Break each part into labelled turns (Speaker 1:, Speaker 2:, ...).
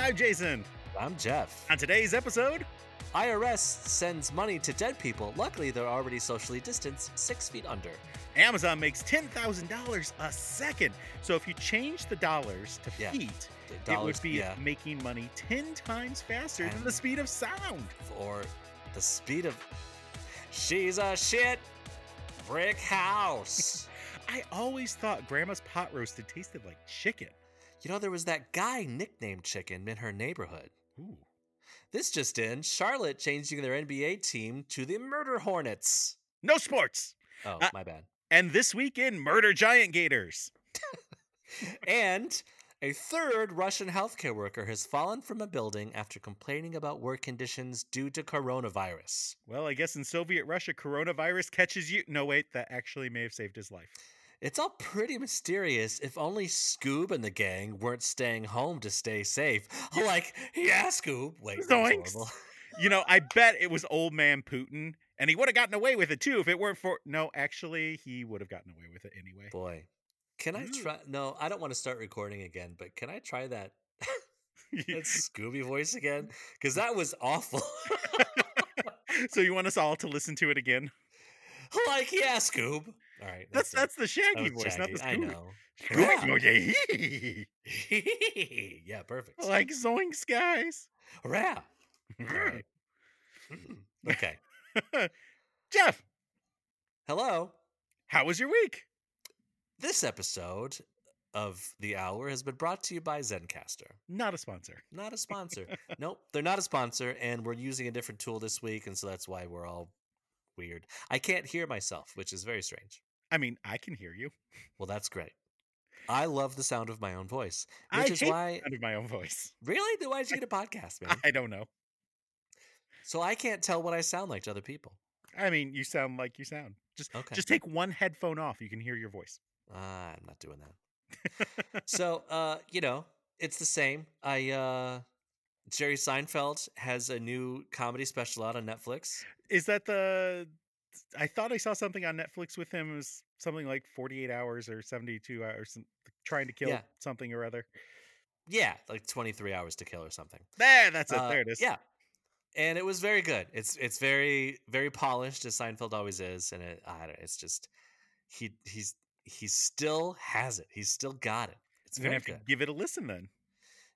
Speaker 1: I'm Jason.
Speaker 2: I'm Jeff.
Speaker 1: On today's episode,
Speaker 2: IRS sends money to dead people. Luckily, they're already socially distanced, six feet under.
Speaker 1: Amazon makes $10,000 a second. So if you change the dollars to
Speaker 2: Yeah.
Speaker 1: feet,
Speaker 2: The
Speaker 1: it
Speaker 2: dollars-
Speaker 1: would be
Speaker 2: yeah,
Speaker 1: making money 10 times faster than
Speaker 2: And-
Speaker 1: the speed of sound.
Speaker 2: or the speed of. She's a shit brick house.
Speaker 1: I always thought Grandma's pot roasted tasted like chicken.
Speaker 2: you know, there was that guy nicknamed Chicken in her neighborhood.
Speaker 1: Ooh.
Speaker 2: This just in: Charlotte changing their NBA team to the Murder Hornets.
Speaker 1: No sports.
Speaker 2: Oh,
Speaker 1: Uh,
Speaker 2: my bad.
Speaker 1: And this weekend, murder giant gators.
Speaker 2: And a third Russian healthcare worker has fallen from a building after complaining about work conditions due to coronavirus.
Speaker 1: Well, I guess in Soviet Russia, coronavirus catches you. No, wait, that actually may have saved his life.
Speaker 2: It's all pretty mysterious if only Scoob and the gang weren't staying home to stay safe. Like, yeah, Scoob. Wait, that was
Speaker 1: Zoinks.
Speaker 2: horrible.
Speaker 1: You know, I bet it was old man Putin, and he would have gotten away with it too if it weren't for. No, actually, he would have gotten away with it anyway.
Speaker 2: Boy, can I
Speaker 1: Ooh.
Speaker 2: try? No, I don't want to start recording again, but can I try that, that Scooby voice again? Because that was awful.
Speaker 1: so you want us all to listen to it again?
Speaker 2: like, yeah, Scoob. All right.
Speaker 1: That's
Speaker 2: it.
Speaker 1: that's the Shaggy
Speaker 2: That was
Speaker 1: voice, not the
Speaker 2: Shaggy. I
Speaker 1: Scooby.
Speaker 2: know.
Speaker 1: Scooby,
Speaker 2: Yeah.
Speaker 1: oh, yeah, hee.
Speaker 2: yeah, perfect.
Speaker 1: like Zoinks, guys.
Speaker 2: Hurrah. All right. Mm, okay.
Speaker 1: Jeff,
Speaker 2: Hello.
Speaker 1: how was your week?
Speaker 2: This episode of The Hour has been brought to you by Zencaster.
Speaker 1: Not a sponsor.
Speaker 2: Not a sponsor. nope, they're not a sponsor, and we're using a different tool this week, and so that's why we're all weird. I can't hear myself, which is very strange.
Speaker 1: I mean, I can hear you.
Speaker 2: Well, that's great. I love the sound of my own voice,
Speaker 1: I
Speaker 2: which is
Speaker 1: hate the
Speaker 2: why.
Speaker 1: sound of my own voice.
Speaker 2: Really? Then why'd you get a podcast, man?
Speaker 1: I don't know.
Speaker 2: so I can't tell what I sound like to other people.
Speaker 1: I mean, you sound like you sound. Just
Speaker 2: Okay.
Speaker 1: just take one headphone off. You can hear your voice.
Speaker 2: Ah, I'm not doing that. so, uh, you know, it's the same. I uh Jerry Seinfeld has a new comedy special out on Netflix.
Speaker 1: Is that the? I thought I saw something on Netflix with him. It was something like forty-eight hours or seventy-two hours, some- trying to kill
Speaker 2: Yeah.
Speaker 1: something or other.
Speaker 2: Yeah, like 23 hours to kill or something.
Speaker 1: There, that's it.
Speaker 2: Uh,
Speaker 1: there it is.
Speaker 2: Yeah. And it was very good. It's it's very very polished as Seinfeld always is and it I don't it's just he he's he still has it. He's still got it. It's
Speaker 1: I'm gonna
Speaker 2: very
Speaker 1: have
Speaker 2: good.
Speaker 1: to give it a listen then,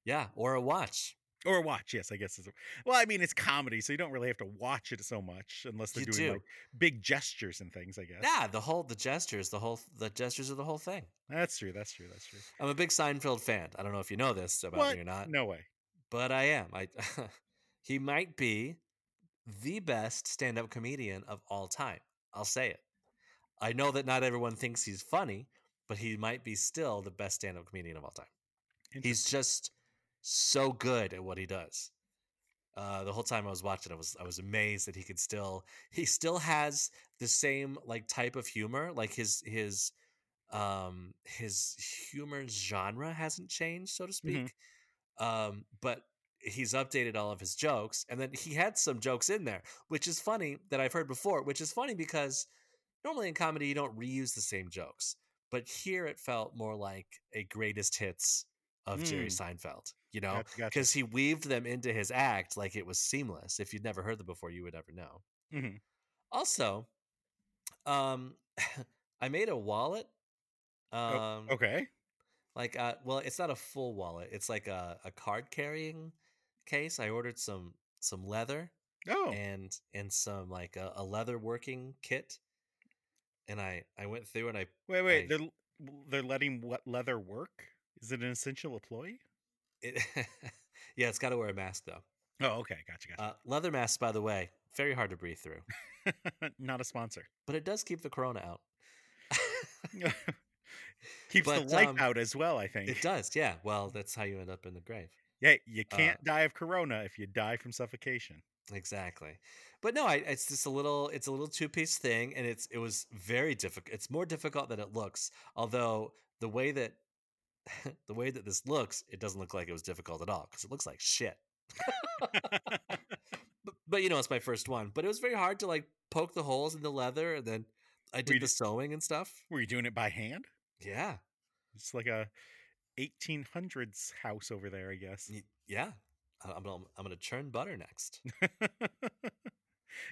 Speaker 2: Yeah, or a watch.
Speaker 1: or watch. Yes, I guess. Is well, I mean, it's comedy, so you don't really have to watch it so much unless they're
Speaker 2: You
Speaker 1: doing
Speaker 2: do.
Speaker 1: like big gestures and things. I guess.
Speaker 2: Yeah, the whole the gestures, the whole the gestures of the whole thing.
Speaker 1: That's true. That's true. That's true.
Speaker 2: I'm a big Seinfeld fan. I don't know if you know this about
Speaker 1: What?
Speaker 2: me or not,
Speaker 1: No way.
Speaker 2: but I am. I he might be the best stand-up comedian of all time. I'll say it. I know that not everyone thinks he's funny, but he might be still the best stand-up comedian of all time. He's just so good at what he does. Uh, the whole time I was watching, I was I was amazed that he could still he still has the same like type of humor. Like his his um his humor genre hasn't changed, so to
Speaker 1: Mhm.
Speaker 2: speak. Um, but he's updated all of his jokes, and then he had some jokes in there, which is funny that I've heard before. Which is funny because normally in comedy you don't reuse the same jokes, but here it felt more like a greatest hits of Jerry Seinfeld. You know,
Speaker 1: Gotcha, gotcha.
Speaker 2: because he weaved them into his act like it was seamless. If you'd never heard them before, you would never know.
Speaker 1: Mhm.
Speaker 2: Also, um, I made a wallet. Um,
Speaker 1: Okay.
Speaker 2: like uh, well, it's not a full wallet. It's like a, a card carrying case. I ordered some some leather
Speaker 1: Oh,
Speaker 2: and and some like a, a leather working kit. And I I went through and I
Speaker 1: wait, wait.
Speaker 2: I-
Speaker 1: They're l- w- they're letting what leather work? Is it an essential employee?
Speaker 2: it, yeah, it's got to wear a mask though.
Speaker 1: Oh, okay. Gotcha.
Speaker 2: Uh, leather masks, by the way, very hard to breathe through.
Speaker 1: Gotcha. Not a sponsor.
Speaker 2: but it does keep the corona out.
Speaker 1: Keeps
Speaker 2: But,
Speaker 1: the life
Speaker 2: um,
Speaker 1: out as well. I think.
Speaker 2: it does, yeah. Well,
Speaker 1: Mm.
Speaker 2: that's how you end up in the grave.
Speaker 1: Yeah, you
Speaker 2: Uh,
Speaker 1: can't die of corona if you die from suffocation.
Speaker 2: Exactly. But no, I, it's just a little it's a little two-piece thing and it's it was very difficult. It's more difficult than it looks. Although the way that the way that this looks, it doesn't look like it was difficult at all cuz it looks like shit. But, but you know, it's my first one, but it was very hard to like poke the holes in the leather and then I
Speaker 1: you
Speaker 2: did the
Speaker 1: just-
Speaker 2: sewing and stuff.
Speaker 1: Were you doing it by hand?
Speaker 2: Yeah.
Speaker 1: It's like a 1800s house over there, I guess.
Speaker 2: Y- Yeah. I- I'm gonna, I'm gonna churn butter next.
Speaker 1: You're
Speaker 2: so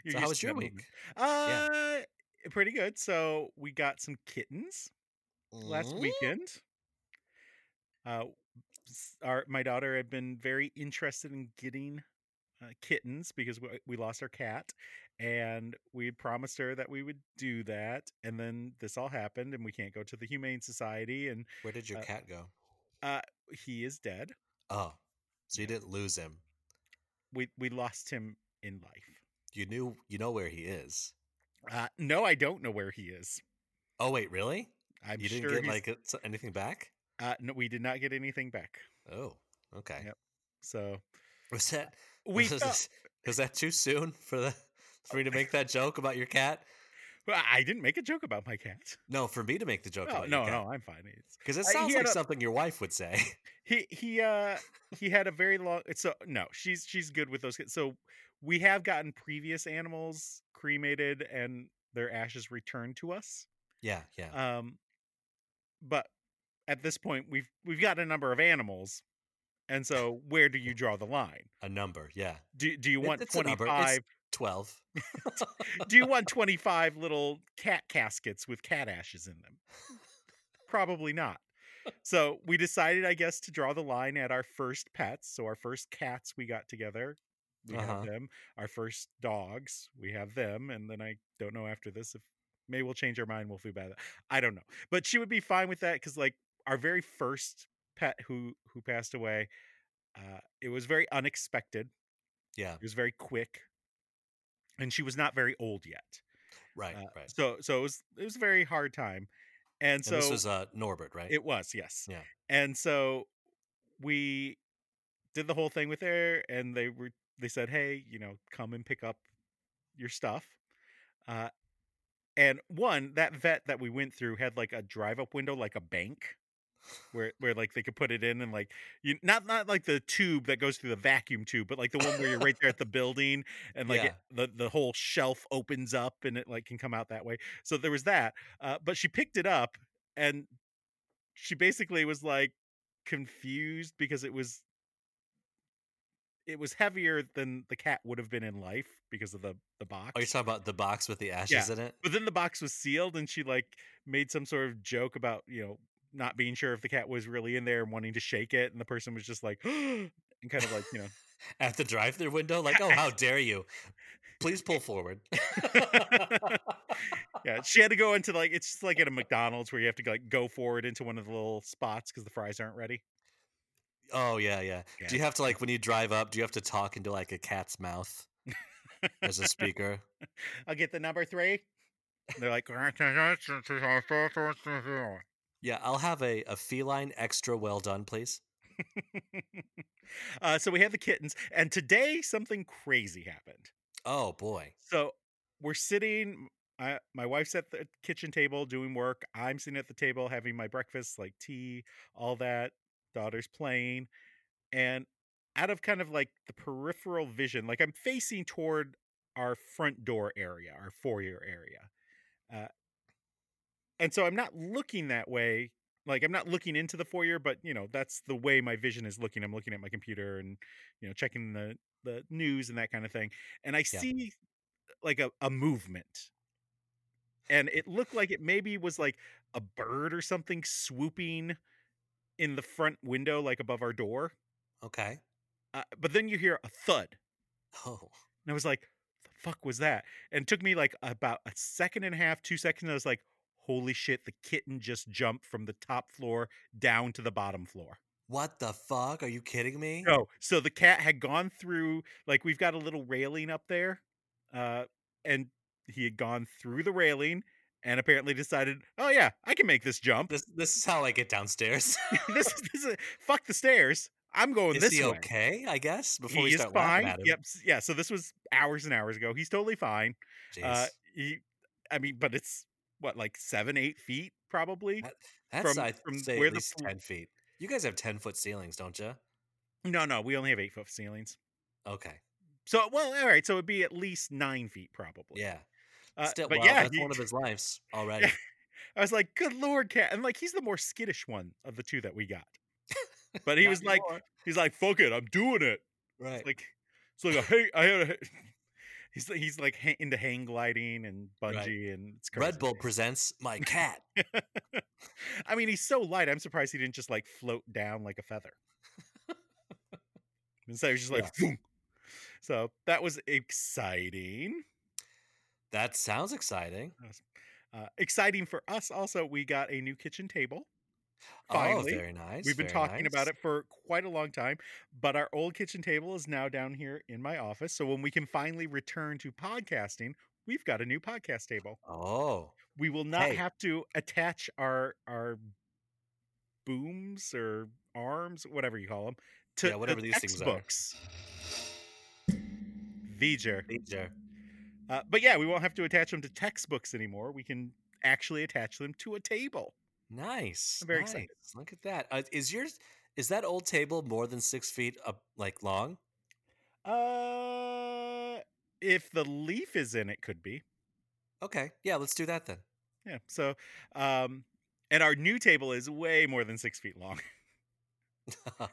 Speaker 1: used
Speaker 2: how was
Speaker 1: to
Speaker 2: your
Speaker 1: that
Speaker 2: week?
Speaker 1: movement. Uh, pretty good. So we got some kittens last
Speaker 2: Mm?
Speaker 1: weekend. Uh, s- our my daughter had been very interested in getting uh, kittens because we, we lost our cat, and we had promised her that we would do that. And then this all happened, and we can't go to the humane society, and
Speaker 2: Where did your
Speaker 1: Uh,
Speaker 2: cat go?
Speaker 1: he is dead.
Speaker 2: Oh, so you didn't lose him.
Speaker 1: We we lost him in life.
Speaker 2: You knew. You know where he is.
Speaker 1: Uh, no, I don't know where he is.
Speaker 2: Oh wait, really?
Speaker 1: I'm
Speaker 2: you didn't
Speaker 1: sure
Speaker 2: get
Speaker 1: he's-
Speaker 2: like it's- anything back.
Speaker 1: uh, no, we did not get anything back.
Speaker 2: Oh, okay.
Speaker 1: Yep. So
Speaker 2: Was that
Speaker 1: we Oh,
Speaker 2: was,
Speaker 1: thought,
Speaker 2: was that too soon for the for me to make that joke about your cat?
Speaker 1: well, I didn't make a joke about my cat.
Speaker 2: No, for me to make the joke
Speaker 1: No,
Speaker 2: about
Speaker 1: no,
Speaker 2: your cat.
Speaker 1: no, I'm fine. It's,
Speaker 2: Because it
Speaker 1: I- he
Speaker 2: sounds
Speaker 1: had
Speaker 2: like
Speaker 1: a-
Speaker 2: something your wife would say.
Speaker 1: he he uh he had a very long so no, she's she's good with those kids. So we have gotten previous animals cremated and their ashes returned to us.
Speaker 2: yeah, yeah.
Speaker 1: Um but at this point we've we've got a number of animals. And so where do you draw the line?
Speaker 2: a number. Yeah,
Speaker 1: Do do you
Speaker 2: It-
Speaker 1: want
Speaker 2: it's a number, it's-
Speaker 1: 25
Speaker 2: twelve.
Speaker 1: do you want 25 little cat caskets with cat ashes in them? Probably not. So we decided, I guess, to draw the line at our first pets. So our first cats we got together, we
Speaker 2: Uh-huh.
Speaker 1: have them. Our first dogs, we have them. And then I don't know after this if maybe we'll change our mind. We'll feel bad. I don't know. But she would be fine with that because, like, our very first pet who who passed away, uh, it was very unexpected.
Speaker 2: Yeah,
Speaker 1: It was very quick, and she was not very old yet.
Speaker 2: right,
Speaker 1: Uh,
Speaker 2: right.
Speaker 1: So so it was it was a very hard time. And so
Speaker 2: and this was uh, Norbert, right?
Speaker 1: it was, yes.
Speaker 2: Yeah.
Speaker 1: And so we did the whole thing with her and they were they said, "Hey, you know, come and pick up your stuff." Uh and one, that vet that we went through had like a drive-up window like a bank where where like they could put it in and like you not not like the tube that goes through the vacuum tube, but like the one where you're right there at the building and like it, the the whole shelf opens up and it like can come out that way. So there was that, uh, but she picked it up and she basically was like confused because it was it was heavier than the cat would have been in life because of the the box.
Speaker 2: Oh, you're talking about the box with the ashes in it?
Speaker 1: But then the box was sealed, and she like made some sort of joke about you know not being sure if the cat was really in there and wanting to shake it, and the person was just like and kind of like you know
Speaker 2: At the drive through window? Like, oh, how dare you? Please pull forward.
Speaker 1: yeah. She had to go into like it's just like at a McDonald's where you have to like go forward into one of the little spots because the fries aren't ready.
Speaker 2: oh, yeah, yeah.
Speaker 1: Yeah.
Speaker 2: Do you have to, like, when you drive up, do you have to talk into, like, a cat's mouth as a speaker?
Speaker 1: I'll get the number three. And they're like
Speaker 2: yeah, I'll have a, a feline extra well done, please.
Speaker 1: uh, so we had the kittens, and today something crazy happened.
Speaker 2: Oh, boy.
Speaker 1: So we're sitting. I, my wife's at the kitchen table doing work. I'm sitting at the table having my breakfast, like tea, all that. Daughter's playing, and out of kind of like the peripheral vision, like I'm facing toward our front door area, our foyer area, uh, and so I'm not looking that way. Like I'm not looking into the foyer, but you know that's the way my vision is looking. I'm looking at my computer and you know checking the the news and that kind of thing, and I
Speaker 2: Yeah.
Speaker 1: see like a, a movement and it looked like it maybe was like a bird or something swooping in the front window like above our door
Speaker 2: Okay.
Speaker 1: uh, but then you hear a thud
Speaker 2: Oh,
Speaker 1: and i was like the fuck was that and it took me like about a second and a half two seconds i was like holy shit the kitten just jumped from the top floor down to the bottom floor
Speaker 2: what the fuck? Are you kidding me?
Speaker 1: No, Oh, so the cat had gone through like we've got a little railing up there, uh, and he had gone through the railing and apparently decided, oh yeah, I can make this jump.
Speaker 2: This, this is how I get downstairs.
Speaker 1: this is this is fuck the stairs. I'm going
Speaker 2: is
Speaker 1: this
Speaker 2: he
Speaker 1: way.
Speaker 2: okay, I guess? Before
Speaker 1: he
Speaker 2: we
Speaker 1: is
Speaker 2: start laughing
Speaker 1: fine.
Speaker 2: at him.
Speaker 1: Yep. s- Yeah. So this was hours and hours ago. He's totally fine. Uh,
Speaker 2: Jeez.
Speaker 1: he, I mean, but it's what like seven, eight feet probably.
Speaker 2: That- That's
Speaker 1: from-
Speaker 2: I
Speaker 1: from
Speaker 2: say
Speaker 1: where
Speaker 2: at
Speaker 1: the
Speaker 2: least
Speaker 1: fl-
Speaker 2: ten feet. You guys have ten foot ceilings, don't you?
Speaker 1: No, no, we only have eight foot ceilings.
Speaker 2: Okay,
Speaker 1: So well, all right. So it'd be at least nine feet probably.
Speaker 2: yeah.
Speaker 1: Uh,
Speaker 2: Still,
Speaker 1: but
Speaker 2: wow,
Speaker 1: yeah,
Speaker 2: that's
Speaker 1: he-
Speaker 2: one of his lives already.
Speaker 1: I was like, good lord, cat. And like, he's the more skittish one of the two that we got. But he
Speaker 2: Not
Speaker 1: was like,
Speaker 2: anymore.
Speaker 1: he's like, fuck it, I'm doing it.
Speaker 2: right.
Speaker 1: It's like, it's like a hey, I had a. He's like, he's like ha- into hang gliding and
Speaker 2: Right.
Speaker 1: bungee and it's crazy.
Speaker 2: Red Bull presents my cat.
Speaker 1: I mean, he's so light. I'm surprised he didn't just like float down like a feather. Instead, he was just like, "Vroom." so that was exciting.
Speaker 2: that sounds exciting.
Speaker 1: Uh, exciting for us also. We got a new kitchen table.
Speaker 2: oh,
Speaker 1: Finally.
Speaker 2: very nice.
Speaker 1: We've been
Speaker 2: very
Speaker 1: talking about
Speaker 2: nice.
Speaker 1: it for quite a long time, but our old kitchen table is now down here in my office. So when we can finally return to podcasting, we've got a new podcast table.
Speaker 2: Oh,
Speaker 1: We will not
Speaker 2: Hey.
Speaker 1: have to attach our our booms or arms, whatever you call them, to
Speaker 2: Yeah, whatever
Speaker 1: the
Speaker 2: these things are.
Speaker 1: textbooks. V'ger.
Speaker 2: major.
Speaker 1: Uh, but yeah, we won't have to attach them to textbooks anymore. We can actually attach them to a table.
Speaker 2: Nice.
Speaker 1: I'm very
Speaker 2: nice.
Speaker 1: excited.
Speaker 2: Look at that. Uh, is yours? Is that old table more than six feet up, like long?
Speaker 1: Uh, if the leaf is in, it could be.
Speaker 2: Okay. Yeah. Let's do that then.
Speaker 1: Yeah. So, um, and our new table is way more than six feet long.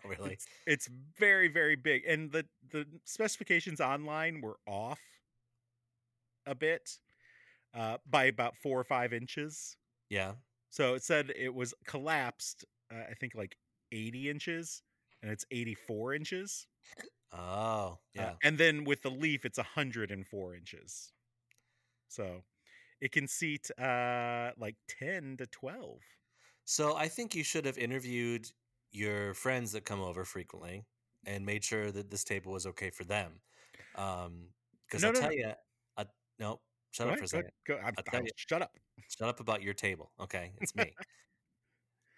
Speaker 2: really?
Speaker 1: It's, it's very, very big, and the the specifications online were off a bit uh, by about four or five inches.
Speaker 2: Yeah.
Speaker 1: So it said it was collapsed. Uh, I think like eighty inches, and it's eighty four inches.
Speaker 2: Oh,
Speaker 1: Uh,
Speaker 2: yeah.
Speaker 1: and then with the leaf, it's 104 inches. So it can seat uh, like 10 to 12.
Speaker 2: So I think you should have interviewed your friends that come over frequently and made sure that this table was okay for them. Um, because
Speaker 1: No,
Speaker 2: I'll
Speaker 1: no,
Speaker 2: tell you, I, no, shut
Speaker 1: Go
Speaker 2: up
Speaker 1: ahead,
Speaker 2: for a
Speaker 1: go ahead,
Speaker 2: second.
Speaker 1: go- I'm-
Speaker 2: I'll tell
Speaker 1: I'll-
Speaker 2: you.
Speaker 1: Shut up.
Speaker 2: Shut up about your table. Okay, it's me.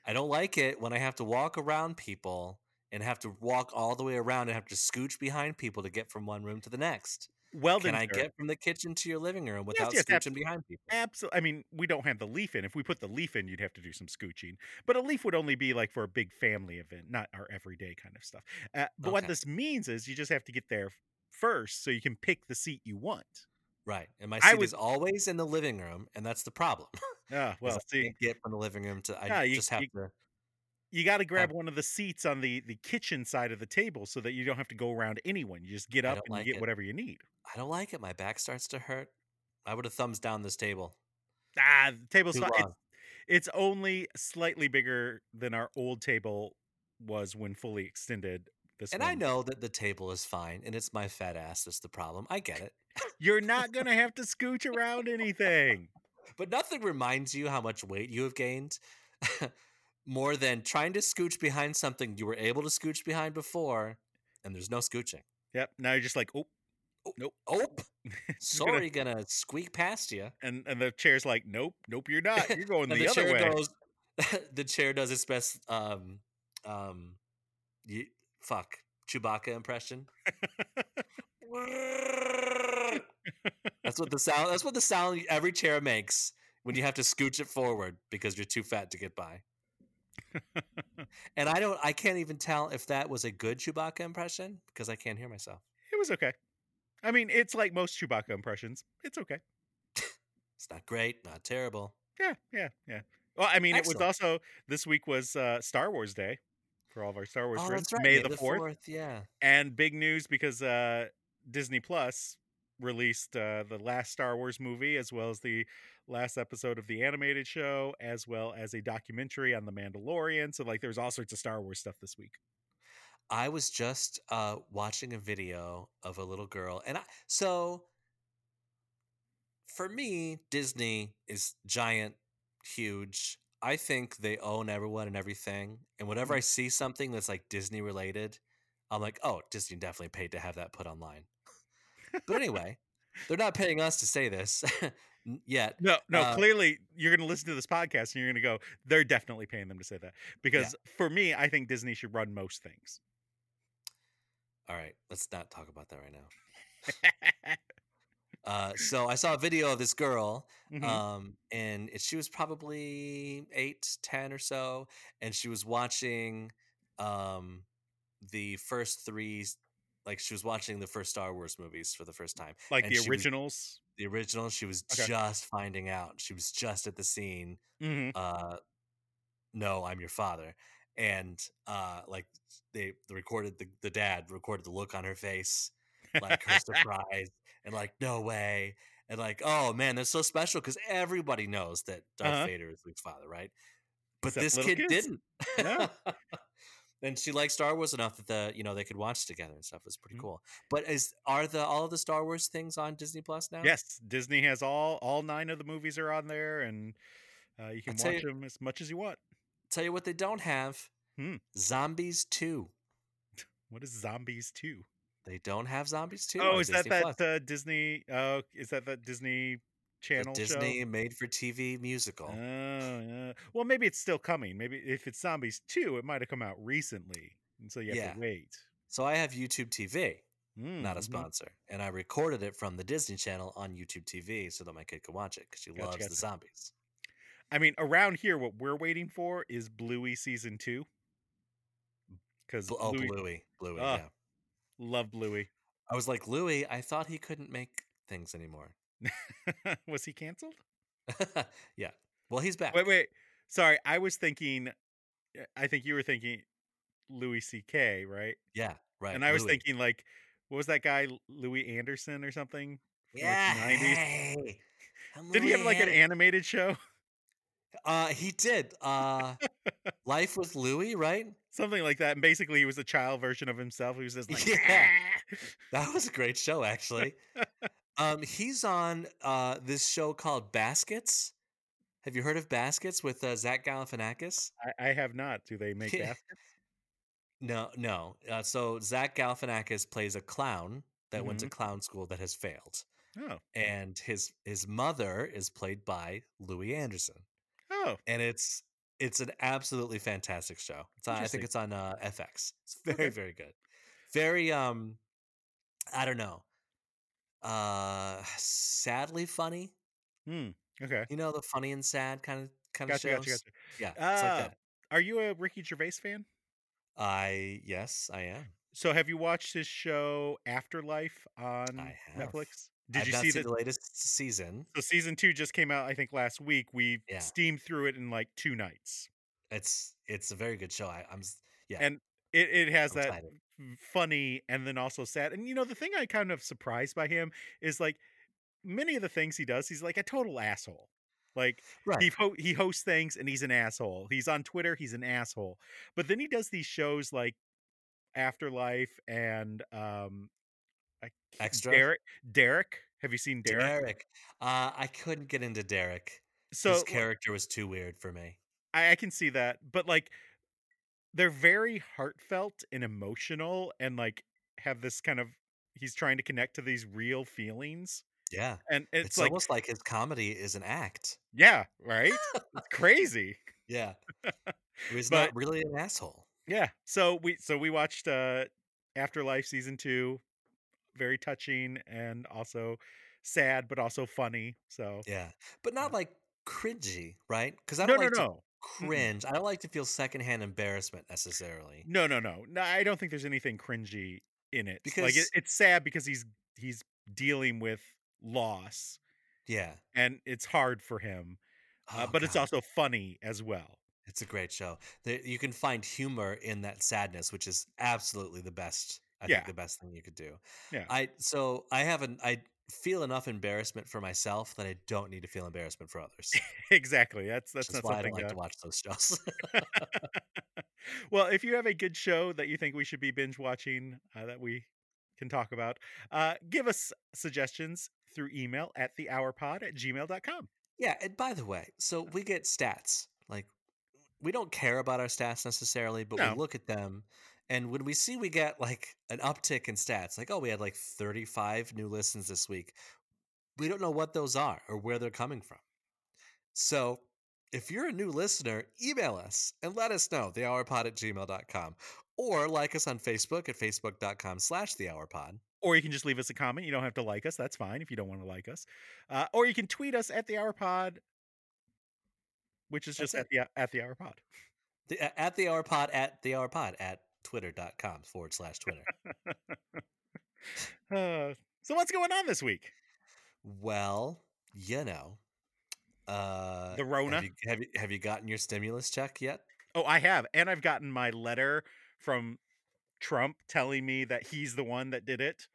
Speaker 2: I don't like it when I have to walk around people and have to walk all the way around and have to scooch behind people to get from one room to the next.
Speaker 1: Weldon,
Speaker 2: Can I
Speaker 1: sir,
Speaker 2: get from the kitchen to your living room without
Speaker 1: yes,
Speaker 2: scooching
Speaker 1: absolutely.
Speaker 2: behind people?
Speaker 1: Absolutely. I mean, we don't have the leaf in. If we put the leaf in, you'd have to do some scooching. But a leaf would only be like for a big family event, not our everyday kind of stuff. Uh, but what
Speaker 2: Okay.
Speaker 1: this means is you just have to get there f- first so you can pick the seat you want.
Speaker 2: Right. And my
Speaker 1: I
Speaker 2: seat
Speaker 1: would-
Speaker 2: is always in the living room, and that's the problem.
Speaker 1: Ah,
Speaker 2: 'cause
Speaker 1: well,
Speaker 2: I
Speaker 1: see,
Speaker 2: can't get from the living room to. I
Speaker 1: No, you-
Speaker 2: just have
Speaker 1: you-
Speaker 2: to.
Speaker 1: you got to grab one of the seats on the the kitchen side of the table so that you don't have to go around anyone. You just get
Speaker 2: I
Speaker 1: up
Speaker 2: don't
Speaker 1: and
Speaker 2: like
Speaker 1: you get
Speaker 2: it.
Speaker 1: whatever you need.
Speaker 2: I don't like it. My back starts to hurt. I would have thumbs down this table.
Speaker 1: Ah, the table's
Speaker 2: Too
Speaker 1: fine. It's,
Speaker 2: long.
Speaker 1: it's only slightly bigger than our old table was when fully extended. This
Speaker 2: And
Speaker 1: one.
Speaker 2: I know that the table is fine, and it's my fat ass that's the problem. I get it.
Speaker 1: you're not gonna have to scooch around anything.
Speaker 2: But nothing reminds you how much weight you have gained more than trying to scooch behind something you were able to scooch behind before, and there's no scooching.
Speaker 1: Yep. Now you're just like, oh,
Speaker 2: Oh,
Speaker 1: gonna-
Speaker 2: sorry, gonna, squeak past you.
Speaker 1: and and the chair's like, nope, nope, you're not. You're going
Speaker 2: and
Speaker 1: the, other
Speaker 2: chair
Speaker 1: way.
Speaker 2: goes. the chair does its best. Um, um, you, fuck Chewbacca impression. that's what the sound. That's what the sound every chair makes when you have to scooch it forward because you're too fat to get by. and I don't. I can't even tell if that was a good Chewbacca impression because I can't hear myself.
Speaker 1: It was okay. I mean, it's like most Chewbacca impressions. It's okay.
Speaker 2: It's not great, not terrible.
Speaker 1: Yeah, yeah, yeah. Well, I mean, it
Speaker 2: Excellent.
Speaker 1: was also this week was uh, Star Wars Day for all of our Star Wars
Speaker 2: Oh,
Speaker 1: friends,
Speaker 2: that's right.
Speaker 1: May the Fourth,
Speaker 2: Yeah.
Speaker 1: and big news because uh, Disney Plus released uh, the last Star Wars movie, as well as the last episode of the animated show, as well as a documentary on the Mandalorian. So, like, there was all sorts of Star Wars stuff this week.
Speaker 2: I was just uh, watching a video of a little girl, and I, so for me, Disney is giant, huge. I think they own everyone and everything. And whenever I see something that's like Disney related, I'm like, oh, Disney definitely paid to have that put online. but anyway, they're not paying us to say this n- yet.
Speaker 1: No, no.
Speaker 2: Uh,
Speaker 1: clearly, you're going to listen to this podcast and you're going to go, "They're definitely paying them to say that." Because for me, I think Disney should run most things.
Speaker 2: All right, let's not talk about that right now. Uh, so I saw a video of this girl
Speaker 1: Mhm.
Speaker 2: um and it, she was probably eight ten or so and she was watching um the first three s- like she was watching the first star wars movies for the first time
Speaker 1: like
Speaker 2: and
Speaker 1: the
Speaker 2: she was-
Speaker 1: originals.
Speaker 2: the original she was
Speaker 1: Okay.
Speaker 2: just finding out she was just at the scene
Speaker 1: Mm-hmm.
Speaker 2: uh no i'm your father and uh like they recorded the, the dad recorded the look on her face like her surprise and like no way and like oh man that's so special because everybody knows that darth
Speaker 1: Uh-huh.
Speaker 2: vader is luke's father right but
Speaker 1: Except
Speaker 2: this
Speaker 1: little
Speaker 2: kid
Speaker 1: kids.
Speaker 2: didn't
Speaker 1: No.
Speaker 2: and she liked star wars enough that the you know they could watch together and stuff it was pretty
Speaker 1: Mhm.
Speaker 2: cool but is are the all the star wars things on disney plus now
Speaker 1: Yes, Disney has all all nine of the movies are on there, and uh, you can
Speaker 2: tell
Speaker 1: watch
Speaker 2: you-
Speaker 1: them as much as you want.
Speaker 2: tell you what they don't have
Speaker 1: Hmm.
Speaker 2: zombies 2
Speaker 1: What is Zombies Two?
Speaker 2: they don't have zombies 2
Speaker 1: Oh,
Speaker 2: on
Speaker 1: is
Speaker 2: disney
Speaker 1: that
Speaker 2: plus.
Speaker 1: that uh, Disney? Oh, is that that Disney
Speaker 2: the
Speaker 1: Channel
Speaker 2: disney
Speaker 1: show?
Speaker 2: made for tv musical
Speaker 1: Oh, yeah. Well, maybe it's still coming. Maybe if it's Zombies Two, it might have come out recently, and so you have
Speaker 2: Yeah.
Speaker 1: to wait.
Speaker 2: so i have youtube tv
Speaker 1: Mm,
Speaker 2: not a
Speaker 1: mhm.
Speaker 2: sponsor. And I recorded it from the Disney Channel on YouTube TV so that my kid could watch it because she
Speaker 1: Gotcha,
Speaker 2: loves
Speaker 1: gotcha.
Speaker 2: the zombies.
Speaker 1: I mean, around here, what we're waiting for is Bluey season two, because
Speaker 2: Bl- oh,
Speaker 1: Bluey,
Speaker 2: Bluey, Bluey,
Speaker 1: Ah.
Speaker 2: yeah.
Speaker 1: love Bluey.
Speaker 2: I was like, Louie, I thought he couldn't make things anymore.
Speaker 1: Was he canceled?
Speaker 2: yeah. Well, he's back.
Speaker 1: Wait, wait. Sorry, I was thinking. I think you were thinking Louis C.K. Right?
Speaker 2: Yeah, right.
Speaker 1: and I was
Speaker 2: Louie.
Speaker 1: thinking like, what was that guy Louis Anderson or something? from, like,
Speaker 2: yeah.
Speaker 1: the 90s.
Speaker 2: hey, I'm
Speaker 1: Did he have
Speaker 2: Louie
Speaker 1: like an
Speaker 2: Hanna-
Speaker 1: animated show?
Speaker 2: Uh, he did. Uh, Life with Louie, right?
Speaker 1: Something like that. And basically, he was a child version of himself. He was just like, "Ah!"
Speaker 2: Yeah. That was a great show, actually. um, he's on uh, this show called Baskets. Have you heard of Baskets with uh, Zach Galifianakis?
Speaker 1: "Ah, I, I have not. Do they make
Speaker 2: Yeah.
Speaker 1: that?
Speaker 2: No, no. Uh, so Zach Galifianakis plays a clown that went to
Speaker 1: Mhm.
Speaker 2: clown school that has failed,
Speaker 1: Oh,
Speaker 2: and his his mother is played by Louis Anderson,
Speaker 1: oh,
Speaker 2: and it's it's an absolutely fantastic show. It's on, I
Speaker 1: Interesting.
Speaker 2: think it's on uh, FX. It's
Speaker 1: Okay.
Speaker 2: very very good. Very um, I don't know. Uh, sadly funny.
Speaker 1: hmm. Okay.
Speaker 2: You know the funny and sad kind of kind
Speaker 1: Gotcha,
Speaker 2: of
Speaker 1: gotcha,
Speaker 2: shows.
Speaker 1: gotcha.
Speaker 2: Yeah, it's like
Speaker 1: Ah,
Speaker 2: that.
Speaker 1: are you a Ricky Gervais fan?
Speaker 2: I yes, I am.
Speaker 1: So have you watched his show Afterlife on
Speaker 2: I have.
Speaker 1: Netflix? Did
Speaker 2: I've
Speaker 1: you
Speaker 2: not
Speaker 1: see
Speaker 2: seen
Speaker 1: that?
Speaker 2: the latest season.
Speaker 1: So season two just came out, I think, last week. We
Speaker 2: Yeah.
Speaker 1: steamed through it in like two nights.
Speaker 2: It's it's a very good show. I, I'm s- yeah.
Speaker 1: And it, it has
Speaker 2: I'm
Speaker 1: that
Speaker 2: excited.
Speaker 1: f- funny and then also sad. And you know, the thing I kind of surprised by him is like many of the things he does, he's like a total asshole. Like
Speaker 2: Right.
Speaker 1: he ho- he hosts things and he's an asshole. He's on Twitter, he's an asshole. But then he does these shows like Afterlife and um I can't-
Speaker 2: Extra?
Speaker 1: Derek Derek. Have you seen Derek?
Speaker 2: Derek. Uh, I couldn't get into Derek. His
Speaker 1: So like,
Speaker 2: character was too weird for me.
Speaker 1: I, I can see that, but like they're very heartfelt and emotional and like have this kind of he's trying to connect to these real feelings
Speaker 2: Yeah.
Speaker 1: and it's,
Speaker 2: It's,
Speaker 1: like
Speaker 2: almost like his comedy is an act.
Speaker 1: yeah right it's crazy
Speaker 2: Yeah. Where He's
Speaker 1: But-
Speaker 2: not really an asshole.
Speaker 1: yeah so we so we watched uh afterlife season two very touching and also sad but also funny so
Speaker 2: Yeah. But not like cringy, right? Because I
Speaker 1: no
Speaker 2: don't
Speaker 1: no
Speaker 2: like to
Speaker 1: no
Speaker 2: cringe. I don't like to feel secondhand embarrassment necessarily.
Speaker 1: no no no no i don't think there's anything cringy in it like it,
Speaker 2: Because-
Speaker 1: it's sad because he's he's dealing with loss
Speaker 2: Yeah.
Speaker 1: and it's hard for him uh,
Speaker 2: Oh,
Speaker 1: but it's
Speaker 2: God.
Speaker 1: also funny as well.
Speaker 2: It's a great show. There, you can find humor in that sadness, which is absolutely the best. I
Speaker 1: Yeah.
Speaker 2: think the best thing you could do.
Speaker 1: Yeah.
Speaker 2: I so I haven't. I feel enough embarrassment for myself that I don't need to feel embarrassment for others.
Speaker 1: exactly. That's
Speaker 2: Which
Speaker 1: that's not
Speaker 2: is why I don't
Speaker 1: something
Speaker 2: like
Speaker 1: to.
Speaker 2: to watch those shows.
Speaker 1: well, if you have a good show that you think we should be binge watching uh, that we can talk about, uh, give us suggestions through email at thehourpod at gmail.com.
Speaker 2: yeah. And by the way, so we get stats. Like we don't care about our stats necessarily, but
Speaker 1: No.
Speaker 2: we look at them. And when we see we get like an uptick in stats, like, oh, we had like 35 new listens this week, we don't know what those are or where they're coming from. So if you're a new listener, email us and let us know, thehourpod at gmail.com. Or like us on Facebook at facebook.com slash thehourpod.
Speaker 1: Or you can just leave us a comment. You don't have to like us. That's fine if you don't want to like us. Uh, or you can tweet us at the hour pod, which is
Speaker 2: That's
Speaker 1: just at the at the hour pod.
Speaker 2: The, a- at thehourpod at thehourpod at twitter.com forward slash Twitter.
Speaker 1: Uh, so what's going on this week?
Speaker 2: well, you know. Uh,
Speaker 1: The Rona.
Speaker 2: Have you, have, you, have you gotten your stimulus check yet?
Speaker 1: Oh, I have. And I've gotten my letter from Trump telling me that he's the one that did it.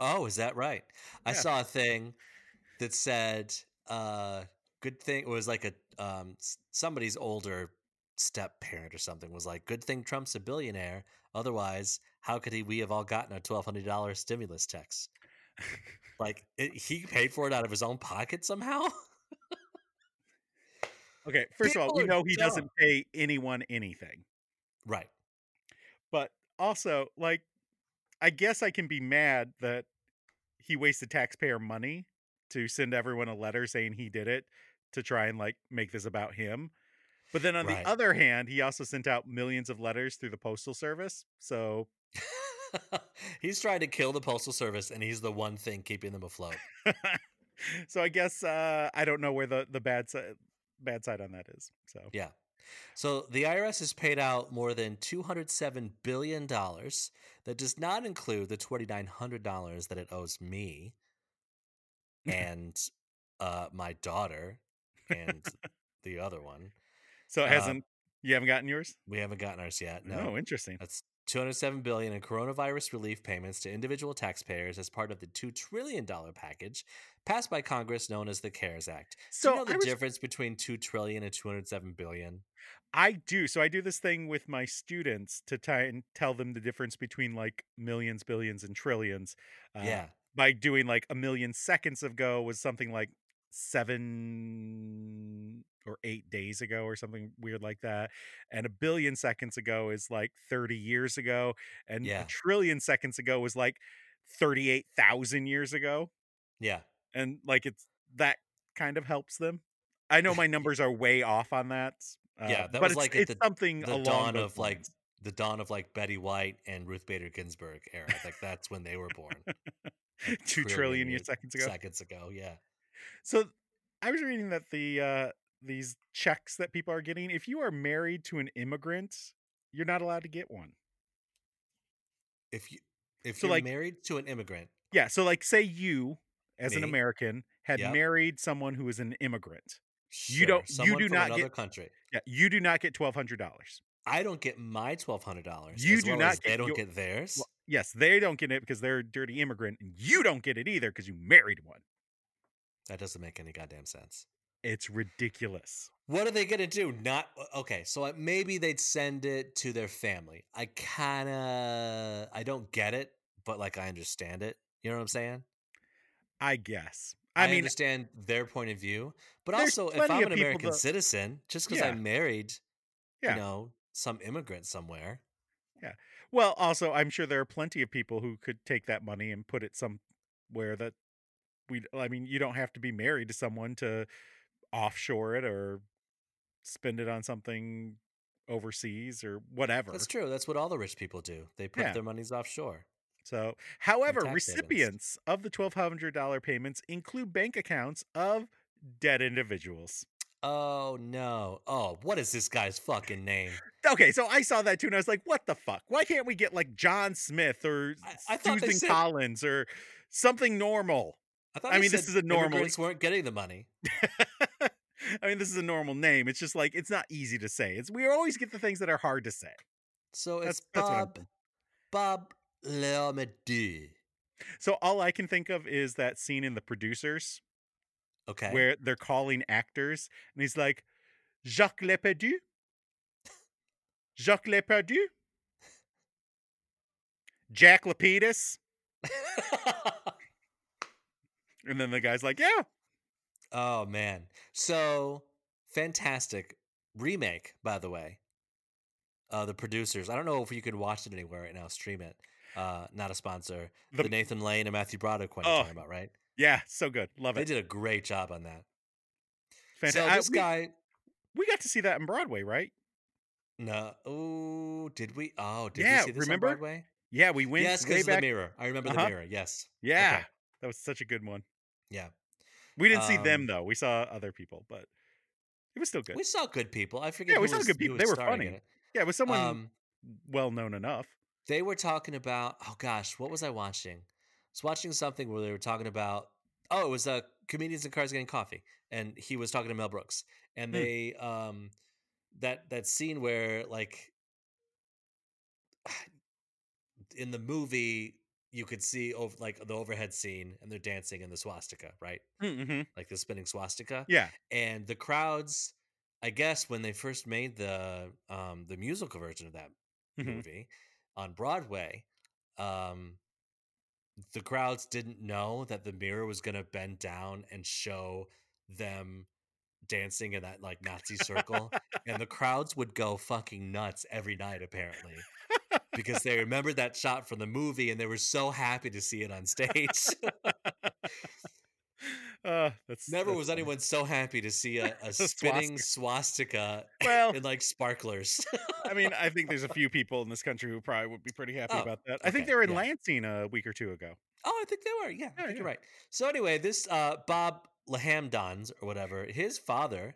Speaker 2: Oh, is that right? I
Speaker 1: Yeah.
Speaker 2: saw a thing that said, uh, good thing, it was like a, um, s- somebody's older step parent or something was like, good thing Trump's a billionaire. Otherwise, how could he, we have all gotten our $1,200 stimulus checks? Like, it, he paid for it out of his own pocket somehow?
Speaker 1: Okay, first of all,
Speaker 2: People
Speaker 1: we
Speaker 2: are
Speaker 1: know he
Speaker 2: dumb.
Speaker 1: doesn't pay anyone anything.
Speaker 2: right.
Speaker 1: But also, like I guess I can be mad that he wasted taxpayer money to send everyone a letter saying he did it to try and like make this about him. But then on
Speaker 2: Right.
Speaker 1: the other hand, he also sent out millions of letters through the postal service. So
Speaker 2: he's trying to kill the Postal Service, and he's the one thing keeping them afloat.
Speaker 1: so I guess uh I don't know where the the bad side bad side on that is. So
Speaker 2: Yeah. So the IRS has paid out more than $207 billion. That does not include the $2,900 that it owes me and uh, my daughter and the other one.
Speaker 1: so it
Speaker 2: Uh,
Speaker 1: hasn't you haven't gotten yours?
Speaker 2: We haven't gotten ours yet. No. Uh,
Speaker 1: Oh, interesting.
Speaker 2: That's 207 billion in coronavirus relief payments to individual taxpayers as part of the 2 trillion dollar package passed by Congress known as the CARES Act. Do
Speaker 1: So
Speaker 2: you know the
Speaker 1: I was
Speaker 2: difference between 2 trillion and 207 billion?
Speaker 1: I do. So I do this thing with my students to try and tell them the difference between like millions, billions, and trillions. Uh,
Speaker 2: Yeah.
Speaker 1: by doing like a million seconds ago was something like seven or eight days ago or something weird like that. And a billion seconds ago is like 30 years ago. And a
Speaker 2: Yeah.
Speaker 1: trillion seconds ago was like 38,000 years ago.
Speaker 2: Yeah.
Speaker 1: And like it's that kind of helps them. I know my numbers are way off on that. Uh,
Speaker 2: Yeah, that
Speaker 1: but
Speaker 2: was
Speaker 1: it's
Speaker 2: like at
Speaker 1: it's
Speaker 2: the
Speaker 1: something
Speaker 2: the
Speaker 1: along
Speaker 2: dawn
Speaker 1: those
Speaker 2: of like
Speaker 1: lines.
Speaker 2: the dawn of like Betty White and Ruth Bader Ginsburg era. Like that's when they were born, like
Speaker 1: Two
Speaker 2: trillion
Speaker 1: trillion years
Speaker 2: years
Speaker 1: seconds ago.
Speaker 2: seconds ago. Yeah.
Speaker 1: So I was reading that the uh, these checks that people are getting, if you are married to an immigrant, you're not allowed to get one.
Speaker 2: If you if
Speaker 1: So
Speaker 2: you're
Speaker 1: like
Speaker 2: married to an immigrant,
Speaker 1: yeah, so like say you as an
Speaker 2: me,
Speaker 1: American had
Speaker 2: yep,
Speaker 1: married someone who is an immigrant. You
Speaker 2: sure,
Speaker 1: don't you
Speaker 2: someone
Speaker 1: do
Speaker 2: from
Speaker 1: not get
Speaker 2: another country,
Speaker 1: yeah, you do not get twelve hundred dollars.
Speaker 2: I don't get my twelve hundred dollars
Speaker 1: You
Speaker 2: as
Speaker 1: do
Speaker 2: well as
Speaker 1: not
Speaker 2: they
Speaker 1: get
Speaker 2: don't
Speaker 1: your
Speaker 2: get theirs.
Speaker 1: well, yes, they don't get it because they're a dirty immigrant, and you don't get it either because you married one.
Speaker 2: That doesn't make any goddamn sense.
Speaker 1: It's ridiculous.
Speaker 2: What are they gonna do? Not okay. So like, maybe they'd send it to their family. I kind of I don't get it, but like I understand it. You know what I'm saying?
Speaker 1: I guess. I
Speaker 2: I
Speaker 1: mean, uh,
Speaker 2: understand their point of view, but
Speaker 1: there's
Speaker 2: also if
Speaker 1: plenty
Speaker 2: I'm
Speaker 1: of
Speaker 2: an
Speaker 1: people
Speaker 2: American
Speaker 1: that
Speaker 2: citizen, just because I
Speaker 1: yeah,
Speaker 2: married, you
Speaker 1: yeah,
Speaker 2: know, some immigrant somewhere,
Speaker 1: yeah. Well, also, I'm sure there are plenty of people who could take that money and put it somewhere that we. I mean, you don't have to be married to someone to offshore it or spend it on something overseas or
Speaker 2: that's
Speaker 1: whatever.
Speaker 2: true. That's what all the rich people do. They put
Speaker 1: Yeah.
Speaker 2: their monies offshore
Speaker 1: So,
Speaker 2: in
Speaker 1: however,
Speaker 2: tax havens.
Speaker 1: recipients of the $1,200 payments include bank accounts of dead individuals.
Speaker 2: Oh no! Oh, what is this guy's fucking name?
Speaker 1: Okay, so I saw that too, and I was like, "What the fuck? Why can't we get like John Smith or
Speaker 2: I, I thought they
Speaker 1: Susan
Speaker 2: said.
Speaker 1: Collins or something normal?"
Speaker 2: I thought
Speaker 1: I
Speaker 2: they
Speaker 1: mean, this
Speaker 2: said
Speaker 1: is a normal.
Speaker 2: immigrants weren't getting the money.
Speaker 1: I mean, this is a normal name. It's just like it's not easy to say. It's we always get the things that are hard to say.
Speaker 2: So it's
Speaker 1: That's that's what I'm
Speaker 2: Bob
Speaker 1: saying.
Speaker 2: Bob Lermadu.
Speaker 1: So all I can think of is that scene in The Producers
Speaker 2: Okay.
Speaker 1: where they're calling actors, and he's like Jacques Leperdu, Jacques Leperdu, Jack Lapidus, and then the guy's like, "Yeah,
Speaker 2: Oh man. So fantastic remake, by the way. Uh the producers. I don't know if you can watch it anywhere right now, stream it. Uh not a sponsor. The
Speaker 1: the
Speaker 2: Nathan Lane and Matthew Broderick one you're
Speaker 1: oh
Speaker 2: talking about, right?
Speaker 1: yeah, so good, love
Speaker 2: They
Speaker 1: it,
Speaker 2: did a great job on that. So
Speaker 1: fantastic."
Speaker 2: this
Speaker 1: We
Speaker 2: guy
Speaker 1: we got to see that in Broadway, right?
Speaker 2: no oh did we oh did we
Speaker 1: Yeah,
Speaker 2: see this on
Speaker 1: remember?
Speaker 2: Broadway?
Speaker 1: Yeah, we went
Speaker 2: Yes,
Speaker 1: way
Speaker 2: because of the
Speaker 1: back.
Speaker 2: mirror. I remember
Speaker 1: Uh
Speaker 2: the
Speaker 1: huh.
Speaker 2: mirror, yes.
Speaker 1: Yeah,
Speaker 2: Okay.
Speaker 1: that was such a good one.
Speaker 2: Yeah.
Speaker 1: We didn't see them
Speaker 2: Um
Speaker 1: though. We saw other people, but it was still good.
Speaker 2: we saw good people. I forget
Speaker 1: Yeah, we
Speaker 2: who
Speaker 1: saw
Speaker 2: was
Speaker 1: good
Speaker 2: who
Speaker 1: people. They
Speaker 2: was
Speaker 1: were
Speaker 2: starring in
Speaker 1: funny.
Speaker 2: it.
Speaker 1: Yeah, it was someone
Speaker 2: Um
Speaker 1: well known enough.
Speaker 2: they were talking about oh gosh what was i watching i was watching something where they were talking about oh it was uh comedians in cars getting coffee and he was talking to mel brooks and
Speaker 1: Hmm.
Speaker 2: they um that that scene where like in the movie you could see over like the overhead scene and they're dancing in the swastika, right?
Speaker 1: Mm-hmm.
Speaker 2: Like the spinning swastika.
Speaker 1: Yeah.
Speaker 2: And the crowds, I guess when they first made the um the musical version of that
Speaker 1: Mhm.
Speaker 2: movie on Broadway, um, the crowds didn't know that the mirror was going to bend down and show them dancing in that like Nazi circle, and the crowds would go fucking nuts every night apparently because they remembered that shot from the movie and they were so happy to see it on stage.
Speaker 1: uh, that's
Speaker 2: Never
Speaker 1: that's
Speaker 2: was
Speaker 1: funny.
Speaker 2: anyone so happy to see a, a
Speaker 1: Swastika.
Speaker 2: spinning swastika
Speaker 1: Well,
Speaker 2: and like sparklers.
Speaker 1: I mean, I think there's a few people in this country who probably would be pretty happy
Speaker 2: Oh,
Speaker 1: about that. I think
Speaker 2: okay,
Speaker 1: they were in
Speaker 2: yeah.
Speaker 1: Lansing a week or two ago.
Speaker 2: Oh, I think they were. Yeah, I
Speaker 1: Yeah,
Speaker 2: think you're
Speaker 1: yeah.
Speaker 2: right. So anyway, this uh, Bob Lahamdons or whatever, his father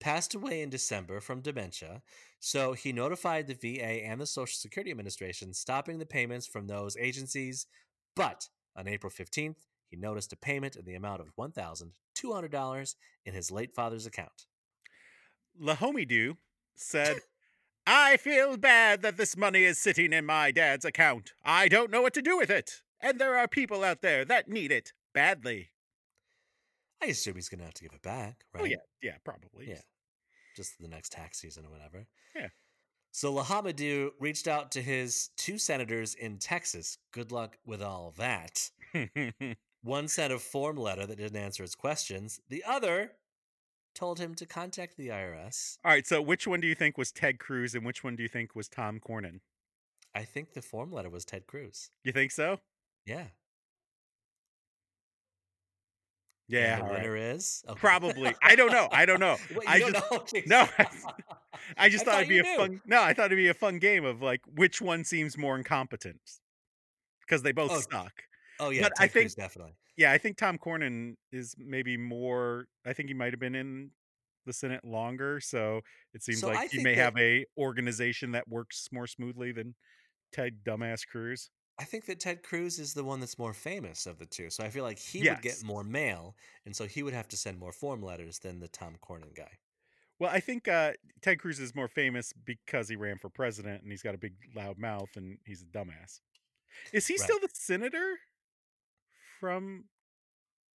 Speaker 2: passed away in December from dementia. So he notified the VA and the Social Security Administration, stopping the payments from those agencies. But on April 15th, he noticed a payment in the amount of $1,200 in his late father's account.
Speaker 1: Lahomidu said, I feel bad that this money is sitting in my dad's account. I don't know what to do with it. And there are people out there that need it badly.
Speaker 2: I assume he's going to have to give it back, right?
Speaker 1: Oh, yeah. Yeah, probably.
Speaker 2: Yeah. Just the next tax season or whatever.
Speaker 1: Yeah.
Speaker 2: So Lahamadou reached out to his two senators in Texas. Good luck with all that. One sent a form letter that didn't answer his questions. The other told him to contact the IRS.
Speaker 1: All right. So, which one do you think was Ted Cruz and which one do you think was Tom Cornyn?
Speaker 2: I think the form letter was Ted Cruz.
Speaker 1: You think so?
Speaker 2: Yeah. And
Speaker 1: Yeah.
Speaker 2: the
Speaker 1: all right.
Speaker 2: winner is okay.
Speaker 1: Probably. I don't know. I don't know.
Speaker 2: Wait, you
Speaker 1: I
Speaker 2: don't
Speaker 1: just.
Speaker 2: know?
Speaker 1: no, I just thought
Speaker 2: I thought
Speaker 1: it'd be
Speaker 2: you
Speaker 1: a
Speaker 2: knew.
Speaker 1: fun. No, I thought it'd be a fun game of like which one seems more incompetent because they both
Speaker 2: Oh,
Speaker 1: suck.
Speaker 2: oh yeah,
Speaker 1: But
Speaker 2: Ted
Speaker 1: I think-
Speaker 2: Cruz definitely.
Speaker 1: Yeah, I think Tom Cornyn is maybe more. I think he might have been in the Senate longer, so it seems
Speaker 2: So
Speaker 1: like
Speaker 2: I
Speaker 1: he
Speaker 2: think
Speaker 1: may
Speaker 2: that-
Speaker 1: have a organization that works more smoothly than Ted Dumbass Cruz.
Speaker 2: I think that Ted Cruz is the one that's more famous of the two. So I feel like he would
Speaker 1: Yes.
Speaker 2: get more mail, and so he would have to send more form letters than the Tom Cornyn guy.
Speaker 1: Well, I think uh, Ted Cruz is more famous because he ran for president and he's got a big loud mouth and he's a dumbass. Is he
Speaker 2: Right.
Speaker 1: still the senator from?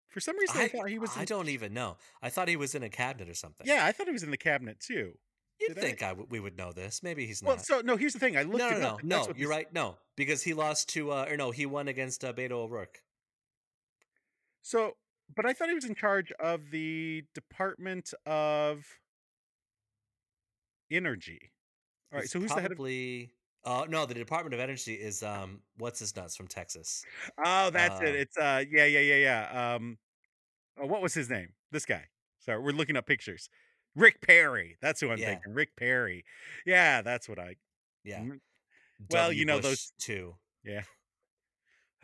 Speaker 1: For some reason, I,
Speaker 2: I,
Speaker 1: thought he was.
Speaker 2: I
Speaker 1: in-
Speaker 2: don't even know. I thought he was in a cabinet or something.
Speaker 1: Yeah, I thought he was in the cabinet too.
Speaker 2: You'd
Speaker 1: did I-
Speaker 2: think I w- we would know this. Maybe he's
Speaker 1: Well,
Speaker 2: not.
Speaker 1: so no, here's the thing. I looked
Speaker 2: no,
Speaker 1: it
Speaker 2: no, no,
Speaker 1: up. and that's
Speaker 2: no.
Speaker 1: what
Speaker 2: You're
Speaker 1: this-
Speaker 2: right. No, because he lost to, uh, or no, he won against uh, Beto O'Rourke.
Speaker 1: So, but I thought he was in charge of the Department of Energy. All right,
Speaker 2: It's
Speaker 1: so who's the head of?
Speaker 2: probably, uh, no, the Department of Energy is, um, what's his nuts from Texas?
Speaker 1: Oh, that's it.
Speaker 2: uh,
Speaker 1: It's uh, yeah, yeah, yeah, yeah. Um, oh, what was his name? This guy. Sorry, we're looking up pictures. Rick Perry. That's who I'm
Speaker 2: Yeah.
Speaker 1: thinking. Rick Perry. Yeah, that's what I.
Speaker 2: Yeah.
Speaker 1: Mm. Well, you know
Speaker 2: Bush
Speaker 1: those-
Speaker 2: two.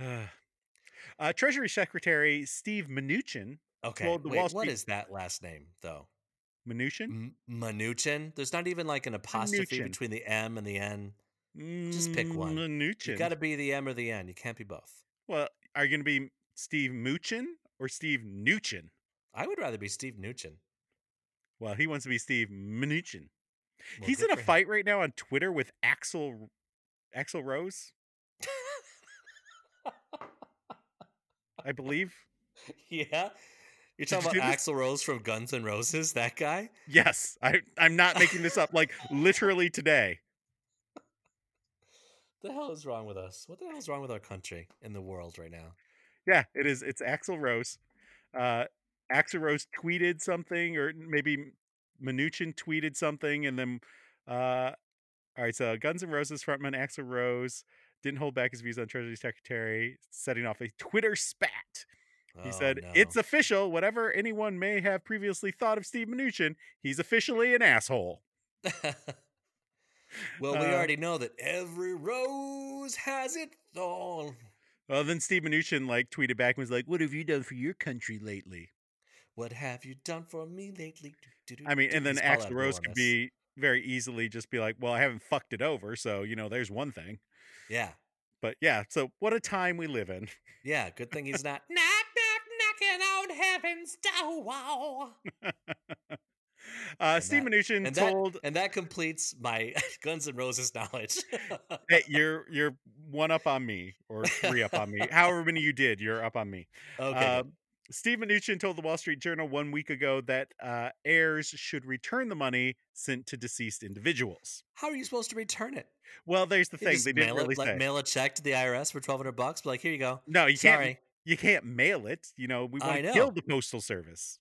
Speaker 1: uh, Treasury Secretary Steve Mnuchin.
Speaker 2: Okay.
Speaker 1: Well, the
Speaker 2: Wait,
Speaker 1: Wall
Speaker 2: what
Speaker 1: Street-
Speaker 2: is that last name though?
Speaker 1: Mnuchin.
Speaker 2: M- Mnuchin. There's not even like an apostrophe
Speaker 1: Mnuchin.
Speaker 2: between the M and the N. Just pick one. You
Speaker 1: Mnuchin.
Speaker 2: got to be the M or the N. You can't be both.
Speaker 1: Well, are you going to be Steve Muchin or Steve Nuchin?
Speaker 2: I would rather be Steve Mnuchin.
Speaker 1: Well, he wants to be Steve Mnuchin.
Speaker 2: Well,
Speaker 1: He's
Speaker 2: good
Speaker 1: in a
Speaker 2: for him.
Speaker 1: fight right now on Twitter with Axel Axel Rose, I believe.
Speaker 2: yeah. You're
Speaker 1: Did you
Speaker 2: talking
Speaker 1: do
Speaker 2: about
Speaker 1: this?
Speaker 2: Axl Rose from Guns N' Roses, that guy?
Speaker 1: Yes, I I'm not making this up. Like literally today.
Speaker 2: The hell is wrong with us? What the hell is wrong with our country and the world right now?
Speaker 1: Yeah, it is. It's Axel Rose. Uh, Axel Rose tweeted something, or maybe Mnuchin tweeted something, and then. Uh, all right, so Guns N' Roses frontman Axel Rose didn't hold back his views on Treasury Secretary, setting off a Twitter spat. He
Speaker 2: Oh,
Speaker 1: said,
Speaker 2: no.
Speaker 1: "It's official. Whatever anyone may have previously thought of Steve Mnuchin, he's officially an asshole."
Speaker 2: well, we
Speaker 1: uh,
Speaker 2: already know that every rose has its thorn.
Speaker 1: Well, then Steve Mnuchin like tweeted back and was like, "What have you done for your country lately?"
Speaker 2: What have you done for me lately? Do, do, do,
Speaker 1: I mean,
Speaker 2: do.
Speaker 1: and then
Speaker 2: He's Paul
Speaker 1: Axl
Speaker 2: Abdul
Speaker 1: Rose
Speaker 2: on
Speaker 1: could
Speaker 2: this.
Speaker 1: be very easily just be like, "Well, I haven't fucked it over, so you know, there's one thing."
Speaker 2: Yeah.
Speaker 1: But yeah, so what a time we live in. Uh,
Speaker 2: Yeah, good thing he's not knock knock knocking on heaven's door.
Speaker 1: Uh,
Speaker 2: And
Speaker 1: Steve
Speaker 2: that-
Speaker 1: Mnuchin
Speaker 2: and that- uh,
Speaker 1: told
Speaker 2: And that completes my Guns N' Roses knowledge.
Speaker 1: that you're you're one up on me or three up on me. However many you did, you're up on me.
Speaker 2: okay.
Speaker 1: Um, Steve Mnuchin told the Wall Street Journal one week ago that uh, heirs should return the money sent to deceased individuals.
Speaker 2: How are you supposed to return it?
Speaker 1: Well, there's the
Speaker 2: You
Speaker 1: thing
Speaker 2: just
Speaker 1: they didn't
Speaker 2: mail it-
Speaker 1: really
Speaker 2: like
Speaker 1: say.
Speaker 2: mail a check to the IRS for twelve hundred bucks. Be like, here you go.
Speaker 1: no, you can't.
Speaker 2: Sorry.
Speaker 1: You can't mail it. You know, we
Speaker 2: I
Speaker 1: want to
Speaker 2: know.
Speaker 1: kill the postal service.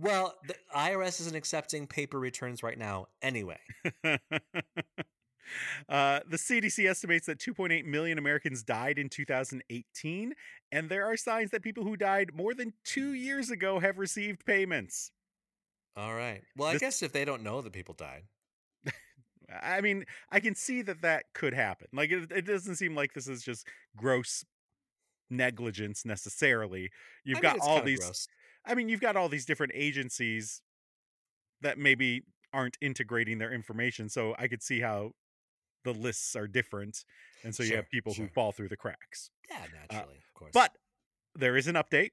Speaker 2: Well, the IRS isn't accepting paper returns right now anyway.
Speaker 1: Uh, the CDC estimates that 2.8 million Americans died in 2018, and there are signs that people who died more than two years ago have received payments.
Speaker 2: All right. Well, I
Speaker 1: This-
Speaker 2: guess if they don't know that people died.
Speaker 1: I mean, I can see that that could happen. Like, it, it doesn't seem like this is just gross negligence necessarily.
Speaker 2: I
Speaker 1: You've
Speaker 2: mean,
Speaker 1: got
Speaker 2: it's
Speaker 1: all
Speaker 2: kinda
Speaker 1: these.
Speaker 2: gross.
Speaker 1: I mean, you've got all these different agencies that maybe aren't integrating their information. So I could see how the lists are different, and so you
Speaker 2: Sure,
Speaker 1: have people
Speaker 2: sure.
Speaker 1: who fall through the cracks.
Speaker 2: Yeah, naturally, of course.
Speaker 1: uh, But there is an update,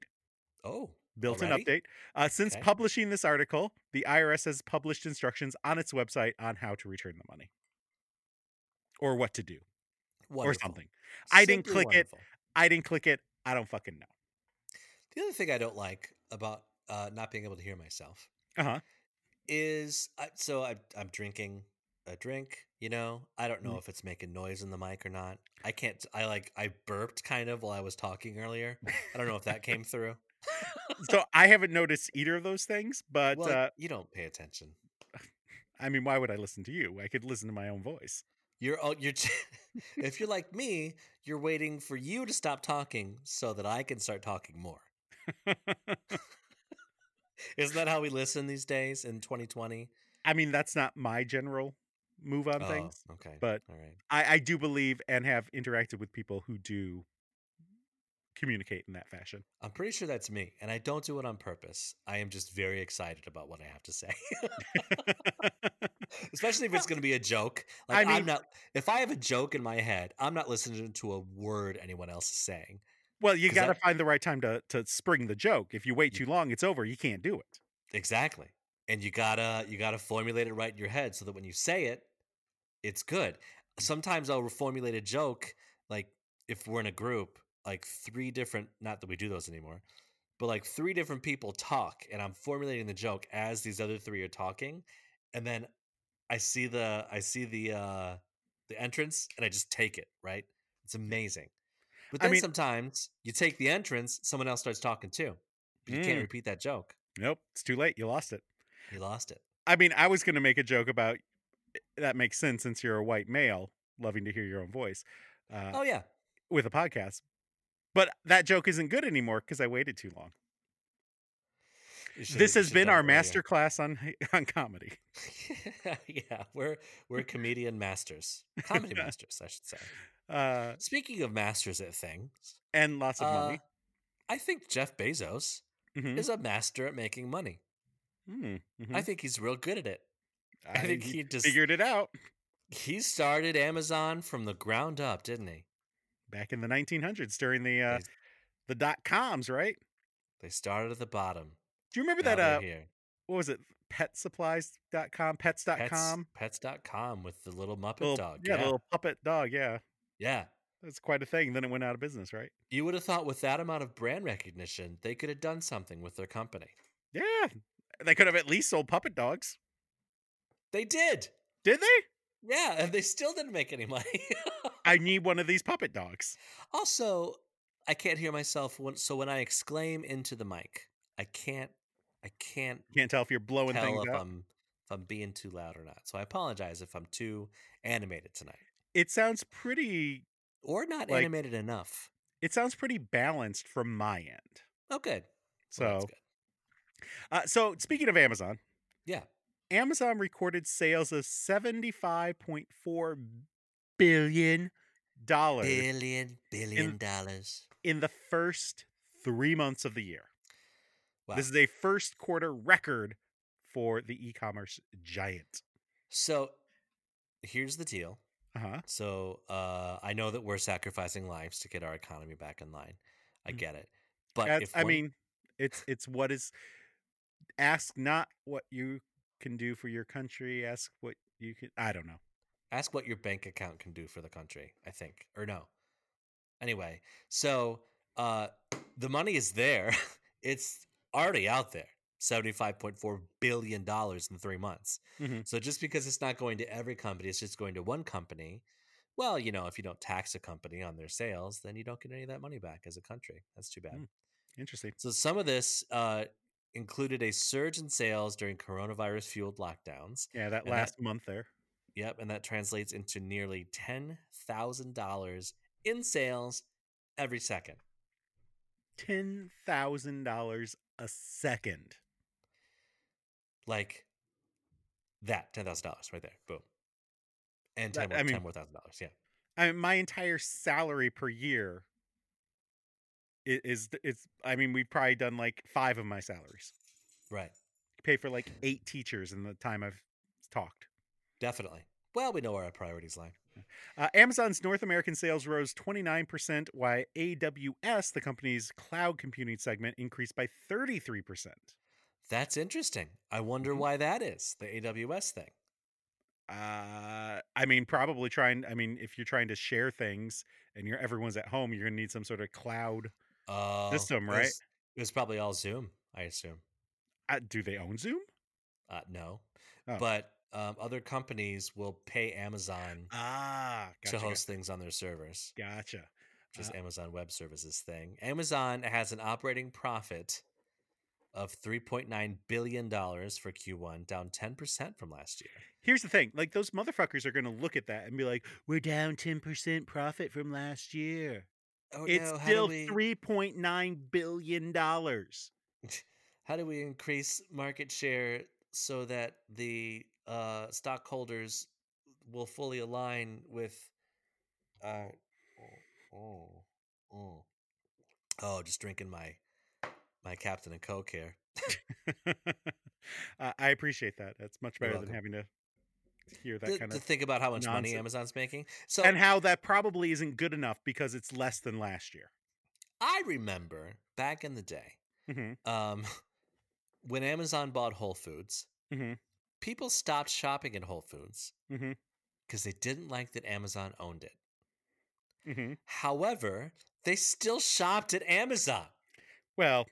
Speaker 2: oh,
Speaker 1: built in
Speaker 2: Alrighty.
Speaker 1: update. Uh, since
Speaker 2: Okay.
Speaker 1: publishing this article, the IRS has published instructions on its website on how to return the money or what to do
Speaker 2: wonderful.
Speaker 1: or something. I didn't
Speaker 2: Simply
Speaker 1: click it.
Speaker 2: wonderful.
Speaker 1: I didn't click it. I don't fucking know.
Speaker 2: The other thing I don't like about uh, not being able to hear myself
Speaker 1: Uh-huh.
Speaker 2: is I, so I'm, I'm drinking a drink, you know. I don't know
Speaker 1: Mm-hmm.
Speaker 2: if it's making noise in the mic or not. I can't, I like, I burped kind of while I was talking earlier. I don't know if that came through.
Speaker 1: So I haven't noticed either of those things, but
Speaker 2: well,
Speaker 1: uh,
Speaker 2: you don't pay attention.
Speaker 1: I mean, why would I listen to you? I could listen to my own voice.
Speaker 2: You're, all you're, if you're like me, you're waiting for you to stop talking so that I can start talking more. Isn't that how we listen these days in 2020?
Speaker 1: I mean, that's not my general move on
Speaker 2: Oh,
Speaker 1: things.
Speaker 2: okay.
Speaker 1: but-
Speaker 2: all right.
Speaker 1: I, I do believe and have interacted with people who do communicate in that fashion.
Speaker 2: I'm pretty sure that's me, and I don't do it on purpose. I am just very excited about what I have to say, especially if it's going to be a joke.
Speaker 1: I
Speaker 2: Like I
Speaker 1: mean-
Speaker 2: am not. If I have a joke in my head, I'm not listening to a word anyone else is saying.
Speaker 1: Well, you
Speaker 2: 'Cause
Speaker 1: got to
Speaker 2: that-
Speaker 1: find the right time to to spring the joke. If you wait
Speaker 2: You-
Speaker 1: too long, it's over. You can't do it.
Speaker 2: Exactly, and you gotta you gotta formulate it right in your head so that when you say it, it's good.
Speaker 1: Mm.
Speaker 2: Sometimes I'll formulate a joke like if we're in a group, like three different. Not that we do those anymore. but like three different people talk and i'm formulating the joke as these other three are talking and then i see the i see the uh the entrance and i just take it right it's amazing but
Speaker 1: I
Speaker 2: then
Speaker 1: mean-
Speaker 2: sometimes you take the entrance someone else starts talking too but you
Speaker 1: Mm.
Speaker 2: can't repeat that joke
Speaker 1: Nope, it's too late. You lost it.
Speaker 2: you lost it
Speaker 1: I mean, I was going to make a joke about eh, that makes sense since you're a white male loving to hear your own voice uh,
Speaker 2: oh yeah
Speaker 1: with a podcast, but that joke isn't good anymore because I waited too long.
Speaker 2: You should've-
Speaker 1: This
Speaker 2: you
Speaker 1: has
Speaker 2: should've
Speaker 1: been
Speaker 2: done
Speaker 1: our
Speaker 2: it earlier.
Speaker 1: master class on on comedy.
Speaker 2: yeah we're we're comedian masters comedy masters i should say
Speaker 1: Uh,
Speaker 2: speaking of masters at things
Speaker 1: and lots of money.
Speaker 2: uh, i think jeff bezos
Speaker 1: Mhm.
Speaker 2: is a master at making money.
Speaker 1: Mm,
Speaker 2: I
Speaker 1: mhm.
Speaker 2: think he's real good at it.
Speaker 1: I
Speaker 2: I, think he just
Speaker 1: figured it out
Speaker 2: he started Amazon from the ground up, didn't he?
Speaker 1: back in the 1900s during the uh,
Speaker 2: They-
Speaker 1: the dot coms, right?
Speaker 2: They started at the bottom.
Speaker 1: Do you remember
Speaker 2: Now
Speaker 1: that uh,
Speaker 2: they're here.
Speaker 1: what was it? Petsupplies.com, pets.com.
Speaker 2: Pets,
Speaker 1: com,
Speaker 2: pets.com with the little Muppet
Speaker 1: little,
Speaker 2: dog.
Speaker 1: Yeah,
Speaker 2: Yeah.
Speaker 1: the little puppet dog. Yeah.
Speaker 2: yeah.
Speaker 1: That's quite a thing. Then it went out of business, right?
Speaker 2: You would have thought with that amount of brand recognition, they could have done something with their company.
Speaker 1: Yeah. They could have at least sold puppet dogs.
Speaker 2: They did.
Speaker 1: Did they?
Speaker 2: Yeah, and they still didn't make any money.
Speaker 1: I need one of these puppet dogs.
Speaker 2: also, I can't hear myself when, so when I exclaim into the mic, I can't I can't
Speaker 1: Can't tell if you're blowing
Speaker 2: tell
Speaker 1: things
Speaker 2: if
Speaker 1: out.
Speaker 2: I'm if I'm being too loud or not. So I apologize if I'm too animated tonight
Speaker 1: It sounds pretty
Speaker 2: or not
Speaker 1: Like-
Speaker 2: animated enough.
Speaker 1: it sounds pretty balanced from my end.
Speaker 2: Oh, good. Well, that's
Speaker 1: So
Speaker 2: good.
Speaker 1: uh, so speaking of Amazon,
Speaker 2: yeah,
Speaker 1: Amazon recorded sales of seventy five point four billion dollars
Speaker 2: billion billion dollars.
Speaker 1: in the first three months of the year.
Speaker 2: Wow.
Speaker 1: This is a first quarter record for the e-commerce giant.
Speaker 2: so here's the deal.
Speaker 1: Uh-huh.
Speaker 2: So uh, I know that we're sacrificing lives to get our economy back in line. I
Speaker 1: Mm.
Speaker 2: get it, but
Speaker 1: That's-
Speaker 2: if
Speaker 1: I
Speaker 2: one-
Speaker 1: mean, it's it's what is ask not what you can do for your country. Ask what you can. I don't know.
Speaker 2: Ask what your bank account can do for the country, I think. Or no. Anyway, so uh the money is there. it's already out there. $75.4 billion in three months.
Speaker 1: Mhm.
Speaker 2: So just because it's not going to every company, it's just going to one company. Well, you know, if you don't tax a company on their sales, then you don't get any of that money back as a country. That's too bad.
Speaker 1: Mm. Interesting.
Speaker 2: So some of this uh, included a surge in sales during coronavirus fueled lockdowns.
Speaker 1: Yeah, that
Speaker 2: And that-
Speaker 1: last month there.
Speaker 2: Yep, and that translates into nearly ten thousand dollars in sales every second.
Speaker 1: ten thousand dollars a second.
Speaker 2: Like that ten thousand dollars right there. Boom. And ten
Speaker 1: That-
Speaker 2: more,
Speaker 1: I mean-
Speaker 2: ten more thousand dollars. Yeah.
Speaker 1: I mean, my entire salary per year i- is th- it's. I mean, we've probably done like five of my salaries.
Speaker 2: Right.
Speaker 1: Pay for like eight teachers in the time I've talked.
Speaker 2: Definitely. Well, we know where our priorities lie.
Speaker 1: Uh, Amazon's North American sales rose 29%, while AWS, the company's cloud computing segment, increased by 33%.
Speaker 2: That's interesting. I wonder
Speaker 1: Mhm.
Speaker 2: why that is, the AWS thing.
Speaker 1: Uh, I mean, probably trying. I mean, if you're trying to share things and you're everyone's at home, you're gonna need some sort of cloud.
Speaker 2: Oh,
Speaker 1: System,
Speaker 2: it
Speaker 1: right?
Speaker 2: was- It was probably all Zoom, I assume.
Speaker 1: Uh, do they own Zoom?
Speaker 2: Uh, no,
Speaker 1: Oh.
Speaker 2: but um, other companies will pay Amazon
Speaker 1: Ah, gotcha.
Speaker 2: to
Speaker 1: gotcha,
Speaker 2: host things on their servers,
Speaker 1: Gotcha.
Speaker 2: which is
Speaker 1: Uh,
Speaker 2: Amazon Web Services thing. Amazon has an operating profit of three point nine billion dollars for Q1, down ten percent from last year.
Speaker 1: Here's the thing: like those motherfuckers are gonna look at that and be like, "We're down ten percent profit from last year.
Speaker 2: Oh
Speaker 1: it's
Speaker 2: no! How
Speaker 1: still
Speaker 2: do we
Speaker 1: three point nine billion dollars."
Speaker 2: how do we increase market share so that the uh, stockholders will fully align with? Uh, oh, oh, oh. oh, just drinking my my Captain and Coke here.
Speaker 1: uh, I appreciate that. That's much
Speaker 2: You're
Speaker 1: better than having
Speaker 2: welcome.
Speaker 1: to hear that
Speaker 2: Th-
Speaker 1: kind
Speaker 2: to
Speaker 1: of
Speaker 2: think about how much money
Speaker 1: nonsense.
Speaker 2: Amazon's making. So
Speaker 1: and how that probably isn't good enough because it's less than last year.
Speaker 2: I remember back in the day
Speaker 1: Mm-hmm,
Speaker 2: um, when Amazon bought Whole Foods,
Speaker 1: mm-hmm,
Speaker 2: people stopped shopping at Whole Foods
Speaker 1: mm-hmm,
Speaker 2: because they didn't like that Amazon owned it.
Speaker 1: mm-hmm.
Speaker 2: However, they still shopped at Amazon.
Speaker 1: Well,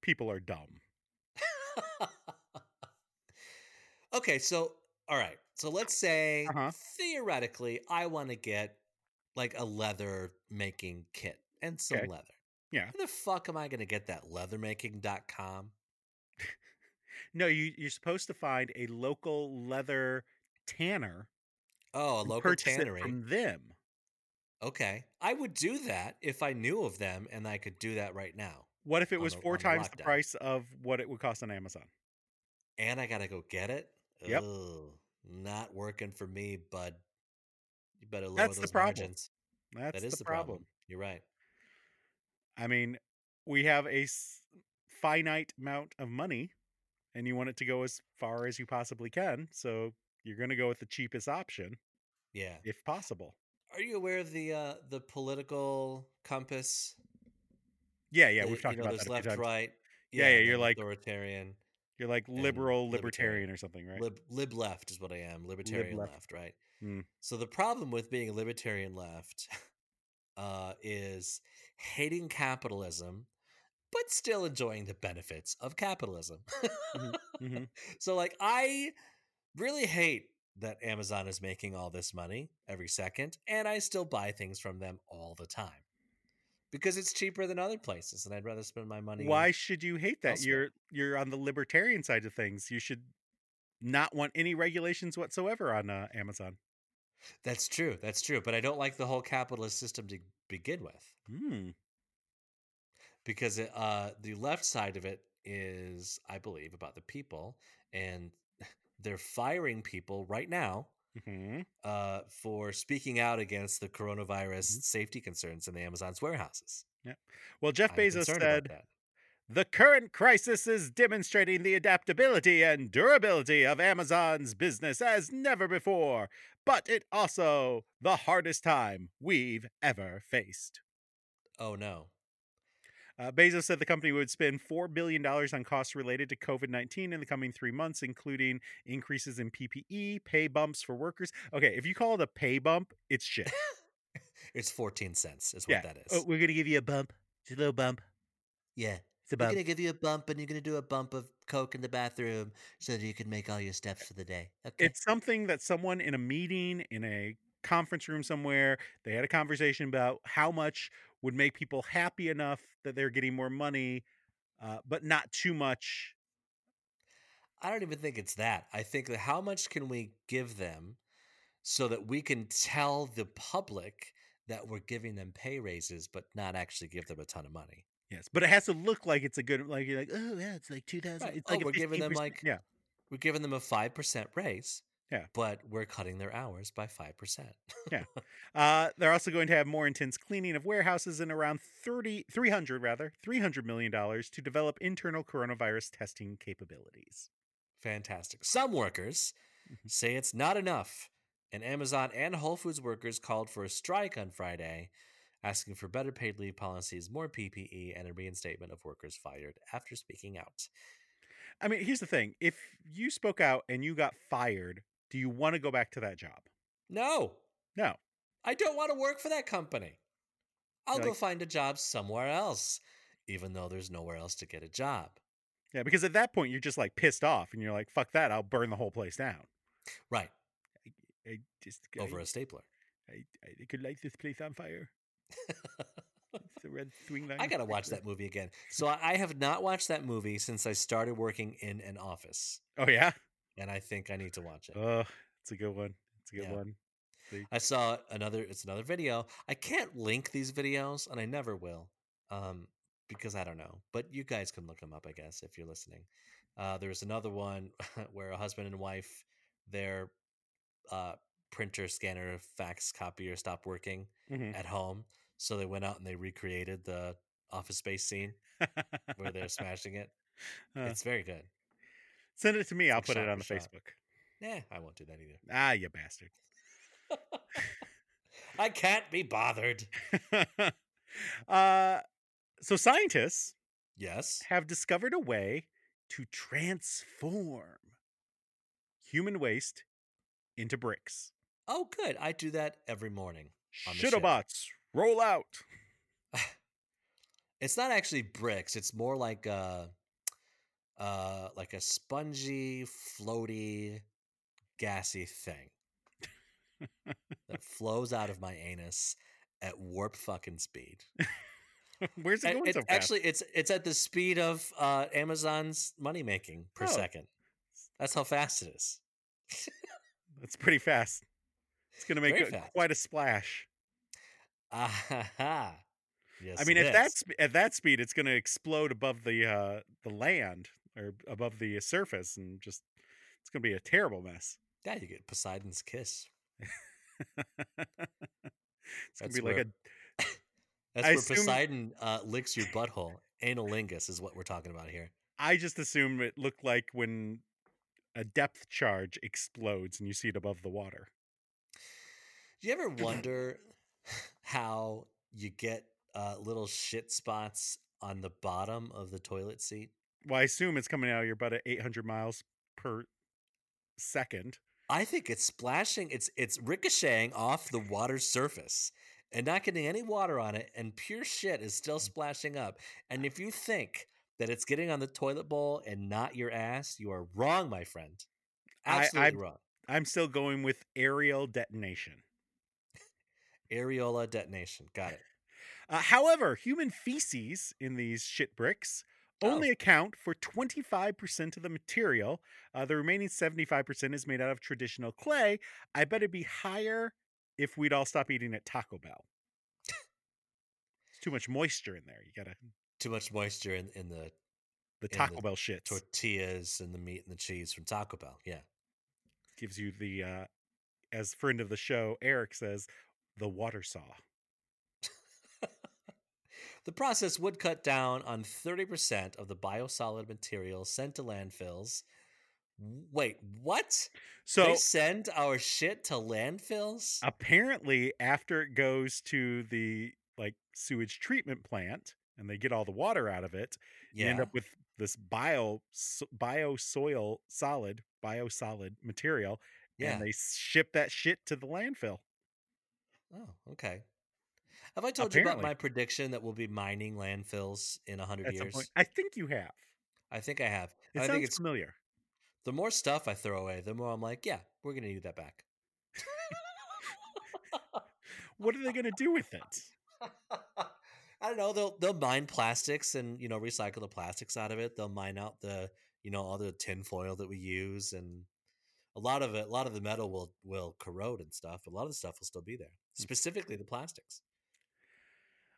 Speaker 1: people are dumb.
Speaker 2: okay, so all right. So let's say
Speaker 1: Uh-huh.
Speaker 2: theoretically I want to get like a leather making kit and some
Speaker 1: Okay.
Speaker 2: leather.
Speaker 1: Yeah.
Speaker 2: Where the fuck am I going to get that leathermaking.com?
Speaker 1: No, you, you're supposed to find a local leather tanner.
Speaker 2: Oh, a
Speaker 1: and
Speaker 2: local
Speaker 1: purchase
Speaker 2: tannery.
Speaker 1: it from them.
Speaker 2: okay. I would do that if I knew of them and I could do that right now.
Speaker 1: What if it
Speaker 2: On
Speaker 1: was
Speaker 2: the-
Speaker 1: four
Speaker 2: on the
Speaker 1: times the,
Speaker 2: lockdown.
Speaker 1: price of what it would cost on Amazon?
Speaker 2: And I got to go get it?
Speaker 1: Yep.
Speaker 2: Ugh, not working for me, bud. You better lower
Speaker 1: That's the
Speaker 2: those
Speaker 1: problem.
Speaker 2: margins.
Speaker 1: That's
Speaker 2: That is
Speaker 1: the problem.
Speaker 2: You're right.
Speaker 1: I mean, we have a s- finite amount of money, and you want it to go as far as you possibly can. So you're going to go with the cheapest option
Speaker 2: Yeah.
Speaker 1: if possible.
Speaker 2: Are you aware of the uh, the political compass?
Speaker 1: Yeah, yeah,
Speaker 2: The-
Speaker 1: we've talked
Speaker 2: you know,
Speaker 1: about that
Speaker 2: there's
Speaker 1: a few
Speaker 2: left,
Speaker 1: times.
Speaker 2: right.
Speaker 1: Yeah, yeah,
Speaker 2: and
Speaker 1: you're
Speaker 2: then
Speaker 1: like-
Speaker 2: authoritarian.
Speaker 1: You're like
Speaker 2: and
Speaker 1: liberal, libertarian,
Speaker 2: libertarian.
Speaker 1: or something, right?
Speaker 2: Lib lib left is what I am. Libertarian
Speaker 1: left.
Speaker 2: left. right?
Speaker 1: Mm.
Speaker 2: So the problem with being a libertarian left uh, is hating capitalism, but still enjoying the benefits of capitalism.
Speaker 1: Mhm.
Speaker 2: so like I really hate that Amazon is making all this money every second and I still buy things from them all the time. Because it's cheaper than other places and I'd rather spend my money
Speaker 1: Why should you hate that?
Speaker 2: elsewhere.
Speaker 1: You're you're on the libertarian side of things. You should not want any regulations whatsoever on uh, Amazon.
Speaker 2: That's true. That's true, but I don't like the whole capitalist system to begin with
Speaker 1: Hmm.
Speaker 2: because it, uh the left side of it is I believe about the people and they're firing people right now
Speaker 1: hmm
Speaker 2: uh, for speaking out against the coronavirus
Speaker 1: Mhm.
Speaker 2: safety concerns in the Amazon's warehouses.
Speaker 1: Well, Jeff
Speaker 2: I'm
Speaker 1: Bezos
Speaker 2: concerned about
Speaker 1: said
Speaker 2: that.
Speaker 1: The current crisis is demonstrating the adaptability and durability of Amazon's business as never before, but it also the hardest time we've ever faced.
Speaker 2: Oh no!
Speaker 1: Uh, Bezos said the company would spend $4 billion on costs related to COVID 19 in the coming three months, including increases in PPE, pay bumps for workers. Okay, if you call it a pay bump, it's shit.
Speaker 2: It's 14 cents, is
Speaker 1: Yeah.
Speaker 2: what that is.
Speaker 1: oh, we're going to give you a bump. Just a little bump.
Speaker 2: yeah.
Speaker 1: It's a
Speaker 2: We're
Speaker 1: bump.
Speaker 2: going to give you a bump and you're going to do a bump of Coke in the bathroom so that you can make all your steps for the day. Okay.
Speaker 1: It's something that someone in a meeting, in a conference room somewhere, they had a conversation about how much would make people happy enough that they're getting more money, uh, but not too much.
Speaker 2: I don't even think it's that. I think that how much can we give them so that we can tell the public that we're giving them pay raises, but not actually give them a ton of money.
Speaker 1: Yes, but it has to look like it's a good. Like you're like, oh yeah, it's like two thousand.
Speaker 2: Right.
Speaker 1: It's
Speaker 2: Oh,
Speaker 1: like a
Speaker 2: we're giving them,
Speaker 1: 15%"
Speaker 2: like,
Speaker 1: yeah,
Speaker 2: We're giving them a 5% raise.
Speaker 1: Yeah.
Speaker 2: But we're cutting their hours by 5%.
Speaker 1: Uh, they're also going to have more intense cleaning of warehouses and around 30, 300 rather, $300 million to develop internal coronavirus testing capabilities.
Speaker 2: Fantastic. Some workers
Speaker 1: Mhm.
Speaker 2: say it's not enough, and Amazon and Whole Foods workers called for a strike on Friday, asking for better paid leave policies, more PPE, and a reinstatement of workers fired after speaking out.
Speaker 1: I mean, here's the thing. If you spoke out and you got fired, do you want to go back to that job?
Speaker 2: No,
Speaker 1: No.
Speaker 2: I don't want to work for that company. I'll
Speaker 1: You're
Speaker 2: go
Speaker 1: like-
Speaker 2: find a job somewhere else, even though there's nowhere else to get a job.
Speaker 1: Yeah, because at that point you're just like pissed off and you're like, fuck that, I'll burn the whole place down.
Speaker 2: Right,
Speaker 1: I just
Speaker 2: over
Speaker 1: I,
Speaker 2: a stapler.
Speaker 1: I, I could light this place on fire. It's the red swing line.
Speaker 2: I gotta watch that movie again. So I I have not watched that movie since I started working in an office,
Speaker 1: Oh yeah.
Speaker 2: and I think I need to watch it.
Speaker 1: Oh, it's a good one. It's a good
Speaker 2: Yeah.
Speaker 1: one.
Speaker 2: I saw another. It's another video. I can't link these videos, and I never will, um, because I don't know. But you guys can look them up, I guess, if you're listening. Uh, there was another one where a husband and wife, their uh, printer, scanner, fax copier stopped working
Speaker 1: Mhm.
Speaker 2: at home, so they went out and they recreated the office space scene
Speaker 1: Mm-hmm.
Speaker 2: where they're smashing it.
Speaker 1: Uh,
Speaker 2: It's very good.
Speaker 1: Send it to me. I'll
Speaker 2: like
Speaker 1: put
Speaker 2: shot
Speaker 1: it on the
Speaker 2: for shot.
Speaker 1: Facebook.
Speaker 2: Yeah, Eh, I won't do that either.
Speaker 1: Ah, you bastard.
Speaker 2: I can't be bothered.
Speaker 1: uh, so scientists
Speaker 2: Yes.
Speaker 1: have discovered a way to transform human waste into bricks.
Speaker 2: Oh, good. I do that every morning. On the ship.
Speaker 1: Shittobots, roll out.
Speaker 2: It's not actually bricks. It's more like a, uh, like a spongy, floaty, gassy thing that flows out of my anus at warp fucking speed.
Speaker 1: Where's it
Speaker 2: And
Speaker 1: going
Speaker 2: it-
Speaker 1: so fast?
Speaker 2: actually, it's it's at the speed of uh, Amazon's money making per
Speaker 1: Oh.
Speaker 2: second. That's how fast it is.
Speaker 1: That's pretty fast. It's going to make
Speaker 2: Very
Speaker 1: a-
Speaker 2: fast.
Speaker 1: quite a splash.
Speaker 2: Ah, yes.
Speaker 1: I mean,
Speaker 2: it
Speaker 1: at that
Speaker 2: is.
Speaker 1: sp- at that speed, it's going to explode above the uh, the land or above the surface, and just it's going to be a terrible mess.
Speaker 2: yeah, you get Poseidon's kiss.
Speaker 1: It's going
Speaker 2: That's
Speaker 1: to be like a
Speaker 2: where- That's
Speaker 1: I
Speaker 2: where
Speaker 1: assume-
Speaker 2: Poseidon uh, licks your butthole. Analingus is what we're talking about here.
Speaker 1: I just assume it looked like when a depth charge explodes and you see it above the water.
Speaker 2: Do you ever wonder how you get uh, little shit spots on the bottom of the toilet seat?
Speaker 1: Well, I assume it's coming out of your butt at 800 miles per second.
Speaker 2: I think it's splashing. It's it's ricocheting off the water surface and not getting any water on it, and pure shit is still
Speaker 1: Mm.
Speaker 2: splashing up. And if you think that it's getting on the toilet bowl and not your ass, you are wrong, my friend.
Speaker 1: I-
Speaker 2: Absolutely
Speaker 1: I'm-
Speaker 2: wrong.
Speaker 1: I'm still going with aerial detonation.
Speaker 2: Areola detonation. Got it.
Speaker 1: Uh, however, human feces in these shit bricks only
Speaker 2: Oh.
Speaker 1: account for 25% of the material. Uh, the remaining 75% is made out of traditional clay. I bet it'd be higher if we'd all stop eating at Taco Bell. it's too much moisture in there. You gotta
Speaker 2: Too much moisture in, in the
Speaker 1: the
Speaker 2: the
Speaker 1: Taco Bell shits
Speaker 2: tortillas and the meat and the cheese from Taco Bell. Yeah.
Speaker 1: gives you the uh, as friend of the show Eric says the water saw.
Speaker 2: The process would cut down on 30% of the biosolid material sent to landfills. Wait, what?
Speaker 1: So
Speaker 2: they send our shit to landfills?
Speaker 1: apparently after it goes to the like sewage treatment plant and they get all the water out of it. You end
Speaker 2: Yeah.
Speaker 1: up with this bio so- bio soil solid bio solid material,
Speaker 2: Yeah.
Speaker 1: and they ship that shit to the landfill.
Speaker 2: oh, okay. Have I told you
Speaker 1: Apparently.
Speaker 2: about my prediction that we'll be mining landfills in a 100
Speaker 1: At some
Speaker 2: years?
Speaker 1: point, I think you have.
Speaker 2: I think I have.
Speaker 1: It
Speaker 2: I
Speaker 1: sounds
Speaker 2: think it's
Speaker 1: familiar.
Speaker 2: the more stuff I throw away, the more I'm like, yeah, we're going to need that back.
Speaker 1: What are they going to do with it?
Speaker 2: I don't know. They'll they'll mine plastics and you know recycle the plastics out of it. They'll mine out the you know all the tin foil that we use and a lot of it. A lot of the metal will will corrode and stuff. But a lot of the stuff will still be there. Specifically the plastics.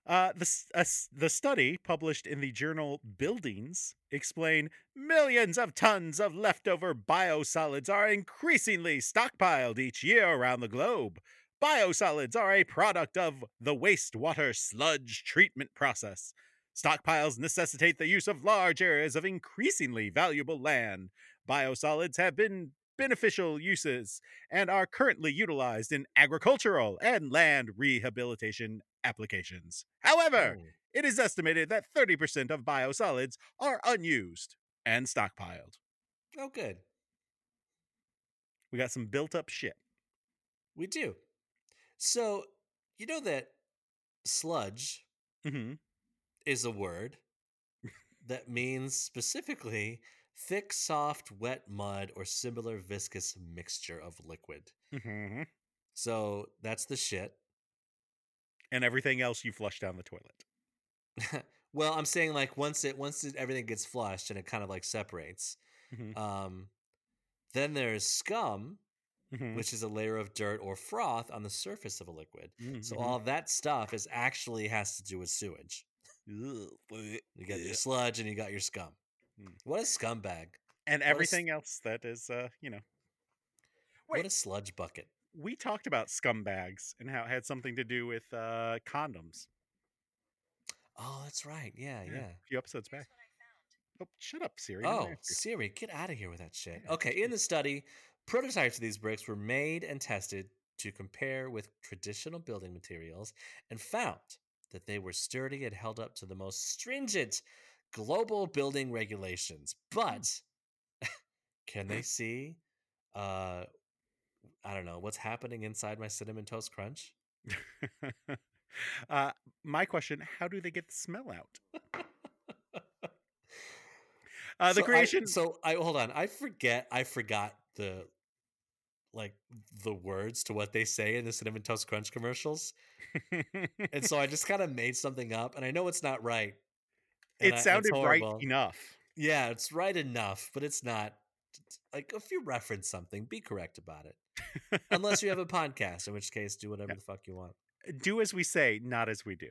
Speaker 1: Uh, the s- a s- the study published in the journal Buildings explain millions of tons of leftover biosolids are increasingly stockpiled each year around the globe. Biosolids are a product of the wastewater sludge treatment process. Stockpiles necessitate the use of large areas of increasingly valuable land. Biosolids have been beneficial uses and are currently utilized in agricultural and land rehabilitation applications. However,
Speaker 2: Mm.
Speaker 1: it is estimated that 30% of biosolids are unused and stockpiled.
Speaker 2: Oh, good.
Speaker 1: We got some built up shit.
Speaker 2: We do. So you know that sludge
Speaker 1: hmm
Speaker 2: is a word that means specifically thick, soft, wet mud or similar viscous mixture of liquid.
Speaker 1: hmm
Speaker 2: So that's the shit.
Speaker 1: And everything else you flush down the toilet.
Speaker 2: well, I'm saying like once it once it, everything gets flushed and it kind of like separates.
Speaker 1: Mhm.
Speaker 2: Um, then there's scum,
Speaker 1: Mhm.
Speaker 2: which is a layer of dirt or froth on the surface of a liquid.
Speaker 1: Mhm,
Speaker 2: So
Speaker 1: mhm.
Speaker 2: all that stuff is actually has to do with sewage.
Speaker 1: Ugh, bleh.
Speaker 2: You got
Speaker 1: Yeah.
Speaker 2: your sludge and you got your scum.
Speaker 1: Mm.
Speaker 2: What a scumbag!
Speaker 1: And
Speaker 2: a s-
Speaker 1: everything else that is, uh, you know.
Speaker 2: What
Speaker 1: Wait.
Speaker 2: a sludge bucket.
Speaker 1: We talked about scumbags and how it had something to do with uh, condoms
Speaker 2: Oh, that's right. Yeah,
Speaker 1: Yeah.
Speaker 2: yeah.
Speaker 1: a few episodes back. Oh, shut up, Siri. I'm
Speaker 2: Oh,
Speaker 1: gonna ask you.
Speaker 2: Siri, get out of here with that shit.
Speaker 1: Yeah,
Speaker 2: Okay, in the study, prototypes of these bricks were made and tested to compare with traditional building materials and found that they were sturdy and held up to the most stringent global building regulations.
Speaker 1: Hmm.
Speaker 2: But can they see uh I don't know what's happening inside my cinnamon toast crunch?
Speaker 1: uh, my question: How do they get the smell out? Uh, the
Speaker 2: So I-
Speaker 1: creation.
Speaker 2: so I hold on. I forget. I forgot the like the words to what they say in the cinnamon toast crunch commercials, and so I just kind of made something up. And I know it's not right. and
Speaker 1: it
Speaker 2: I- it's
Speaker 1: sounded right
Speaker 2: horrible.
Speaker 1: enough.
Speaker 2: Yeah, it's right enough, but it's not. Like if you reference something, be correct about it. Unless you have a podcast, in which case, do whatever the fuck you want.
Speaker 1: Uh Do as we say, not as we do.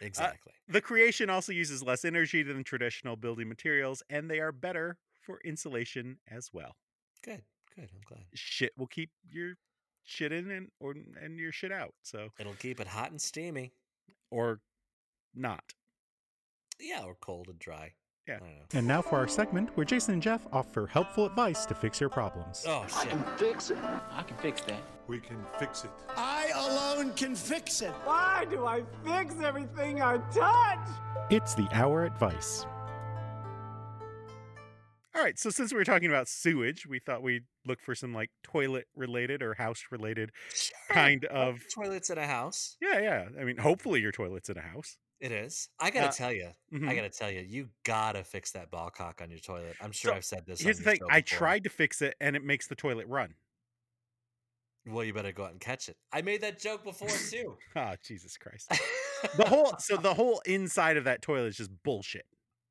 Speaker 2: Exactly.
Speaker 1: The creation also uses less energy than traditional building materials, and they are better for insulation as well.
Speaker 2: good. Good. I'm glad.
Speaker 1: Shit will keep your shit in and or and your shit out. So
Speaker 2: It'll keep it hot and steamy.
Speaker 1: or not.
Speaker 2: Yeah, or cold and dry.
Speaker 1: Yeah.
Speaker 2: I don't know.
Speaker 1: And now for our segment where Jason and Jeff offer helpful advice to fix your problems.
Speaker 2: Oh
Speaker 3: I
Speaker 2: shit.
Speaker 3: can fix it.
Speaker 4: I can fix that.
Speaker 5: We can fix it.
Speaker 3: I alone can fix it.
Speaker 6: Why do I fix everything I touch?
Speaker 1: It's the hour advice. All right, so since we were talking about sewage, we thought we'd look for some like toilet related or house related kind of.
Speaker 2: toilets in a house.
Speaker 1: Yeah, yeah. I mean, hopefully your toilet's in a house.
Speaker 2: It is. I gotta
Speaker 1: Uh,
Speaker 2: tell you. I
Speaker 1: Mhm.
Speaker 2: gotta tell you. You gotta fix that ball cock on your toilet. I'm sure
Speaker 1: So,
Speaker 2: I've said this. on
Speaker 1: Here's the
Speaker 2: your
Speaker 1: thing
Speaker 2: show
Speaker 1: I
Speaker 2: before.
Speaker 1: tried to fix it and it makes the toilet run.
Speaker 2: Well, you better go out and catch it. I made that joke before too.
Speaker 1: Ah, Jesus Christ. The whole, so the whole inside of that toilet is just bullshit.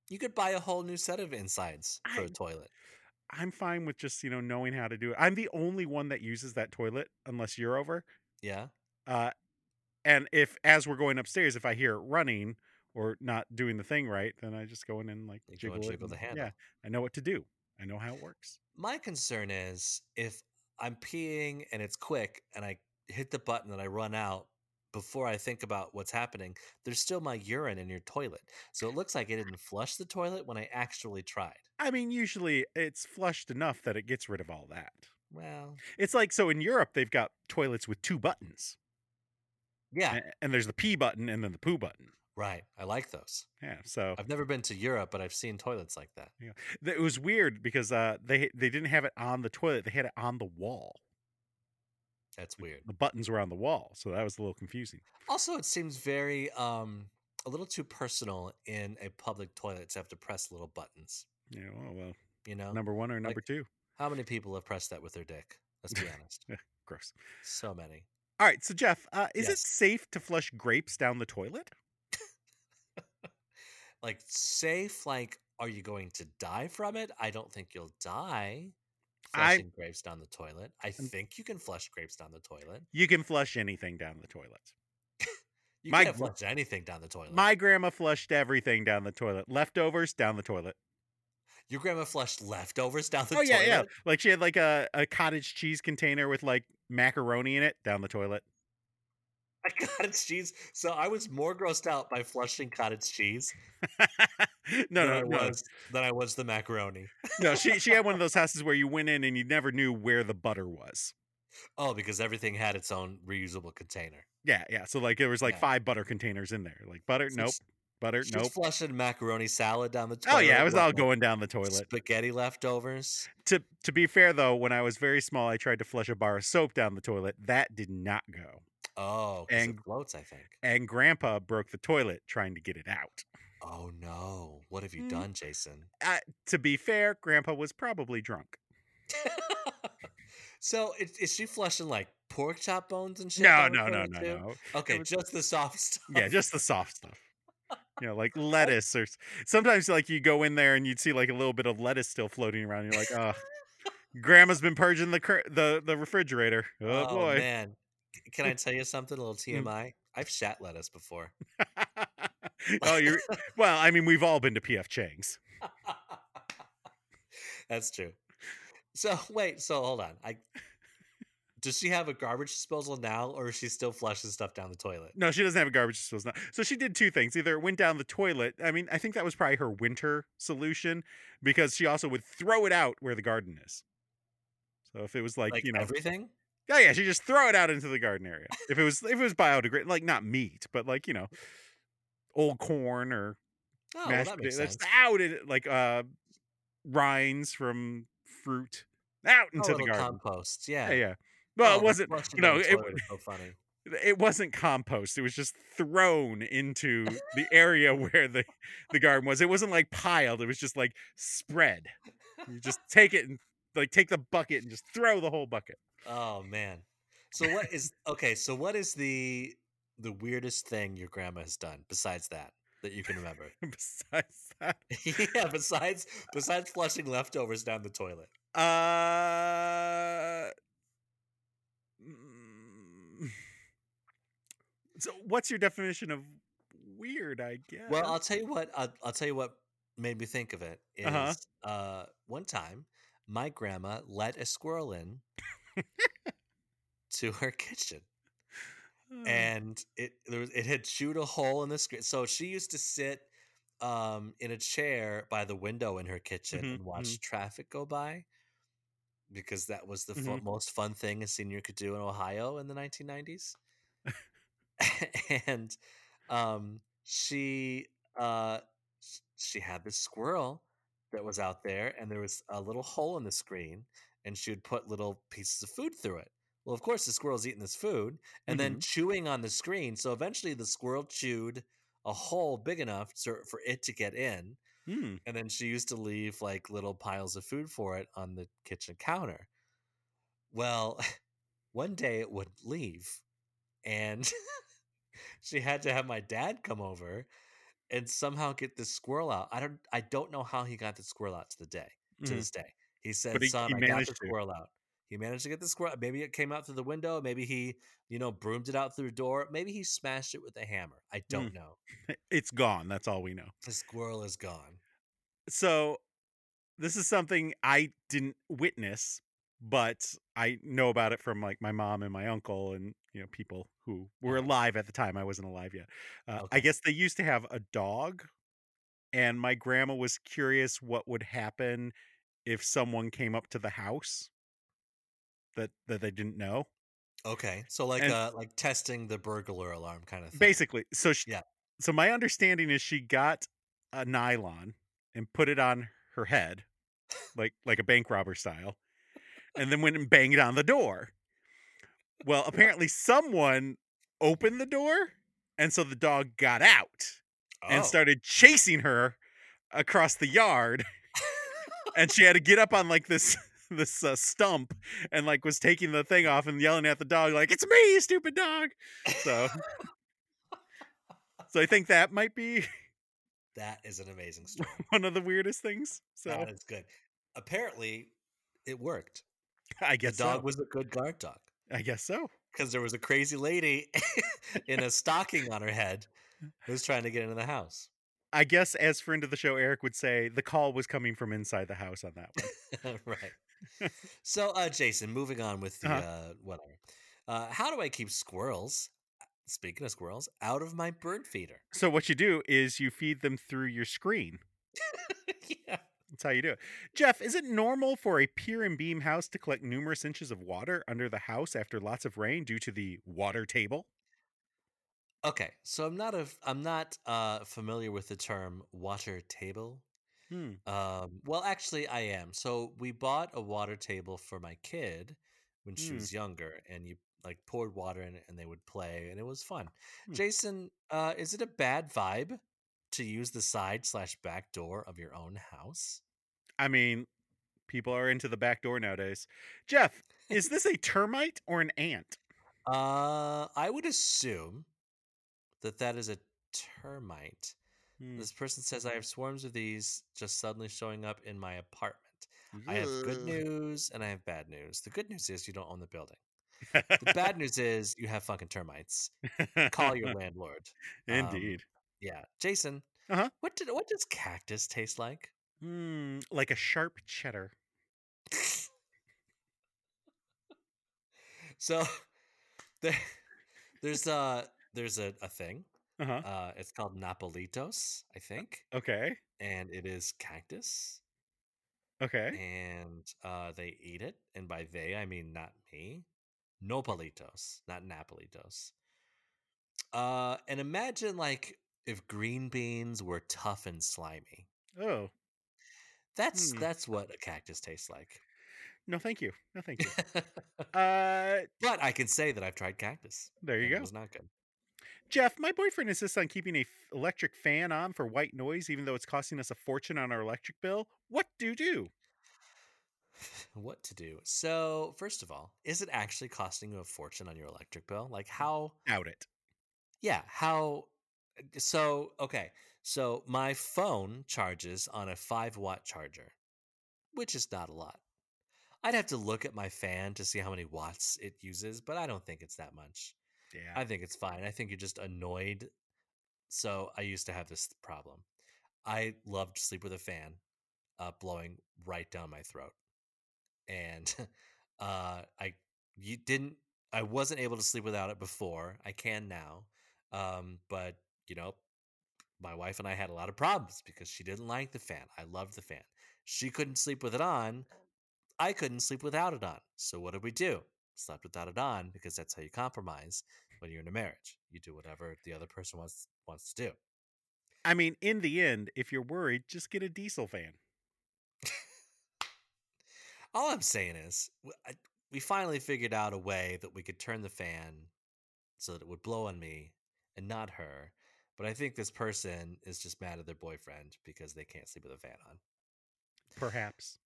Speaker 2: you could buy a whole new set of insides for
Speaker 1: I-
Speaker 2: a toilet.
Speaker 1: I'm fine with just, you know, knowing how to do it. I'm the only one that uses that toilet unless you're over.
Speaker 2: Yeah.
Speaker 1: Uh, and if as we're going upstairs, if I hear it running or not doing the thing right, then I just go in and like
Speaker 2: You go
Speaker 1: jiggle,
Speaker 2: and
Speaker 1: it
Speaker 2: jiggle the
Speaker 1: and- Yeah,
Speaker 2: handle.
Speaker 1: I know what to do. I know how it works.
Speaker 2: My concern is if I'm peeing and it's quick and I hit the button and I run out before I think about what's happening, there's still my urine in your toilet. So it looks like I didn't flush the toilet when I actually tried.
Speaker 1: I mean, usually it's flushed enough that it gets rid of all that.
Speaker 2: Well,
Speaker 1: It's like so in Europe they've got toilets with two buttons,
Speaker 2: yeah,
Speaker 1: a- and there's the pee button and then the poo button.
Speaker 2: Right. I like those.
Speaker 1: Yeah. So
Speaker 2: I've never been to Europe, but I've seen toilets like that.
Speaker 1: th- it was weird because uh, they they didn't have it on the toilet; they had it on the wall.
Speaker 2: That's weird.
Speaker 1: The buttons were on the wall, so that was a little confusing.
Speaker 2: Also, it seems very um a little too personal in a public toilet to have to press little buttons.
Speaker 1: Yeah. Oh well,
Speaker 2: You know,
Speaker 1: number one or number two?
Speaker 2: how many people have pressed that with their dick? Let's be honest.
Speaker 1: Gross.
Speaker 2: So many.
Speaker 1: All right. So Jeff, uh, is it
Speaker 2: Yes.
Speaker 1: safe to flush grapes down the toilet?
Speaker 2: Like safe. Like, are you going to die from it? I don't think you'll die.
Speaker 1: I-
Speaker 2: Flushing grapes down the toilet. I think you can flush grapes down the toilet.
Speaker 1: You can flush anything down the toilet.
Speaker 2: You
Speaker 1: My
Speaker 2: can't
Speaker 1: gr-
Speaker 2: flush anything down the toilet.
Speaker 1: My grandma flushed everything down the toilet. Leftovers down the toilet.
Speaker 2: Your grandma flushed leftovers down the
Speaker 1: oh
Speaker 2: toilet.
Speaker 1: yeah, yeah. Like she had like a, a cottage cheese container with like macaroni in it down the toilet.
Speaker 2: I cottage cheese. So I was more grossed out by flushing cottage cheese
Speaker 1: no,
Speaker 2: than
Speaker 1: no,
Speaker 2: I
Speaker 1: no,
Speaker 2: was than I was the macaroni.
Speaker 1: no. She she had one of those houses where you went in and you never knew where the butter was.
Speaker 2: Oh, because everything had its own reusable container.
Speaker 1: Yeah, yeah. So like there was like
Speaker 2: Yeah.
Speaker 1: five butter containers in there. Like butter,
Speaker 2: So
Speaker 1: nope.
Speaker 2: it's-
Speaker 1: Butter,
Speaker 2: She's
Speaker 1: nope.
Speaker 2: flushing macaroni salad down the toilet.
Speaker 1: Oh yeah, it was
Speaker 2: what,
Speaker 1: all
Speaker 2: like
Speaker 1: going down the toilet.
Speaker 2: Spaghetti leftovers.
Speaker 1: To to be fair though, when I was very small, I tried to flush a bar of soap down the toilet. That did not go.
Speaker 2: Oh, and
Speaker 1: And-
Speaker 2: it floats. I think.
Speaker 1: And Grandpa broke the toilet trying to get it out.
Speaker 2: Oh no! What have you
Speaker 1: Mm.
Speaker 2: done, Jason?
Speaker 1: To be fair, Grandpa was probably drunk.
Speaker 2: so is, is she flushing like pork chop bones and shit?
Speaker 1: No,
Speaker 2: down the
Speaker 1: no, no,
Speaker 2: toilet
Speaker 1: no,
Speaker 2: too?
Speaker 1: no.
Speaker 2: Okay,
Speaker 1: was-
Speaker 2: just the soft stuff.
Speaker 1: Yeah, just the soft stuff. You know, like lettuce or s- sometimes like you go in there and you'd see like a little bit of lettuce still floating around. you're like, oh, grandma's been purging the cur- the the refrigerator. Oh, boy. Mm.
Speaker 2: man, can I tell you something? A little TMI. I've shat lettuce before.
Speaker 1: oh, you. Well, I mean, we've all been to PF Chang's.
Speaker 2: That's true. So wait, so hold on. I does she have a garbage disposal now, or is she still flushing stuff down the toilet?
Speaker 1: No, she doesn't have a garbage disposal. now. So she did two things. Either it went down the toilet. I mean, I think that was probably her winter solution because she also would throw it out where the garden is. So if it was like,
Speaker 2: Like
Speaker 1: you know,
Speaker 2: everything?
Speaker 1: yeah, yeah, she just throw it out into the garden area. If it was if it was biodegrade, like not meat, but like you know, old corn or
Speaker 2: Oh, well,
Speaker 1: mashed
Speaker 2: that makes
Speaker 1: potatoes,
Speaker 2: sense.
Speaker 1: out in it, like uh rinds from fruit out
Speaker 2: Oh,
Speaker 1: into the
Speaker 2: little
Speaker 1: garden.
Speaker 2: compost. Yeah.
Speaker 1: yeah, yeah. Well,
Speaker 2: Oh,
Speaker 1: it
Speaker 2: the
Speaker 1: wasn't.
Speaker 2: flushing
Speaker 1: no,
Speaker 2: down the
Speaker 1: it-
Speaker 2: toilet is so funny.
Speaker 1: It wasn't compost. It was just thrown into the area where the the garden was. It wasn't like piled. It was just like spread. You just take it and like take the bucket and just throw the whole bucket.
Speaker 2: Oh man. So what is okay? So what is the the weirdest thing your grandma has done besides that that you can remember?
Speaker 1: Besides that,
Speaker 2: yeah, besides besides flushing leftovers down the toilet.
Speaker 1: Uh, mm, so what's your definition of weird? I guess.
Speaker 2: Well, I'll tell you what. I'll, I'll tell you what made me think of it is
Speaker 1: Uh-huh.
Speaker 2: uh, one time my grandma let a squirrel in to her kitchen,
Speaker 1: Uh,
Speaker 2: and it there was it had chewed a hole in the screen. So she used to sit um, in a chair by the window in her kitchen
Speaker 1: Mhm,
Speaker 2: and watch traffic go by because that was the fu-
Speaker 1: Mhm.
Speaker 2: most fun thing a senior could do in Ohio in the 1990s. and um, she uh, sh- she had this squirrel that was out there, and there was a little hole in the screen, and she would put little pieces of food through it. Well, of course, the squirrel's eating this food and then chewing on the screen. So eventually, the squirrel chewed a hole big enough to, for it to get in.
Speaker 1: hmm,
Speaker 2: And then she used to leave like little piles of food for it on the kitchen counter. Well, one day it would leave, and she had to have my dad come over and somehow get this squirrel out. I don't I don't know how he got the squirrel out to the day to
Speaker 1: mhm.
Speaker 2: this day. He said,
Speaker 1: he-
Speaker 2: "Son,
Speaker 1: he
Speaker 2: I got
Speaker 1: managed
Speaker 2: the
Speaker 1: to.
Speaker 2: squirrel out." He managed to get the squirrel. Maybe it came out through the window. Maybe he, you know, broomed it out through the door. Maybe he smashed it with a hammer. I don't
Speaker 1: Mm.
Speaker 2: know.
Speaker 1: It's gone. That's all we know.
Speaker 2: The squirrel is gone.
Speaker 1: So this is something I didn't witness, but I know about it from like my mom and my uncle and you know people who were
Speaker 2: Uh-huh.
Speaker 1: alive at the time. I wasn't alive yet. Uh, I
Speaker 2: Okay.
Speaker 1: guess they used to have a dog, and my grandma was curious what would happen if someone came up to the house that that they didn't know.
Speaker 2: Okay, so like
Speaker 1: And-
Speaker 2: uh like testing the burglar alarm kind of thing.
Speaker 1: Basically, so she,
Speaker 2: Yeah.
Speaker 1: so my understanding is she got a nylon and put it on her head, like like a bank robber style, and then went and banged on the door. Well, apparently someone opened the door, and so the dog got out and
Speaker 2: Oh.
Speaker 1: started chasing her across the yard and she had to get up on like this this uh, stump and like was taking the thing off and yelling at the dog like it's me you stupid dog so so i think that might be
Speaker 2: That is an amazing story.
Speaker 1: one of the weirdest things so
Speaker 2: That is good. Apparently, it worked.
Speaker 1: i
Speaker 2: The
Speaker 1: guess
Speaker 2: dog
Speaker 1: so.
Speaker 2: was a good guard dog
Speaker 1: i guess so
Speaker 2: because there was a crazy lady in a stocking on her head who was trying to get into the house.
Speaker 1: i guess as friend of the show eric would say the call was coming from inside the house on that one
Speaker 2: right. so, uh, Jason, moving on with the uh
Speaker 1: Uh-huh.
Speaker 2: whatever. Uh, how do I keep squirrels? uh, Speaking of squirrels, out of my bird feeder.
Speaker 1: so what you do is you feed them through your screen
Speaker 2: yeah.
Speaker 1: That's how you do it. Jeff, is it normal for a pier and beam house to collect numerous inches of water under the house after lots of rain due to the water table?
Speaker 2: Okay, so I'm not a f- I'm not uh, familiar with the term water table.
Speaker 1: Hmm.
Speaker 2: Um, well, actually, I am. So we bought a water table for my kid when she
Speaker 1: Mm.
Speaker 2: was younger, and you like poured water in it, and they would play, and it was fun.
Speaker 1: Hmm.
Speaker 2: Jason, uh, is it a bad vibe to use the side slash back door of your own house?
Speaker 1: I mean, people are into the back door nowadays. Jeff, is this a termite or an ant?
Speaker 2: Uh, I would assume that that is a termite.
Speaker 1: Hmm.
Speaker 2: This person says I have swarms of these just suddenly showing up in my apartment. I have good news and I have bad news. The good news is you don't own the building. The bad news is you have fucking termites. Call your landlord. um,
Speaker 1: Indeed.
Speaker 2: Yeah, Jason.
Speaker 1: Uh-huh.
Speaker 2: What did what does cactus taste like?
Speaker 1: Hmm, like a sharp cheddar.
Speaker 2: So there, there's a there's a, a thing.
Speaker 1: Uh-huh. Uh
Speaker 2: Uh, it's called Napolitos, I think,
Speaker 1: Okay.
Speaker 2: and it is cactus.
Speaker 1: Okay.
Speaker 2: and uh, they eat it. And by they, I mean not me. Nopalitos, not Napolitos. Uh, and imagine like if green beans were tough and slimy.
Speaker 1: Oh.
Speaker 2: That's
Speaker 1: Hmm.
Speaker 2: that's what a cactus tastes like.
Speaker 1: No, thank you. No, thank you. Uh,
Speaker 2: but I can say that I've tried cactus.
Speaker 1: there
Speaker 2: and
Speaker 1: you
Speaker 2: It
Speaker 1: go.
Speaker 2: was not good.
Speaker 1: Jeff, my boyfriend insists on keeping a f- electric fan on for white noise, even though it's costing us a fortune on our electric bill. What do do?
Speaker 2: What to do? So first of all, is it actually costing you a fortune on your electric bill? Like
Speaker 1: Hmm.
Speaker 2: how?
Speaker 1: Out it.
Speaker 2: Yeah. How? So, okay. So, my phone charges on a five watt charger, which is not a lot. I'd have to look at my fan to see how many watts it uses, but I don't think it's that much.
Speaker 1: Yeah.
Speaker 2: I think it's fine. I think you're just annoyed. So, I used to have this problem. I loved to sleep with a fan uh, blowing right down my throat. And uh, I you didn't I wasn't able to sleep without it before. I can now. Um, but you know, my wife and I had a lot of problems because she didn't like the fan. I loved the fan. She couldn't sleep with it on. I couldn't sleep without it on. So what did we do? Slept without it on because that's how you compromise when you're in a marriage. You do whatever the other person wants wants to do.
Speaker 1: I mean, in the end, if you're worried, just get a diesel fan.
Speaker 2: All I'm saying is, w- I- we finally figured out a way that we could turn the fan so that it would blow on me and not her. But I think this person is just mad at their boyfriend because they can't sleep with a fan on.
Speaker 1: Perhaps.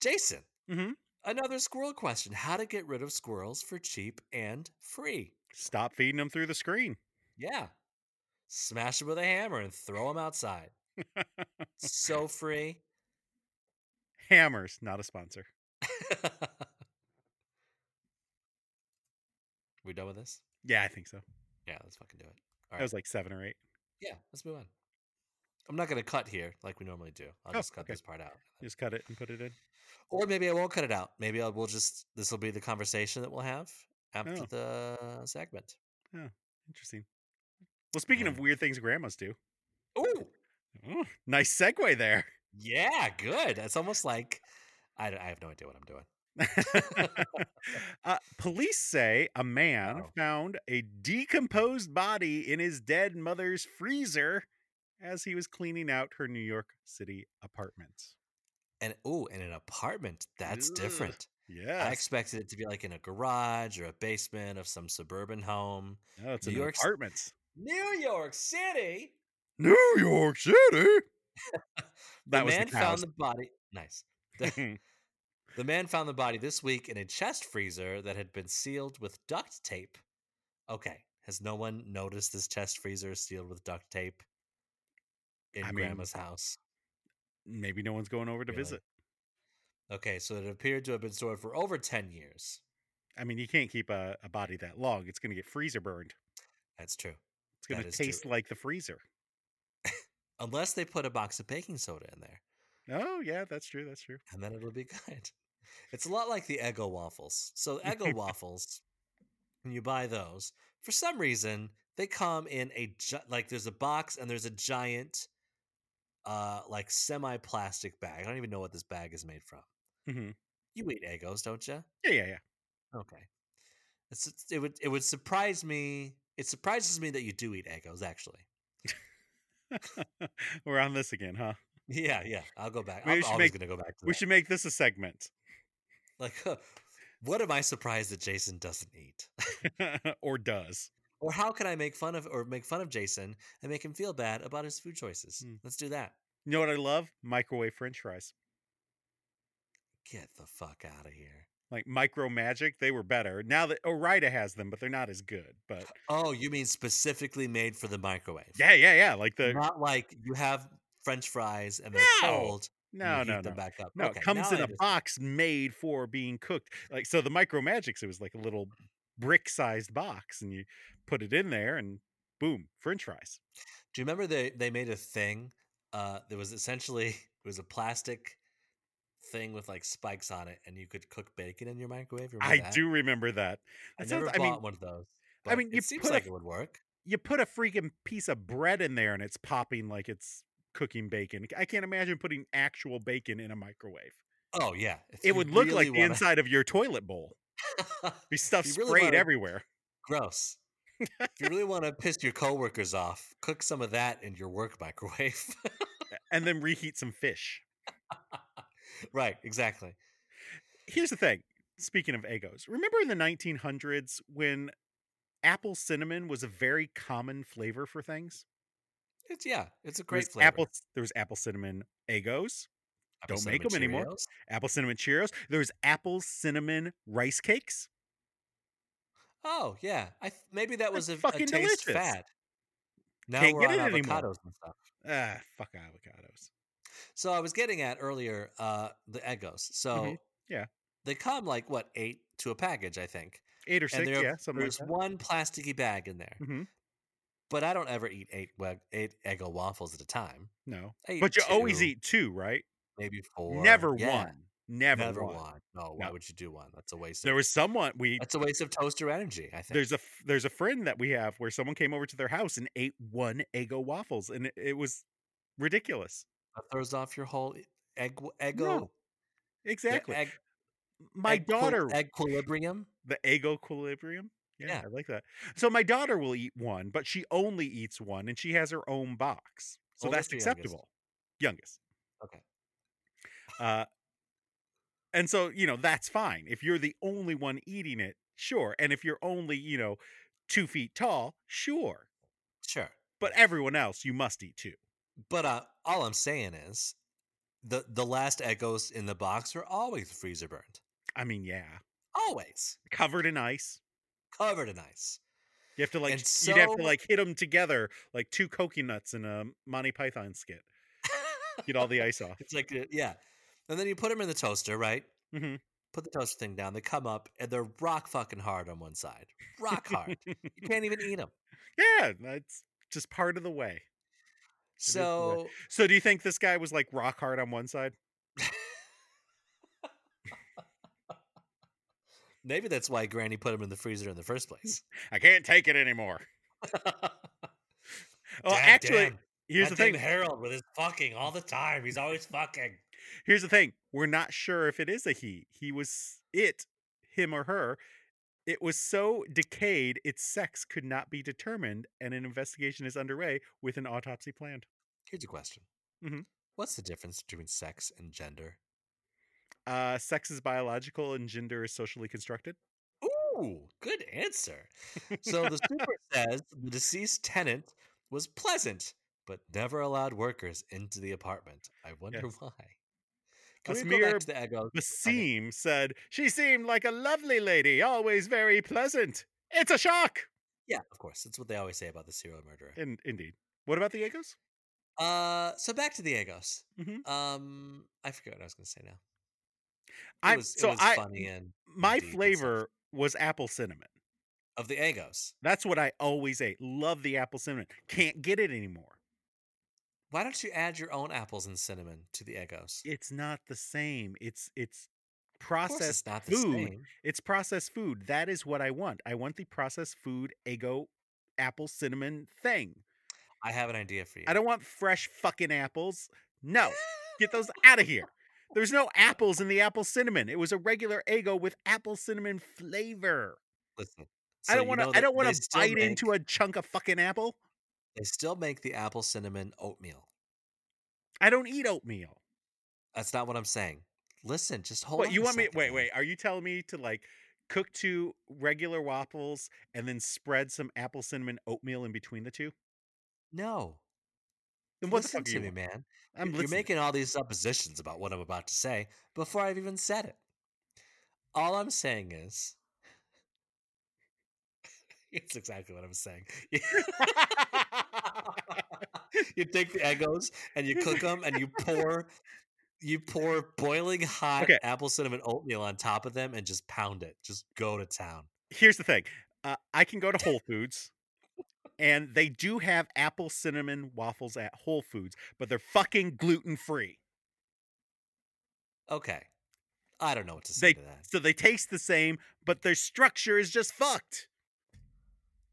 Speaker 2: Jason,
Speaker 1: Mm-hmm.
Speaker 2: another squirrel question: How to get rid of squirrels for cheap and free?
Speaker 1: Stop feeding them through the screen.
Speaker 2: Yeah, smash them with a hammer and throw them outside. so free.
Speaker 1: Hammers, not a sponsor.
Speaker 2: we done with this?
Speaker 1: Yeah, I think so.
Speaker 2: Yeah, let's fucking do it.
Speaker 1: That was like seven or eight.
Speaker 2: Yeah, let's move on. I'm not going to cut here like we normally do. I'll
Speaker 1: Oh,
Speaker 2: just cut
Speaker 1: okay.
Speaker 2: this part out.
Speaker 1: Just cut it and put it in.
Speaker 2: Or maybe I won't cut it out. Maybe I'll, we'll just, this will be the conversation that we'll have after
Speaker 1: Oh.
Speaker 2: the segment.
Speaker 1: Interesting. Well, speaking of
Speaker 2: Yeah.
Speaker 1: weird things grandmas do,
Speaker 2: Oh,
Speaker 1: Ooh, nice segue there.
Speaker 2: yeah, good. It's almost like I, don't- I have no idea what I'm doing.
Speaker 1: uh, police say a man
Speaker 2: Oh.
Speaker 1: found a decomposed body in his dead mother's freezer as he was cleaning out her New York City apartment.
Speaker 2: And oh, and an apartment. That's
Speaker 1: Ugh.
Speaker 2: different. I
Speaker 1: Yes.
Speaker 2: expected it to be like in a garage or a basement of some suburban home.
Speaker 1: No, it's
Speaker 2: New
Speaker 1: an
Speaker 2: York's-
Speaker 1: apartment.
Speaker 2: New York City.
Speaker 1: New York City.
Speaker 2: The
Speaker 1: that was
Speaker 2: man
Speaker 1: the
Speaker 2: found
Speaker 1: cows.
Speaker 2: the body. Nice. The, the man found the body this week in a chest freezer that had been sealed with duct tape. Okay. Has no one noticed this chest freezer is sealed with duct tape in
Speaker 1: I mean,
Speaker 2: grandma's house?
Speaker 1: Maybe no one's going over to
Speaker 2: Really?
Speaker 1: visit.
Speaker 2: Okay, so it appeared to have been stored for over 10 years.
Speaker 1: I mean, you can't keep a, a body that long. It's going to get freezer burned.
Speaker 2: That's true.
Speaker 1: It's going
Speaker 2: That
Speaker 1: to
Speaker 2: is true.
Speaker 1: taste like the freezer.
Speaker 2: Unless they put a box of baking soda in there,
Speaker 1: Oh, yeah, that's true. That's true.
Speaker 2: and then it'll be good. It's a lot like the Eggo waffles. So, Eggo waffles, when you buy those, for some reason, they come in a gi- like there's a box and there's a giant uh like semi plastic bag. I don't even know what this bag is made from.
Speaker 1: hmm
Speaker 2: You eat Eggos, don't you?
Speaker 1: Yeah, yeah, yeah.
Speaker 2: Okay. It's, it's- it would it would surprise me. It surprises me that you do eat Eggos actually.
Speaker 1: We're on this again, huh?
Speaker 2: Yeah, yeah. I'll go back.
Speaker 1: Maybe we
Speaker 2: I'm
Speaker 1: should
Speaker 2: always
Speaker 1: make-
Speaker 2: gonna go back to
Speaker 1: We
Speaker 2: that.
Speaker 1: should make this a segment
Speaker 2: Like, what am I surprised that Jason doesn't eat?
Speaker 1: or does.
Speaker 2: or how can I make fun of or make fun of Jason and make him feel bad about his food choices?
Speaker 1: Hmm.
Speaker 2: Let's do that.
Speaker 1: You know what I love? Microwave french fries.
Speaker 2: Get the fuck out of here.
Speaker 1: Like micro magic, they were better. Now that Orida has them, but they're not as good. But
Speaker 2: Oh, you mean specifically made for the microwave?
Speaker 1: yeah, yeah, yeah. Like the
Speaker 2: Not like you have French fries and they're
Speaker 1: No.
Speaker 2: cold.
Speaker 1: no,
Speaker 2: and you
Speaker 1: no,
Speaker 2: heat them
Speaker 1: no.
Speaker 2: back up.
Speaker 1: No,
Speaker 2: Okay,
Speaker 1: it comes
Speaker 2: now
Speaker 1: in
Speaker 2: I
Speaker 1: a
Speaker 2: understand.
Speaker 1: box made for being cooked. Like so the micro magics, it was like a little brick sized box, and you put it in there and boom, French fries.
Speaker 2: Do you remember they they made a thing? Uh, there was essentially it was a plastic thing with like spikes on it, and you could cook bacon in your microwave. Remember
Speaker 1: I
Speaker 2: that?
Speaker 1: do remember that.
Speaker 2: I
Speaker 1: That
Speaker 2: never
Speaker 1: sounds-
Speaker 2: bought
Speaker 1: I mean,
Speaker 2: one of those.
Speaker 1: I
Speaker 2: but
Speaker 1: mean, you
Speaker 2: it seems
Speaker 1: put a-
Speaker 2: like it would work.
Speaker 1: you put a freaking piece of bread in there and it's popping like it's cooking bacon. I can't imagine putting actual bacon in a microwave.
Speaker 2: Oh yeah, if
Speaker 1: It
Speaker 2: you
Speaker 1: would look like
Speaker 2: really
Speaker 1: the
Speaker 2: wanna-
Speaker 1: inside of your toilet bowl. Be stuff
Speaker 2: You really
Speaker 1: sprayed
Speaker 2: wanna-
Speaker 1: everywhere.
Speaker 2: Gross. if you really want to piss your coworkers off, cook some of that in your work microwave.
Speaker 1: And then reheat some fish.
Speaker 2: right, exactly.
Speaker 1: Here's the thing. Speaking of egos, remember in the 1900s when apple cinnamon was a very common flavor for things?
Speaker 2: It's yeah, it's a
Speaker 1: There was
Speaker 2: great flavor.
Speaker 1: Apple, there was apple cinnamon egos, don't make
Speaker 2: cinnamon
Speaker 1: 'em anymore.
Speaker 2: Cheerios.
Speaker 1: apple cinnamon Cheerios. There was apple cinnamon rice cakes.
Speaker 2: Oh yeah, I th- maybe that was a, a
Speaker 1: fucking
Speaker 2: taste
Speaker 1: delicious.
Speaker 2: fad. Now
Speaker 1: Can't
Speaker 2: we're
Speaker 1: get
Speaker 2: on
Speaker 1: it
Speaker 2: avocados
Speaker 1: anymore.
Speaker 2: and stuff.
Speaker 1: Ah, fuck avocados.
Speaker 2: So I was getting at earlier uh, the Eggos. So
Speaker 1: Mm-hmm. Yeah.
Speaker 2: they come like what eight to a package, I think.
Speaker 1: Eight or six,
Speaker 2: there-
Speaker 1: yeah, something like
Speaker 2: There's
Speaker 1: that.
Speaker 2: one plasticky bag in there,
Speaker 1: Mhm.
Speaker 2: but I don't ever eat eight wag- eight Eggo waffles at a time.
Speaker 1: No.
Speaker 2: I eat
Speaker 1: But you always
Speaker 2: two,
Speaker 1: eat two, right?
Speaker 2: maybe four.
Speaker 1: never
Speaker 2: Yeah,
Speaker 1: one. Never,
Speaker 2: Never
Speaker 1: one.
Speaker 2: one. No, why
Speaker 1: No.
Speaker 2: would you do one? That's a waste.
Speaker 1: There
Speaker 2: of,
Speaker 1: was someone we
Speaker 2: that's a waste of toaster energy. I think.
Speaker 1: there's a f- there's a friend that we have where someone came over to their house and ate one Eggo waffles and it, it was ridiculous.
Speaker 2: that throws off your whole e, egg Eggo the
Speaker 1: Exactly.
Speaker 2: egg-
Speaker 1: my
Speaker 2: egg quil-
Speaker 1: daughter
Speaker 2: equilibrium.
Speaker 1: the Eggo equilibrium. Yeah,
Speaker 2: Yeah.
Speaker 1: I like that. So my daughter will eat one, but she only eats one and she has her own box. So
Speaker 2: Oldest
Speaker 1: that's
Speaker 2: or Oh, youngest?
Speaker 1: acceptable. Youngest.
Speaker 2: Okay.
Speaker 1: Uh, and so, you know, that's fine. If you're the only one eating it, sure. And if you're only, you know, two feet tall, sure.
Speaker 2: Sure.
Speaker 1: But everyone else, you must eat two.
Speaker 2: But uh, all I'm saying is, the the last egos in the box are always freezer burned,
Speaker 1: I mean, yeah.
Speaker 2: always
Speaker 1: Covered in ice.
Speaker 2: covered in ice.
Speaker 1: You have to like,
Speaker 2: And
Speaker 1: you'd have to
Speaker 2: so-
Speaker 1: like hit them together like two coconuts in a Monty Python skit. Get all the ice off.
Speaker 2: it's like a- yeah, and then you put them in the toaster, right?
Speaker 1: Mhm.
Speaker 2: Put the toaster thing down. They come up and they're rock fucking hard on one side, rock hard. you can't even eat them.
Speaker 1: Yeah, that's just part of the way. is the way-
Speaker 2: So
Speaker 1: So do you think this guy was like rock hard on one side?
Speaker 2: maybe that's why Granny put them in the freezer in the first place.
Speaker 1: I can't take it anymore. Well,
Speaker 2: Dad,
Speaker 1: actually,
Speaker 2: damn,
Speaker 1: here's
Speaker 2: that
Speaker 1: the thing.
Speaker 2: damn Harold with his fucking all the time. He's always fucking.
Speaker 1: Here's the thing: we're not sure if it is a he. He was it, him or her. It was so decayed its sex could not be determined, and an investigation is underway with an autopsy planned.
Speaker 2: Here's a question.
Speaker 1: Mhm.
Speaker 2: Mm-hmm. What's the difference between sex and gender?
Speaker 1: Uh, sex is biological, and gender is socially constructed.
Speaker 2: Ooh, good answer. So the super says the deceased tenant was pleasant, but never allowed workers into the apartment. I wonder
Speaker 1: Yes.
Speaker 2: why. Can we go
Speaker 1: Asmir
Speaker 2: back to the Eggo?
Speaker 1: Basim said she seemed like a lovely lady, always very pleasant. It's a shock.
Speaker 2: Yeah, of course. That's what they always say about the serial murderer.
Speaker 1: In- indeed. What about the Egos?
Speaker 2: Uh, so back to the Egos.
Speaker 1: Mhm.
Speaker 2: Um, I forget what I was going to say now. It
Speaker 1: I
Speaker 2: was, it
Speaker 1: so
Speaker 2: was
Speaker 1: I
Speaker 2: funny and
Speaker 1: my
Speaker 2: deep and stuff.
Speaker 1: flavor was apple cinnamon.
Speaker 2: of the Egos.
Speaker 1: That's what I always ate. Love the apple cinnamon. Can't get it anymore.
Speaker 2: Why don't you add your own apples and cinnamon to the Egos?
Speaker 1: It's not the same. It's it's
Speaker 2: Of course,
Speaker 1: processed
Speaker 2: it's not the
Speaker 1: food.
Speaker 2: same.
Speaker 1: It's processed food. That is what I want. I want the processed food ego apple cinnamon thing.
Speaker 2: I have an idea for you.
Speaker 1: I don't want fresh fucking apples. No. Get those out of here. There's no apples in the apple cinnamon. It was a regular ego with apple cinnamon flavor.
Speaker 2: Listen,
Speaker 1: I
Speaker 2: so
Speaker 1: don't
Speaker 2: you
Speaker 1: want to
Speaker 2: know
Speaker 1: I
Speaker 2: that
Speaker 1: don't
Speaker 2: they
Speaker 1: want to
Speaker 2: still
Speaker 1: bite
Speaker 2: make-
Speaker 1: into a chunk of fucking apple.
Speaker 2: They still make the apple cinnamon oatmeal.
Speaker 1: I don't eat oatmeal.
Speaker 2: That's not what I'm saying. Listen, just hold
Speaker 1: What
Speaker 2: on.
Speaker 1: you
Speaker 2: a
Speaker 1: want me?
Speaker 2: second
Speaker 1: Wait,
Speaker 2: here.
Speaker 1: wait. Are you telling me to like cook two regular waffles and then spread some apple cinnamon oatmeal in between the two?
Speaker 2: No.
Speaker 1: Then what
Speaker 2: Listen
Speaker 1: the fuck are
Speaker 2: to
Speaker 1: you?
Speaker 2: me,
Speaker 1: want?
Speaker 2: man.
Speaker 1: I'm
Speaker 2: You're
Speaker 1: listening.
Speaker 2: making all these suppositions about what I'm about to say before I've even said it. All I'm saying is, it's exactly what I'm saying. you take the egos and you cook them and you pour, you pour boiling hot
Speaker 1: Okay.
Speaker 2: apple cinnamon oatmeal on top of them and just pound it. Just go to town.
Speaker 1: Here's the thing. Uh, I can go to Whole Foods, and they do have apple cinnamon waffles at Whole Foods, but they're fucking gluten free.
Speaker 2: Okay. I don't know what to say to that.
Speaker 1: So they taste the same, but their structure is just fucked.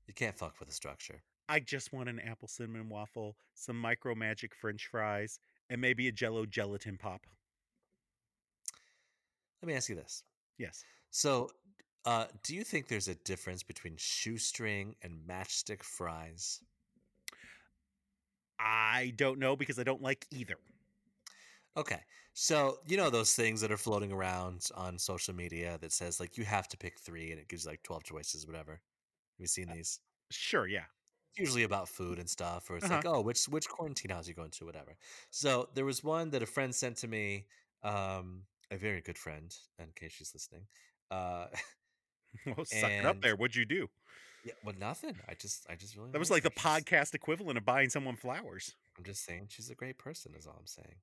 Speaker 2: You can't fuck with the structure.
Speaker 1: I just want an apple cinnamon waffle, some micro magic French fries, and maybe a Jello gelatin pop.
Speaker 2: Let me ask you this.
Speaker 1: Yes.
Speaker 2: So, uh, do you think there's a difference between shoestring and matchstick fries?
Speaker 1: I don't know because I don't like either.
Speaker 2: Okay. So, you know those things that are floating around on social media that says like you have to pick 3 and it gives you like 12 choices whatever. Have you seen
Speaker 1: Uh
Speaker 2: these?
Speaker 1: Sure, yeah.
Speaker 2: It's usually about food and stuff or it's
Speaker 1: Uh-huh.
Speaker 2: like, "Oh, which which quarantine house you going to whatever." So, there was one that a friend sent to me um a very good friend in case she's listening. Uh
Speaker 1: Well, suck it up
Speaker 2: And-
Speaker 1: there. What'd you do?
Speaker 2: yeah, well nothing. I just I just really
Speaker 1: That was
Speaker 2: like
Speaker 1: like the
Speaker 2: her. She's-
Speaker 1: podcast equivalent of buying someone flowers.
Speaker 2: I'm just saying she's a great person is all I'm saying.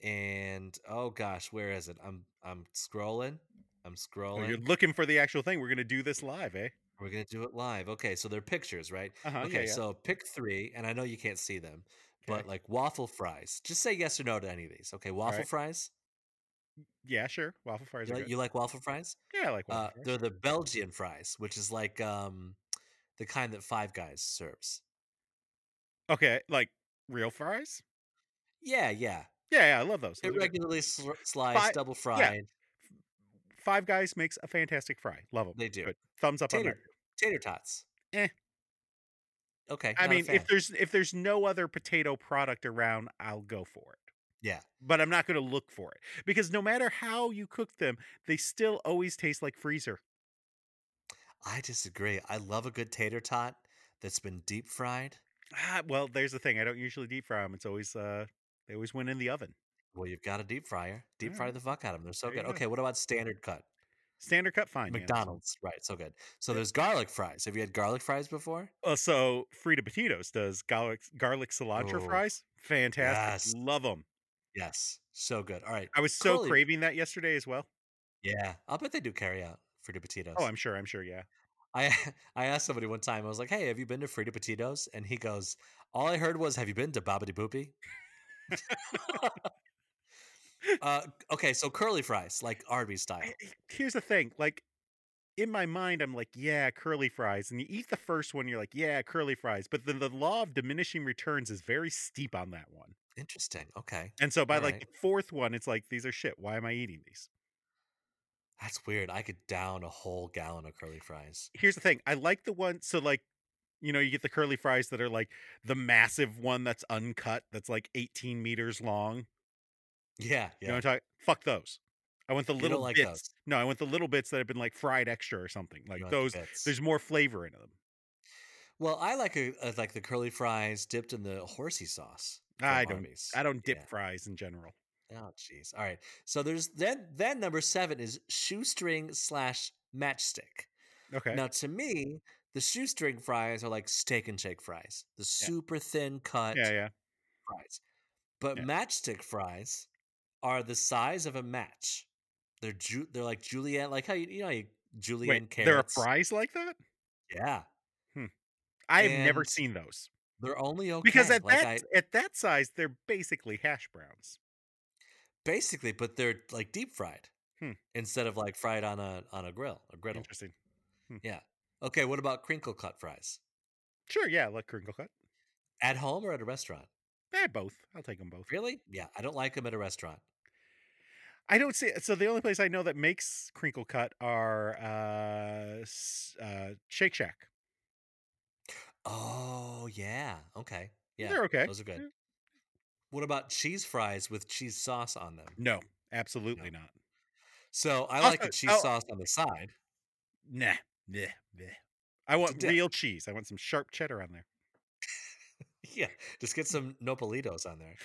Speaker 2: And oh gosh, where is it? I'm I'm scrolling. I'm
Speaker 1: Oh,
Speaker 2: scrolling.
Speaker 1: you're looking for the actual thing. We're gonna do this live, eh?
Speaker 2: We're gonna do it live. Okay, so they're pictures, right?
Speaker 1: Uh-huh.
Speaker 2: okay,
Speaker 1: yeah, yeah.
Speaker 2: so pick three, and I know you can't see them,
Speaker 1: Okay.
Speaker 2: but like waffle fries. Just say yes or no to any of these. Okay, waffle
Speaker 1: right.
Speaker 2: fries.
Speaker 1: yeah, sure. Waffle fries
Speaker 2: You
Speaker 1: are
Speaker 2: like,
Speaker 1: good.
Speaker 2: you like waffle fries?
Speaker 1: yeah, I like waffle
Speaker 2: Uh,
Speaker 1: fries.
Speaker 2: they're the Belgian fries, which is like um, the kind that Five Guys serves.
Speaker 1: Okay, like real fries?
Speaker 2: Yeah, yeah.
Speaker 1: Yeah, yeah, I love those. Those are good.
Speaker 2: Irregularly sl- sliced,
Speaker 1: Fi-
Speaker 2: double fried.
Speaker 1: Five Guys makes a fantastic fry. Love them.
Speaker 2: They do.
Speaker 1: Thumbs up on that.
Speaker 2: Tater, tater tots.
Speaker 1: Eh.
Speaker 2: Okay.
Speaker 1: I
Speaker 2: not a
Speaker 1: mean,
Speaker 2: fan.
Speaker 1: if there's if there's no other potato product around, I'll go for it.
Speaker 2: yeah,
Speaker 1: But I'm not going to look for it because no matter how you cook them, they still always taste like freezer.
Speaker 2: I disagree. I love a good tater tot that's been deep fried.
Speaker 1: Ah, well, there's the thing. I don't usually deep fry them. It's always uh, they always went in the oven.
Speaker 2: Well, you've got a deep fryer. Deep fry
Speaker 1: Alright.
Speaker 2: the fuck out of them. They're so
Speaker 1: There you
Speaker 2: good.
Speaker 1: go.
Speaker 2: Okay, what about standard cut?
Speaker 1: Standard cut, fine. yeah.
Speaker 2: McDonald's, right? So good. So
Speaker 1: Yep.
Speaker 2: there's garlic fries. Have you had garlic fries before?
Speaker 1: Uh, so Frida Potatoes does garlic garlic cilantro
Speaker 2: Oh,
Speaker 1: fries. Fantastic,
Speaker 2: yes.
Speaker 1: love 'em. love them.
Speaker 2: Yes, so good. All right.
Speaker 1: I was so
Speaker 2: Curly-
Speaker 1: craving that yesterday as well.
Speaker 2: Yeah, I'll bet they do carry out Frida Potatoes.
Speaker 1: Oh, I'm sure. I'm sure. Yeah.
Speaker 2: I I asked somebody one time. I was like, "Hey, have you been to Frida Potatoes?" And he goes, "All I heard was, have you been to Bobbity Boopy?" uh, okay, so curly fries, like Arby's style.
Speaker 1: I- I- here's the thing like in my mind, I'm like, yeah, curly fries. And you eat the first one, you're like, yeah, curly fries. But then the law of diminishing returns is very steep on that one.
Speaker 2: Interesting. Okay.
Speaker 1: And so by like
Speaker 2: Alright.
Speaker 1: the fourth one, it's like, these are shit. Why am I eating these?
Speaker 2: That's weird. I could down a whole gallon of curly fries.
Speaker 1: Here's the thing I like the one. So, like, you know, you get the curly fries that are like the massive one that's uncut, that's like 18 meters long.
Speaker 2: Yeah.
Speaker 1: You know what
Speaker 2: Yeah.
Speaker 1: I'm talking? Fuck those. I want the
Speaker 2: You don't
Speaker 1: little
Speaker 2: like
Speaker 1: bits.
Speaker 2: those.
Speaker 1: No, I want the little bits that have been like fried extra or something. Like
Speaker 2: You know,
Speaker 1: those,
Speaker 2: bits.
Speaker 1: there's more flavor in them.
Speaker 2: well, I like a, a, like the curly fries dipped in the horsey sauce. from
Speaker 1: I don't-
Speaker 2: Arby's.
Speaker 1: I don't dip
Speaker 2: Yeah.
Speaker 1: fries in general.
Speaker 2: Oh, jeez. All right. So there's then then number seven is shoestring slash matchstick.
Speaker 1: Okay.
Speaker 2: Now to me, the shoestring fries are like steak and shake fries, the super thin cut
Speaker 1: yeah, yeah.
Speaker 2: fries. But
Speaker 1: Yeah.
Speaker 2: matchstick fries are the size of a match. They're ju- they're like julienne, like how you, you know how you julienne
Speaker 1: Wait, there are
Speaker 2: carrots.
Speaker 1: fries like that?
Speaker 2: Yeah,
Speaker 1: I have never
Speaker 2: And-
Speaker 1: seen those
Speaker 2: they're only okay
Speaker 1: because at
Speaker 2: like
Speaker 1: that
Speaker 2: I,
Speaker 1: at that size, they're basically hash browns.
Speaker 2: basically, but they're like deep fried
Speaker 1: Hmm.
Speaker 2: instead of like fried on a on a grill, a griddle.
Speaker 1: Interesting.
Speaker 2: Okay, what about crinkle cut fries?
Speaker 1: Sure, yeah, like crinkle cut.
Speaker 2: At home or at a restaurant?
Speaker 1: Eh, both. I'll take them both.
Speaker 2: Really? Yeah, I don't like them at a restaurant.
Speaker 1: I don't see. So the only place I know that makes crinkle cut are uh, s- uh Shake Shack.
Speaker 2: Oh yeah. Okay. Yeah.
Speaker 1: They're okay. Hmm.
Speaker 2: Those are good.
Speaker 1: Yeah.
Speaker 2: What about cheese fries with cheese sauce on them?
Speaker 1: No, absolutely not.
Speaker 2: So I
Speaker 1: Also-
Speaker 2: like the cheese
Speaker 1: oh.
Speaker 2: sauce on the side.
Speaker 1: Nah, nah, nah. I want
Speaker 2: Yeah.
Speaker 1: real cheese. I want some sharp cheddar on there.
Speaker 2: Yeah. Just get some nopalitos on there.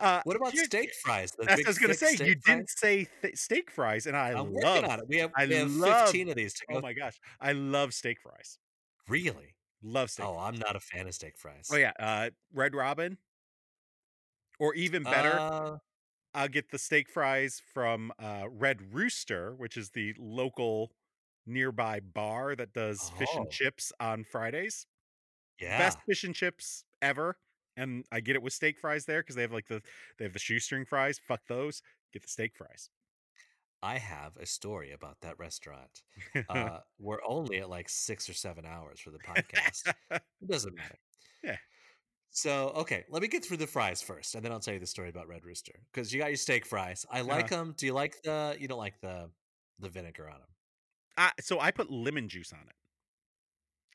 Speaker 1: Uh,
Speaker 2: What about
Speaker 1: you-
Speaker 2: steak fries? The
Speaker 1: That's what
Speaker 2: big,
Speaker 1: I was gonna
Speaker 2: thick
Speaker 1: say.
Speaker 2: steak
Speaker 1: You
Speaker 2: fries?
Speaker 1: didn't say th- steak fries, and I
Speaker 2: I'm
Speaker 1: love.
Speaker 2: working on it. We have,
Speaker 1: I
Speaker 2: we have
Speaker 1: love-
Speaker 2: 15 of these to go.
Speaker 1: Oh my gosh, I love steak fries.
Speaker 2: Really?
Speaker 1: Love steak.
Speaker 2: Oh, I'm not a fan of steak fries.
Speaker 1: Oh yeah, uh, Red Robin, or even better,
Speaker 2: Uh,
Speaker 1: I'll get the steak fries from uh, Red Rooster, which is the local nearby bar that does fish and
Speaker 2: Oh.
Speaker 1: chips on Fridays.
Speaker 2: yeah.
Speaker 1: Best fish and chips ever, and I get it with steak fries there because they have like the they have the shoestring fries. Fuck those. Get the steak fries.
Speaker 2: I have a story about that restaurant. Uh, we're only at like six or seven hours for the podcast. It doesn't matter.
Speaker 1: Yeah.
Speaker 2: So, okay, let me get through the fries first, and then I'll tell you the story about Red Rooster because you got your steak fries. I like
Speaker 1: Uh-huh.
Speaker 2: them. Do you like the? You don't like the the vinegar on them.
Speaker 1: I, so I put lemon juice on it.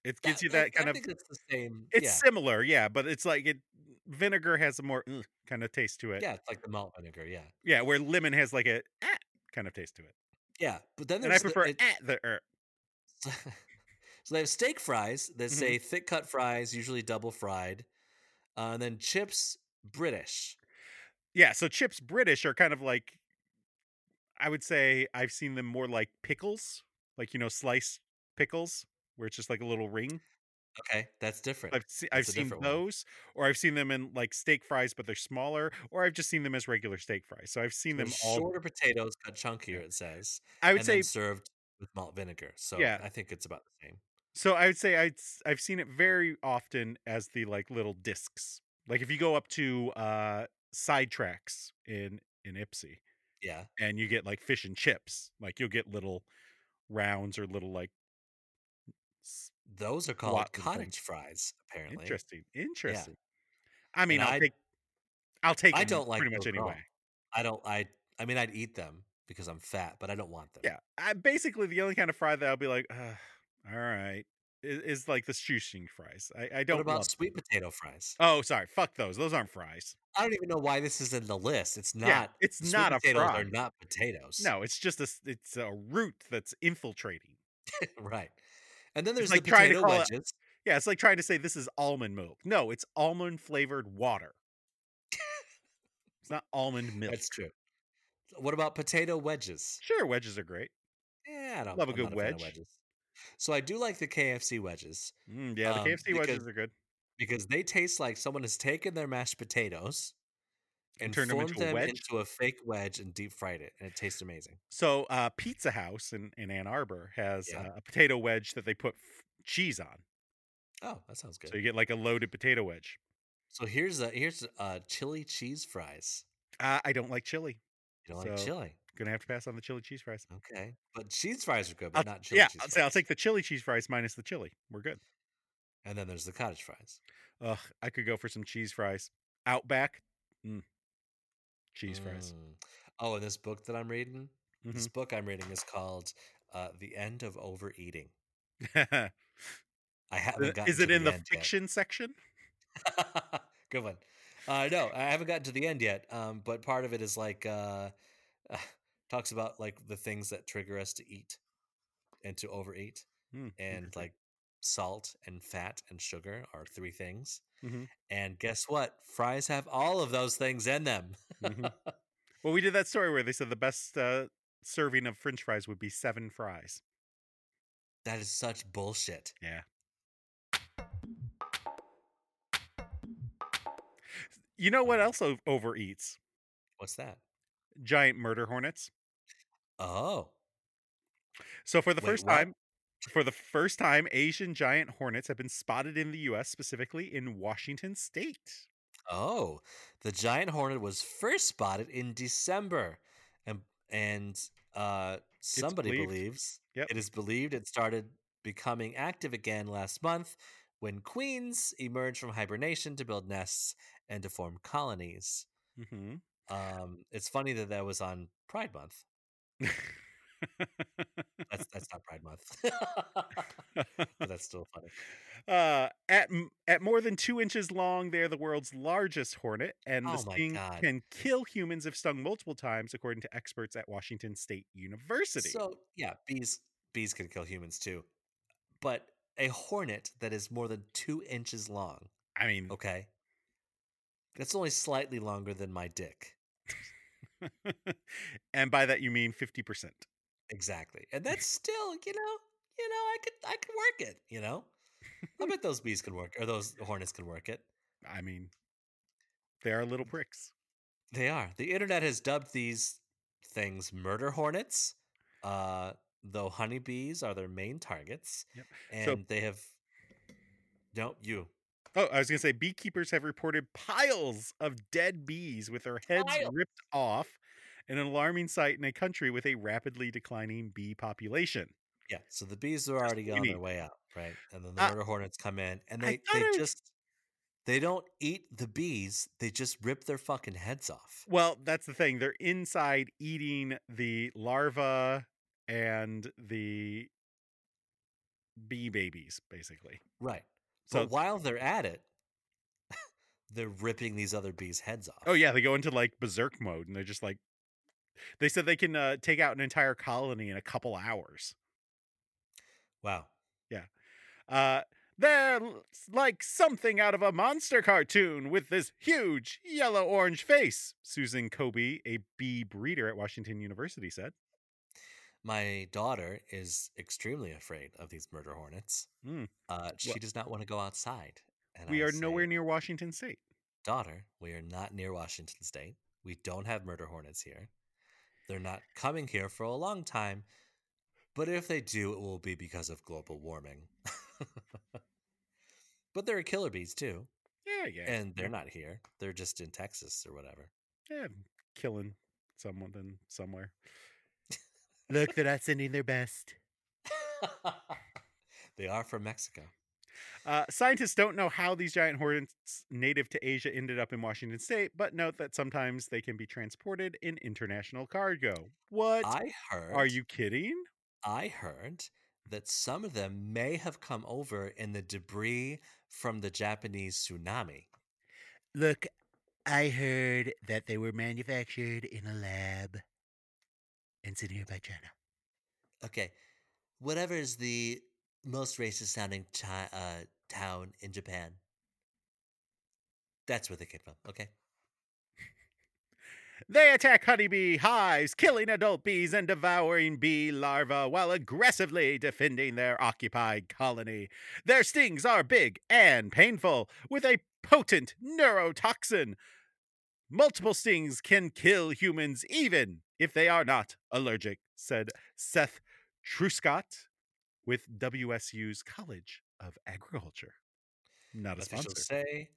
Speaker 1: It gives you that kind
Speaker 2: I
Speaker 1: of.
Speaker 2: think it's the same.
Speaker 1: It's
Speaker 2: yeah,
Speaker 1: similar, yeah, but it's like it. Vinegar has a more "Ugh," kind of taste to it.
Speaker 2: yeah, it's like the malt vinegar. Yeah,
Speaker 1: Yeah, where lemon has like a "Ah," kind of taste to it,
Speaker 2: yeah. But then
Speaker 1: and I
Speaker 2: there's
Speaker 1: prefer
Speaker 2: the, it-
Speaker 1: "Ah," the er.
Speaker 2: so they have steak fries that
Speaker 1: Mhm.
Speaker 2: say thick cut fries, usually double fried, uh, and then chips British.
Speaker 1: Yeah, so chips British are kind of like. I would say I've seen them more like pickles, like you know sliced pickles, where it's just like a little ring.
Speaker 2: Okay, that's different.
Speaker 1: I've seen I've
Speaker 2: That's a
Speaker 1: seen
Speaker 2: different one.
Speaker 1: those, or I've seen them in like steak fries, but they're smaller, or I've just seen them as regular steak fries. So I've seen
Speaker 2: They're
Speaker 1: them all.
Speaker 2: shorter potatoes, cut chunkier. It says.
Speaker 1: I would
Speaker 2: and
Speaker 1: say
Speaker 2: then served with malt vinegar. So
Speaker 1: Yeah.
Speaker 2: I think it's about the same.
Speaker 1: So I would say I'd, s- I've seen it very often as the like little discs. Like if you go up to uh sidetracks in in Ipsy
Speaker 2: Yeah.
Speaker 1: and you get like fish and chips, like you'll get little rounds or little like s-
Speaker 2: Those are called
Speaker 1: Lots of things.
Speaker 2: cottage fries, apparently.
Speaker 1: interesting, interesting. I mean,
Speaker 2: And
Speaker 1: I'll
Speaker 2: I-
Speaker 1: take I'll take.
Speaker 2: I
Speaker 1: 'em
Speaker 2: don't like
Speaker 1: pretty much
Speaker 2: those at all.
Speaker 1: anyway.
Speaker 2: I don't I I mean I'd eat them because I'm fat, but I don't want them.
Speaker 1: Yeah, I basically the only kind of fry that I'll be like, Ugh, all right, is, is like the shoestring fries. I, I don't
Speaker 2: what about
Speaker 1: love them.
Speaker 2: sweet potato fries?
Speaker 1: Oh, sorry, fuck those. Those aren't fries.
Speaker 2: I don't even know why this is in the list. It's not
Speaker 1: yeah, it's
Speaker 2: sweet
Speaker 1: not a
Speaker 2: potatoes
Speaker 1: fry.
Speaker 2: are not potatoes.
Speaker 1: No, it's just a s- it's a root that's infiltrating.
Speaker 2: right. And then there's
Speaker 1: like
Speaker 2: the
Speaker 1: trying to
Speaker 2: potato
Speaker 1: call it-
Speaker 2: wedges.
Speaker 1: Yeah, it's like trying to say this is almond milk. No, it's almond flavored water. it's not almond milk.
Speaker 2: That's true. What about potato wedges?
Speaker 1: Sure, wedges are great.
Speaker 2: Yeah, I don't
Speaker 1: Love a
Speaker 2: I'm
Speaker 1: good
Speaker 2: not fan
Speaker 1: wedge.
Speaker 2: of wedges. So I do like the KFC wedges.
Speaker 1: Mm, yeah, the
Speaker 2: Um,
Speaker 1: KFC
Speaker 2: because-
Speaker 1: wedges are good.
Speaker 2: because they taste like someone has taken their mashed potatoes
Speaker 1: And
Speaker 2: and
Speaker 1: turned 'em
Speaker 2: formed
Speaker 1: into a
Speaker 2: them
Speaker 1: wedge?
Speaker 2: into a fake wedge and deep fried it, and it tastes amazing.
Speaker 1: So, uh, Pizza House in, in Ann Arbor has
Speaker 2: Yeah.
Speaker 1: uh, a potato wedge that they put f- cheese on.
Speaker 2: Oh, that sounds good.
Speaker 1: So
Speaker 2: So,
Speaker 1: you get like a loaded potato wedge.
Speaker 2: here's a here's uh chili cheese fries.
Speaker 1: Uh, I don't like chili.
Speaker 2: You don't like
Speaker 1: So,
Speaker 2: chili?
Speaker 1: Gonna have to pass on the chili cheese fries.
Speaker 2: Okay, but cheese fries are good, but not chili
Speaker 1: yeah,
Speaker 2: cheese.
Speaker 1: I'll,
Speaker 2: Fries.
Speaker 1: say I'll take the chili cheese fries minus the chili. We're good.
Speaker 2: and then there's the cottage fries.
Speaker 1: Ugh, I could go for some cheese fries. Outback, mm. cheese fries.
Speaker 2: Mm. Oh, and this book that I'm reading, this
Speaker 1: Mhm.
Speaker 2: book I'm reading is called uh, "The End of Overeating." Mm. I haven't gotten
Speaker 1: Is it
Speaker 2: to
Speaker 1: in the
Speaker 2: end yet.
Speaker 1: fiction section?
Speaker 2: Good one. Uh, no, I haven't gotten to the end yet. Um, but part of it is like uh, talks about like the things that trigger us to eat and to overeat,
Speaker 1: Hmm,
Speaker 2: and
Speaker 1: interesting.
Speaker 2: like salt and fat and sugar are three things.
Speaker 1: Mhm.
Speaker 2: And guess what? Fries have all of those things in them.
Speaker 1: Mhm. well, we did that story where they said the best uh, serving of French fries would be seven fries.
Speaker 2: That is such bullshit.
Speaker 1: Yeah. You know
Speaker 2: Mm-hmm.
Speaker 1: what else o- overeats?
Speaker 2: What's that?
Speaker 1: Giant murder hornets.
Speaker 2: Oh,
Speaker 1: So for the
Speaker 2: Wait,
Speaker 1: first
Speaker 2: what?
Speaker 1: time, for the first time, Asian giant hornets have been spotted in the U.S., specifically in Washington State.
Speaker 2: Oh, the giant hornet was first spotted in December, and and uh, somebody
Speaker 1: believed.
Speaker 2: believes
Speaker 1: Yep.
Speaker 2: it is believed it started becoming active again last month when queens emerge from hibernation to build nests and to form colonies.
Speaker 1: Mm-hmm.
Speaker 2: Um, it's funny that that was on Pride Month. That's that's not Pride Month, but that's still funny.
Speaker 1: uh, at m- at more than two inches long, they're the world's largest hornet, and
Speaker 2: Oh
Speaker 1: this
Speaker 2: my
Speaker 1: thing
Speaker 2: God.
Speaker 1: can kill humans if stung multiple times, according to experts at Washington State University.
Speaker 2: So yeah, bees bees can kill humans too, but a hornet that is more than two inches long.
Speaker 1: I mean,
Speaker 2: Okay. That's only slightly longer than my dick.
Speaker 1: and by that you mean fifty percent.
Speaker 2: Exactly. And that's still, you know, you know, I could I could work it, you know? I bet those bees can work or those hornets can work it.
Speaker 1: I mean, they are little pricks.
Speaker 2: They are. The internet has dubbed these things murder hornets, uh, though honeybees are their main targets.
Speaker 1: Yep.
Speaker 2: And
Speaker 1: So-
Speaker 2: they have no you.
Speaker 1: Oh, I was gonna say beekeepers have reported piles of dead bees with their heads
Speaker 2: Piles.
Speaker 1: ripped off, an alarming sight in a country with a rapidly declining bee population.
Speaker 2: Yeah. So the bees are already
Speaker 1: what you
Speaker 2: on their
Speaker 1: need.
Speaker 2: way out, right? And then the
Speaker 1: Uh,
Speaker 2: murder hornets come in and
Speaker 1: I
Speaker 2: they,
Speaker 1: thought
Speaker 2: they
Speaker 1: I was-
Speaker 2: just they don't eat the bees, they just rip their fucking heads off.
Speaker 1: Well, that's the thing. They're inside eating the larva and the bee babies, basically.
Speaker 2: Right.
Speaker 1: So
Speaker 2: but while they're at it, they're ripping these other bees' heads off.
Speaker 1: Oh yeah, they go into like berserk mode, and they're just like, they said they can uh, take out an entire colony in a couple hours.
Speaker 2: Wow.
Speaker 1: Uh, they're l- like something out of a monster cartoon with this huge yellow orange face. Susan Kobe, a bee breeder at Washington University, said.
Speaker 2: My daughter is extremely afraid of these murder hornets.
Speaker 1: Mm.
Speaker 2: Uh, she does not want to go outside. And
Speaker 1: We
Speaker 2: I
Speaker 1: are
Speaker 2: say,
Speaker 1: nowhere near Washington State.
Speaker 2: Daughter, we are not near Washington State. We don't have murder hornets here. They're not coming here for a long time. But if they do, it will be because of global warming. but there are killer bees too.
Speaker 1: Yeah, yeah.
Speaker 2: And they're
Speaker 1: yeah.
Speaker 2: not here. They're just in Texas or whatever.
Speaker 1: yeah, killing someone then somewhere. Look, they're not sending their best.
Speaker 2: they are from Mexico.
Speaker 1: Uh, scientists don't know how these giant hornets native to Asia ended up in Washington State, but note that sometimes they can be transported in international cargo. What?
Speaker 2: I heard.
Speaker 1: Are you kidding?
Speaker 2: I heard that some of them may have come over in the debris from the Japanese tsunami.
Speaker 4: Look, I heard that they were manufactured in a lab and sent here by China.
Speaker 2: Okay, whatever is the most racist sounding chi- uh, town in Japan, that's where they came from. Okay,
Speaker 1: They attack honeybee hives, killing adult bees and devouring bee larvae while aggressively defending their occupied colony. Their stings are big and painful, with a potent neurotoxin. Multiple stings can kill humans even if they are not allergic, said Seth Truscott with WSU's College of Agriculture. Not a
Speaker 2: officials
Speaker 1: sponsor.
Speaker 2: say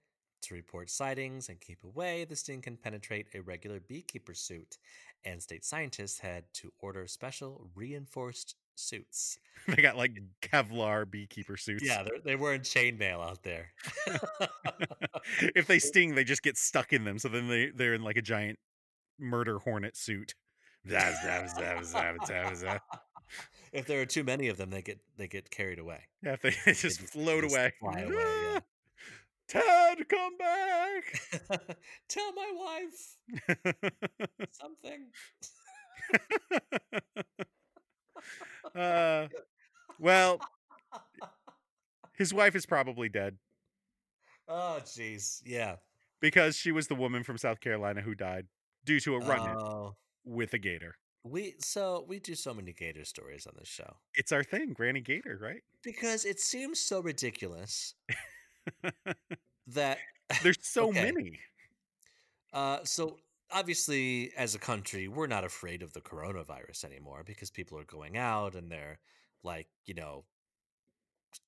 Speaker 2: To report sightings and keep away, the sting can penetrate a regular beekeeper suit, and state scientists had to order special reinforced suits.
Speaker 1: they got like Kevlar beekeeper suits.
Speaker 2: Yeah, they're- they were in chainmail out there.
Speaker 1: if they sting, they just get stuck in them. So then they they're in like a giant murder hornet suit. Zab, zab, zab, zab, zab, zab.
Speaker 2: if there are too many of them, they get they get carried away.
Speaker 1: Yeah, if they, they just
Speaker 2: just-
Speaker 1: float
Speaker 2: just
Speaker 1: away.
Speaker 2: fly away, yeah.
Speaker 1: Ted, come back!
Speaker 2: Tell my wife something.
Speaker 1: uh, well, his wife is probably dead
Speaker 2: Oh, jeez. Yeah.
Speaker 1: because she was the woman from South Carolina who died due to a run-in
Speaker 2: Oh,
Speaker 1: with a gator.
Speaker 2: we so we do so many gator stories on this show
Speaker 1: It's our thing, Granny Gator, right?
Speaker 2: because it seems so ridiculous that
Speaker 1: There's so
Speaker 2: Okay.
Speaker 1: many.
Speaker 2: uh so obviously as a country we're not afraid of the coronavirus anymore because people are going out and they're like, you know,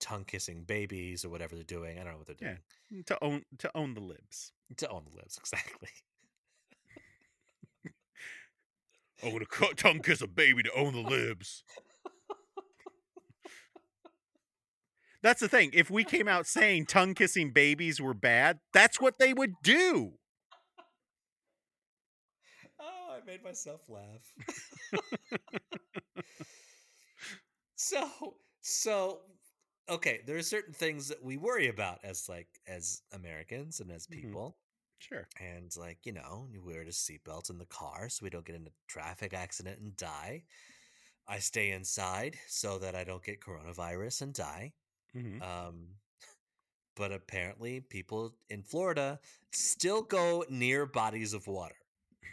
Speaker 2: tongue kissing babies or whatever they're doing. I don't know what they're
Speaker 1: Yeah.
Speaker 2: doing.
Speaker 1: to own to own the libs.
Speaker 2: To own the lips, exactly.
Speaker 1: Oh, to cut tongue kiss a baby to own the libs. That's the thing. If we came out saying tongue kissing babies were bad, that's what they would do.
Speaker 2: Oh, I made myself laugh. so, so okay, there are certain things that we worry about as like as Americans and as
Speaker 1: Mhm.
Speaker 2: people.
Speaker 1: Sure.
Speaker 2: And like, you know, you wear a seatbelt in the car so we don't get in a traffic accident and die. I stay inside so that I don't get coronavirus and die.
Speaker 1: hmm
Speaker 2: Um, but apparently people in Florida still go near bodies of water.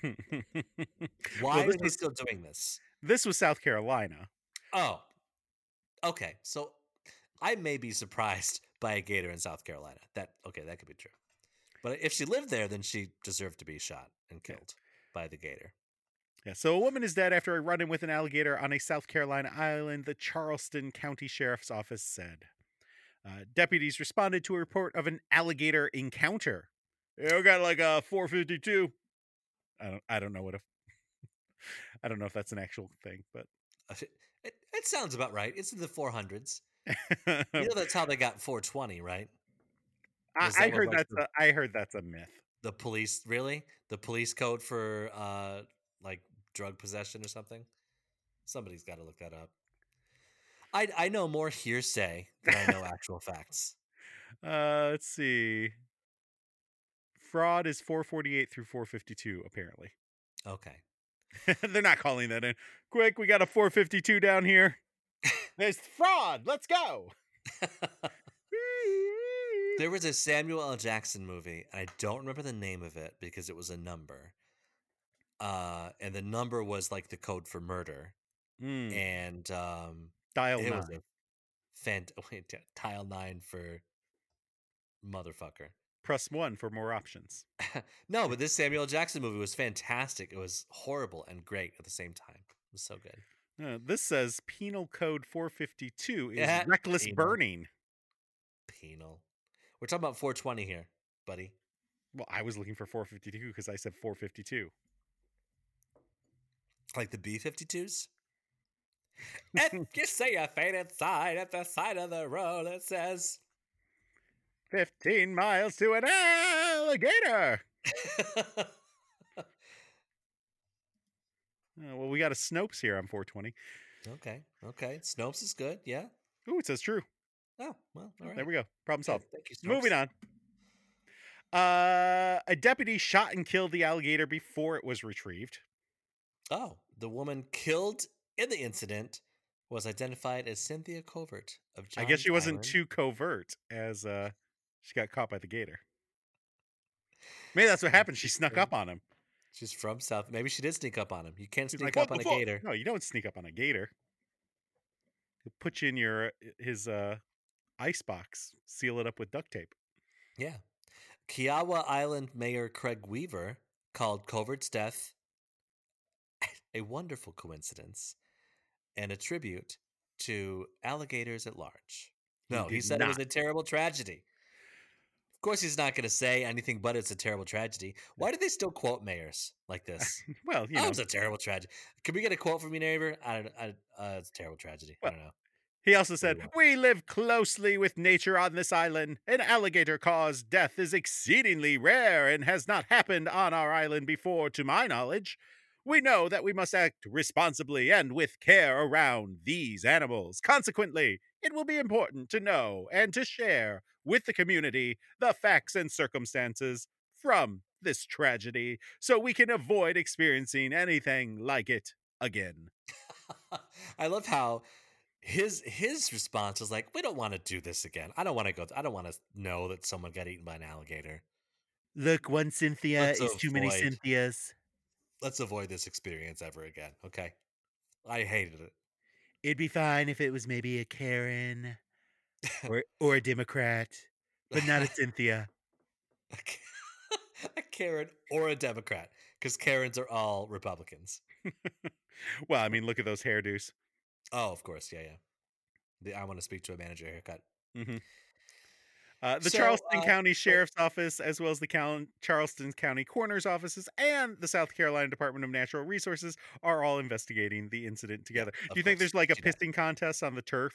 Speaker 2: Why
Speaker 1: this
Speaker 2: are they
Speaker 1: was-
Speaker 2: still doing this?
Speaker 1: Mm-hmm. this was South Carolina.
Speaker 2: Oh, okay. So I may be surprised by a gator in South Carolina. That okay, that could be true. But if she lived there, then she deserved to be shot and
Speaker 1: Yeah.
Speaker 2: killed by the gator.
Speaker 1: Yeah, so a woman is dead after a run in with an alligator on a South Carolina island, the Charleston County Sheriff's Office said. Uh, deputies responded to a report of an alligator encounter. Yeah, we got like a 452. I don't I don't know what a I don't know if that's an actual thing, but
Speaker 2: Uh, It, it sounds about right. It's in the 400s. You know that's how they got 420, right?
Speaker 1: I,
Speaker 2: was
Speaker 1: I
Speaker 2: that one
Speaker 1: heard
Speaker 2: like
Speaker 1: that's
Speaker 2: the-
Speaker 1: a, I heard that's a myth.
Speaker 2: The police really? The police code for uh like drug possession or something? Somebody's got to look that up. I I know more hearsay than I know actual facts.
Speaker 1: Uh, let's see. Fraud is 448 through 452 apparently.
Speaker 2: Okay.
Speaker 1: They're not calling that in. Quick, we got a 452 down here. There's fraud. Let's go.
Speaker 2: There was a Samuel L. Jackson movie, and I don't remember the name of it because it was a number. Uh, and the number was like the code for murder.
Speaker 1: Mm,
Speaker 2: And um,
Speaker 1: dial
Speaker 2: it
Speaker 1: nine.
Speaker 2: was a fant- wait, t- tile nine for motherfucker.
Speaker 1: Press one for more options.
Speaker 2: No, but this Samuel L. Jackson movie was fantastic. It was horrible and great at the same time. It was so good.
Speaker 1: Uh, this says penal code 452 is
Speaker 2: Yeah,
Speaker 1: reckless
Speaker 2: penal.
Speaker 1: burning.
Speaker 2: Penal. We're talking about 420 here, buddy.
Speaker 1: Well, I was looking for 452 because I said 452.
Speaker 2: Like the B 52s? if you see a faded sign at the side of the road that says,
Speaker 1: 15 miles to an alligator. Uh, well, we got a Snopes here on 420.
Speaker 2: okay, okay. Snopes is good. Yeah.
Speaker 1: Ooh, it says true.
Speaker 2: Oh, well, all right.
Speaker 1: There we go. Problem solved.
Speaker 2: Thank you, Snopes.
Speaker 1: Moving on. Uh, a deputy shot and killed the alligator before it was retrieved.
Speaker 2: Oh, the woman killed in the incident was identified as Cynthia Covert of John
Speaker 1: I guess she wasn't
Speaker 2: Island.
Speaker 1: too covert, as uh, she got caught by the gator. Maybe that's what happened. She snuck up on him.
Speaker 2: She's from South. Maybe she did sneak up on him. You can't
Speaker 1: She's
Speaker 2: sneak
Speaker 1: "What
Speaker 2: up on
Speaker 1: the
Speaker 2: a
Speaker 1: fuck?"
Speaker 2: gator.
Speaker 1: No, you don't sneak up on a gator. He'll put you in your uh, his uh, ice box, seal it up with duct tape.
Speaker 2: Yeah. Kiowa Island Mayor Craig Weaver called Covert's death a wonderful coincidence and a tribute to alligators at large.
Speaker 1: He
Speaker 2: No, he
Speaker 1: did
Speaker 2: said it was
Speaker 1: not.
Speaker 2: a terrible tragedy. Of course, he's not going to say anything but it's a terrible tragedy. Why do they still quote mayors like this?
Speaker 1: Well, you know,
Speaker 2: Oh, it's a terrible tragedy. Can we get a quote from your neighbor? I don't. I, uh, it's a terrible tragedy. I
Speaker 1: Well,
Speaker 2: don't know.
Speaker 1: he also said,
Speaker 2: well.
Speaker 1: "We live closely with nature on this island. An alligator caused death is exceedingly rare and has not happened on our island before, to my knowledge. We know that we must act responsibly and with care around these animals. Consequently, it will be important to know and to share with the community the facts and circumstances from this tragedy, so we can avoid experiencing anything like it again."
Speaker 2: I love how his his response was like, "We don't want to do this again. I don't want to go. I don't want to know that someone got eaten by an alligator.
Speaker 4: Look, one Cynthia
Speaker 2: Let's
Speaker 4: is too many
Speaker 2: avoid.
Speaker 4: Cynthias.
Speaker 2: Let's avoid this experience ever again." Okay, I hated it.
Speaker 4: It'd be fine if it was maybe a Karen or or a Democrat, but not a Cynthia.
Speaker 2: a Karen or a Democrat, because Karens are all Republicans.
Speaker 1: Well, I mean, look at those hairdos.
Speaker 2: Oh, of course, yeah, yeah. The I want to speak to a manager haircut.
Speaker 1: Uh, the
Speaker 2: So,
Speaker 1: Charleston
Speaker 2: uh,
Speaker 1: County Sheriff's Office, as well as the Cal- Charleston County Coroner's Offices and the South Carolina Department of Natural Resources, are all investigating the incident together.
Speaker 2: of
Speaker 1: Do you think
Speaker 2: course,
Speaker 1: there's like a
Speaker 2: do that.
Speaker 1: pissing contest on the turf?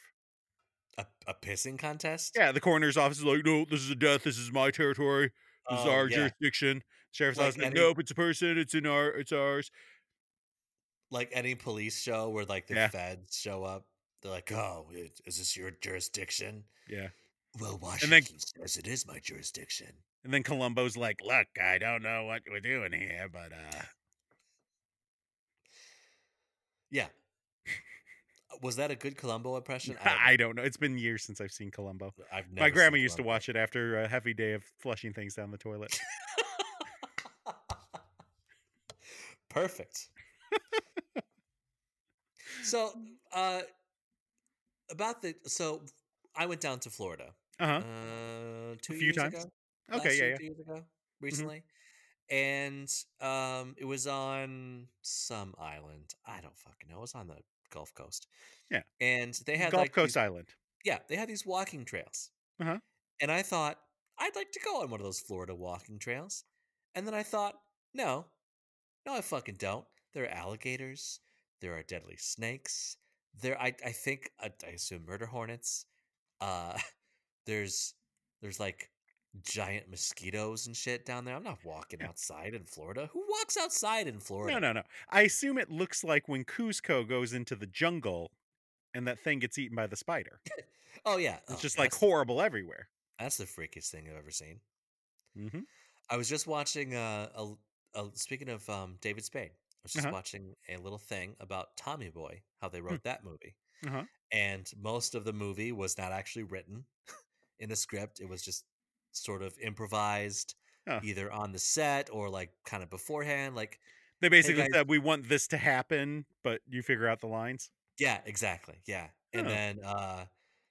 Speaker 2: A, a pissing contest?
Speaker 1: Yeah, the coroner's office is like, no, this is a death. This is my territory. This is
Speaker 2: Oh,
Speaker 1: our
Speaker 2: yeah.
Speaker 1: jurisdiction. Sheriff's
Speaker 2: Like
Speaker 1: office, like,
Speaker 2: any-
Speaker 1: nope, it's a person. It's in our, it's ours.
Speaker 2: like any police show where like the
Speaker 1: Yeah.
Speaker 2: feds show up. They're like, "Oh, it- is this your jurisdiction?"
Speaker 1: Yeah.
Speaker 2: Well,
Speaker 1: then-
Speaker 2: Washington says it is my jurisdiction.
Speaker 1: And then Columbo's like, look, I don't know what we're doing here, but uh,
Speaker 2: Yeah. Uh, Was that a good Columbo impression?
Speaker 1: I don't know. It's been years since I've seen Columbo.
Speaker 2: don't know. I've never
Speaker 1: My
Speaker 2: seen
Speaker 1: grandma used to
Speaker 2: Columbo.
Speaker 1: watch it after a heavy day of flushing things down the toilet.
Speaker 2: Perfect. so, uh, about the so I went down to Florida
Speaker 1: Uh-huh.
Speaker 2: uh, two
Speaker 1: few
Speaker 2: years
Speaker 1: times?
Speaker 2: ago.
Speaker 1: Okay,
Speaker 2: last
Speaker 1: yeah,
Speaker 2: year,
Speaker 1: yeah. Mm-hmm.
Speaker 2: two years ago, recently, and um, it was on some island. I don't fucking know. It was on the Gulf Coast.
Speaker 1: Yeah.
Speaker 2: and they had
Speaker 1: Gulf
Speaker 2: like
Speaker 1: Coast
Speaker 2: these-
Speaker 1: Island.
Speaker 2: yeah, they had these walking trails.
Speaker 1: Uh-huh.
Speaker 2: And I thought, I'd like to go on one of those Florida walking trails. And then I thought, no, no, I fucking don't. There are alligators. There are deadly snakes. There, I, I think, I, I assume murder hornets. Uh, there's, there's like giant mosquitoes and shit down there. I'm not walking
Speaker 1: Yeah.
Speaker 2: outside in Florida. Who walks outside in Florida?
Speaker 1: No, no, no. I assume it looks like when Cusco goes into the jungle and that thing gets eaten by the spider. It's
Speaker 2: Oh yeah, Oh,
Speaker 1: just like
Speaker 2: that's-
Speaker 1: horrible everywhere.
Speaker 2: that's the freakiest thing I've ever seen.
Speaker 1: hmm
Speaker 2: I was just watching uh, a, l- a l- speaking of um, David Spade. I was just
Speaker 1: Uh-huh. Hmm.
Speaker 2: watching a little thing about Tommy Boy, how they wrote that movie,
Speaker 1: Uh-huh.
Speaker 2: and most of the movie was not actually written in a script. It was just sort of improvised,
Speaker 1: Huh.
Speaker 2: either on the set or like kind of beforehand. Like,
Speaker 1: They basically
Speaker 2: guys.
Speaker 1: said, we want this to happen, but you figure out the lines.
Speaker 2: yeah, exactly, yeah. And
Speaker 1: Huh.
Speaker 2: then, uh,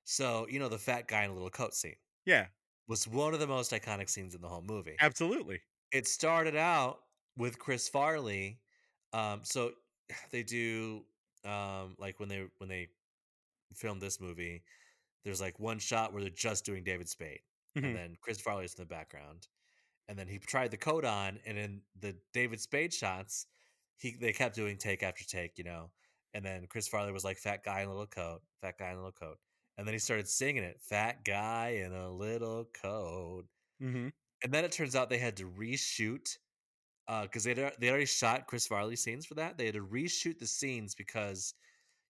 Speaker 2: so you know, the fat guy in a little coat scene
Speaker 1: Yeah,
Speaker 2: was one of the most iconic scenes in the whole movie.
Speaker 1: absolutely.
Speaker 2: it started out with Chris Farley. Um, so they do um, like when they when they filmed this movie, there's like one shot where they're just doing David Spade,
Speaker 1: Mhm.
Speaker 2: and then Chris Farley's in the background, and then he tried the coat on, and in the David Spade shots, he they kept doing take after take, you know, and then Chris Farley was like fat guy in a little coat, fat guy in a little coat, and then he started singing it, fat guy in a little coat,
Speaker 1: hmm
Speaker 2: and then it turns out they had to reshoot uh, because they they already shot Chris Farley scenes for that. They had to reshoot the scenes because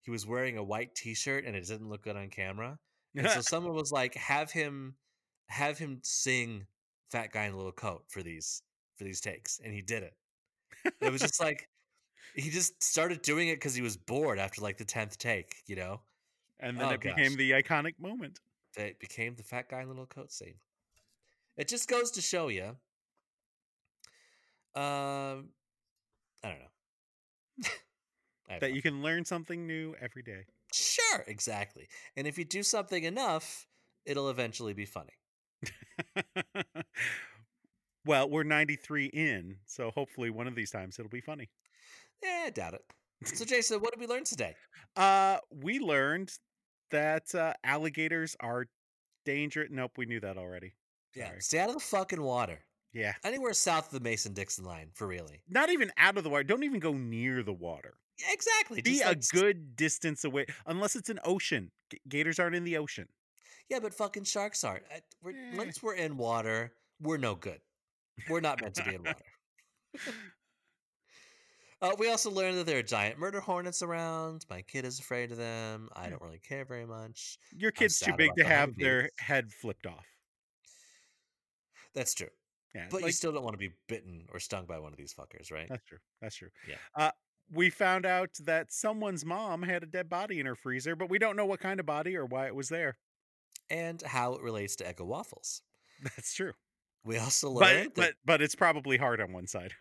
Speaker 2: he was wearing a white T-shirt and it didn't look good on camera. And so someone was like, "Have him, have him sing Fat Guy in a Little Coat for these for these takes," and he did it. It was just like he just started doing it because he was bored after like the tenth take, you know.
Speaker 1: and then
Speaker 2: Oh,
Speaker 1: it became
Speaker 2: gosh.
Speaker 1: the iconic moment.
Speaker 2: that it became the fat guy in the little coat scene. It just goes to show you. Um, I don't know. I
Speaker 1: Hmm.
Speaker 2: have
Speaker 1: That you
Speaker 2: nothing.
Speaker 1: can learn something new every day.
Speaker 2: sure exactly, and if you do something enough, it'll eventually be funny.
Speaker 1: well, we're 93 in, so hopefully one of these times it'll be funny.
Speaker 2: Eh, I doubt it. So, Jason, what did we learn today?
Speaker 1: Uh, we learned that uh, alligators are dangerous. Nope, we knew that already.
Speaker 2: Yeah,
Speaker 1: Sorry.
Speaker 2: stay out of the fucking water.
Speaker 1: Yeah.
Speaker 2: Anywhere south of the Mason Dixon line, for really.
Speaker 1: Not even out of the water. Don't even go near the water.
Speaker 2: Yeah, exactly.
Speaker 1: Be
Speaker 2: just,
Speaker 1: a
Speaker 2: like, s-
Speaker 1: good distance away, unless it's an ocean. G- gators aren't in the ocean.
Speaker 2: Yeah, but fucking sharks aren't. I, we're,
Speaker 1: Eh.
Speaker 2: Once we're in water, we're no good. We're not meant to be in water. uh, we also learned that there are giant murder hornets around. My kid is afraid of them.
Speaker 1: Hmm.
Speaker 2: I don't really care very much.
Speaker 1: Your kid's too
Speaker 2: sad
Speaker 1: big
Speaker 2: about
Speaker 1: to
Speaker 2: the
Speaker 1: have their
Speaker 2: honeybees.
Speaker 1: head flipped off.
Speaker 2: That's true.
Speaker 1: Yeah,
Speaker 2: But you
Speaker 1: like-
Speaker 2: still don't want to be bitten or stung by one of these fuckers, right?
Speaker 1: That's true. That's true.
Speaker 2: Yeah.
Speaker 1: Uh, we found out that someone's mom had a dead body in her freezer, but we don't know what kind of body or why it was there.
Speaker 2: And how it relates to Eggo waffles.
Speaker 1: That's true.
Speaker 2: We also learned
Speaker 1: But
Speaker 2: that
Speaker 1: but but it's probably hard on one side.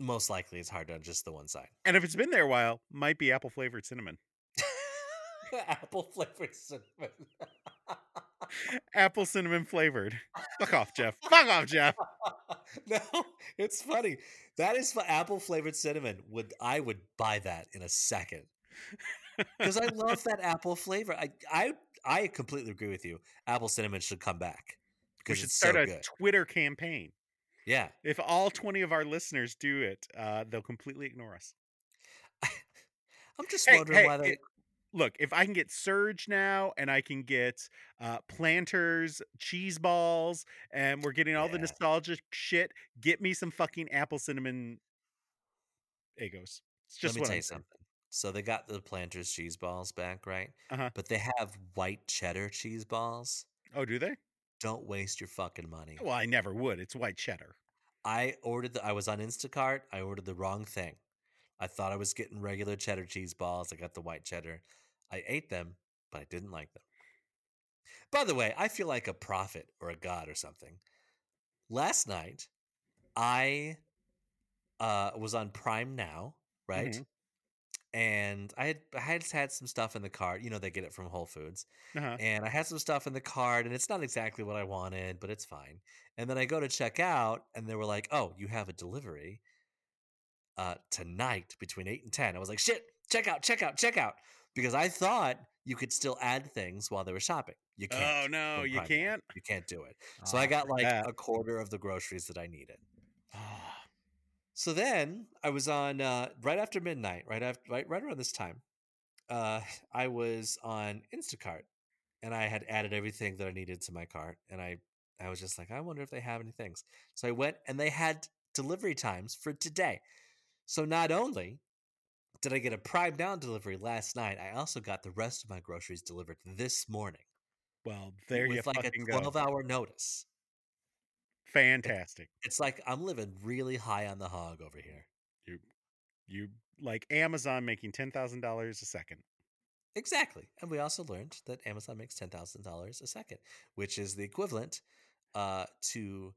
Speaker 2: most likely it's hard on just the one side.
Speaker 1: And if it's been there a while, might be apple flavored cinnamon.
Speaker 2: Apple flavored cinnamon.
Speaker 1: Apple cinnamon flavored. Fuck off, Jeff. Fuck off, Jeff.
Speaker 2: no, it's funny. That is for apple flavored cinnamon. Would I would buy that in a second because I love that apple flavor. I I I completely agree with you. Apple cinnamon should come back
Speaker 1: We
Speaker 2: because
Speaker 1: should
Speaker 2: it's
Speaker 1: start
Speaker 2: so
Speaker 1: a
Speaker 2: good.
Speaker 1: Twitter campaign.
Speaker 2: Yeah,
Speaker 1: If all 20 of our listeners do it, uh, they'll completely ignore us.
Speaker 2: I'm just
Speaker 1: Hey,
Speaker 2: wondering
Speaker 1: hey,
Speaker 2: why they.
Speaker 1: it- look, if I can get Surge now and I can get uh, Planters, Cheese Balls, and we're getting all the
Speaker 2: Yeah.
Speaker 1: nostalgic shit, get me some fucking apple cinnamon Egos. It's just
Speaker 2: let me
Speaker 1: what
Speaker 2: tell
Speaker 1: I'm
Speaker 2: you
Speaker 1: saying.
Speaker 2: something. So they got the Planters cheese balls back, right?
Speaker 1: Uh-huh.
Speaker 2: But they have white cheddar cheese balls.
Speaker 1: Oh, do they?
Speaker 2: Don't waste your fucking money.
Speaker 1: Well, I never would. It's white cheddar.
Speaker 2: I ordered the I was on Instacart. I ordered the wrong thing. I thought I was getting regular cheddar cheese balls. I got the white cheddar. I ate them, but I didn't like them. By the way, I feel like a prophet or a god or something. Last night, I uh, was on Prime Now, right?
Speaker 1: Mhm.
Speaker 2: And I had I had had some stuff in the cart. You know, they get it from Whole Foods
Speaker 1: Uh-huh.
Speaker 2: and I had some stuff in the card, and it's not exactly what I wanted, but it's fine. And then I go to check out, and they were like, "Oh, you have a delivery uh, tonight between eight and 10. I was like, "Shit, check out, check out, check out," because I thought you could still add things while they were shopping. You can't.
Speaker 1: Oh, no,
Speaker 2: from
Speaker 1: you
Speaker 2: Prime Now.
Speaker 1: can't?
Speaker 2: You can't do it. So
Speaker 1: Ah,
Speaker 2: I got like
Speaker 1: that.
Speaker 2: a quarter of the groceries that I needed.
Speaker 1: Ah.
Speaker 2: So then I was on uh, right after midnight, right after right, right around this time. Uh, I was on Instacart, and I had added everything that I needed to my cart, and I I was just like, I wonder if they have any things. So I went, and they had delivery times for today. So not only did I get a Prime Down delivery last night, I also got the rest of my groceries delivered this morning
Speaker 1: Well, there you
Speaker 2: with like a
Speaker 1: fucking go.
Speaker 2: twelve-hour notice.
Speaker 1: Fantastic.
Speaker 2: It's like I'm living really high on the hog over here.
Speaker 1: You like Amazon making $10,000 a second.
Speaker 2: Exactly. And we also learned that Amazon makes $10,000 a second, which is the equivalent uh, to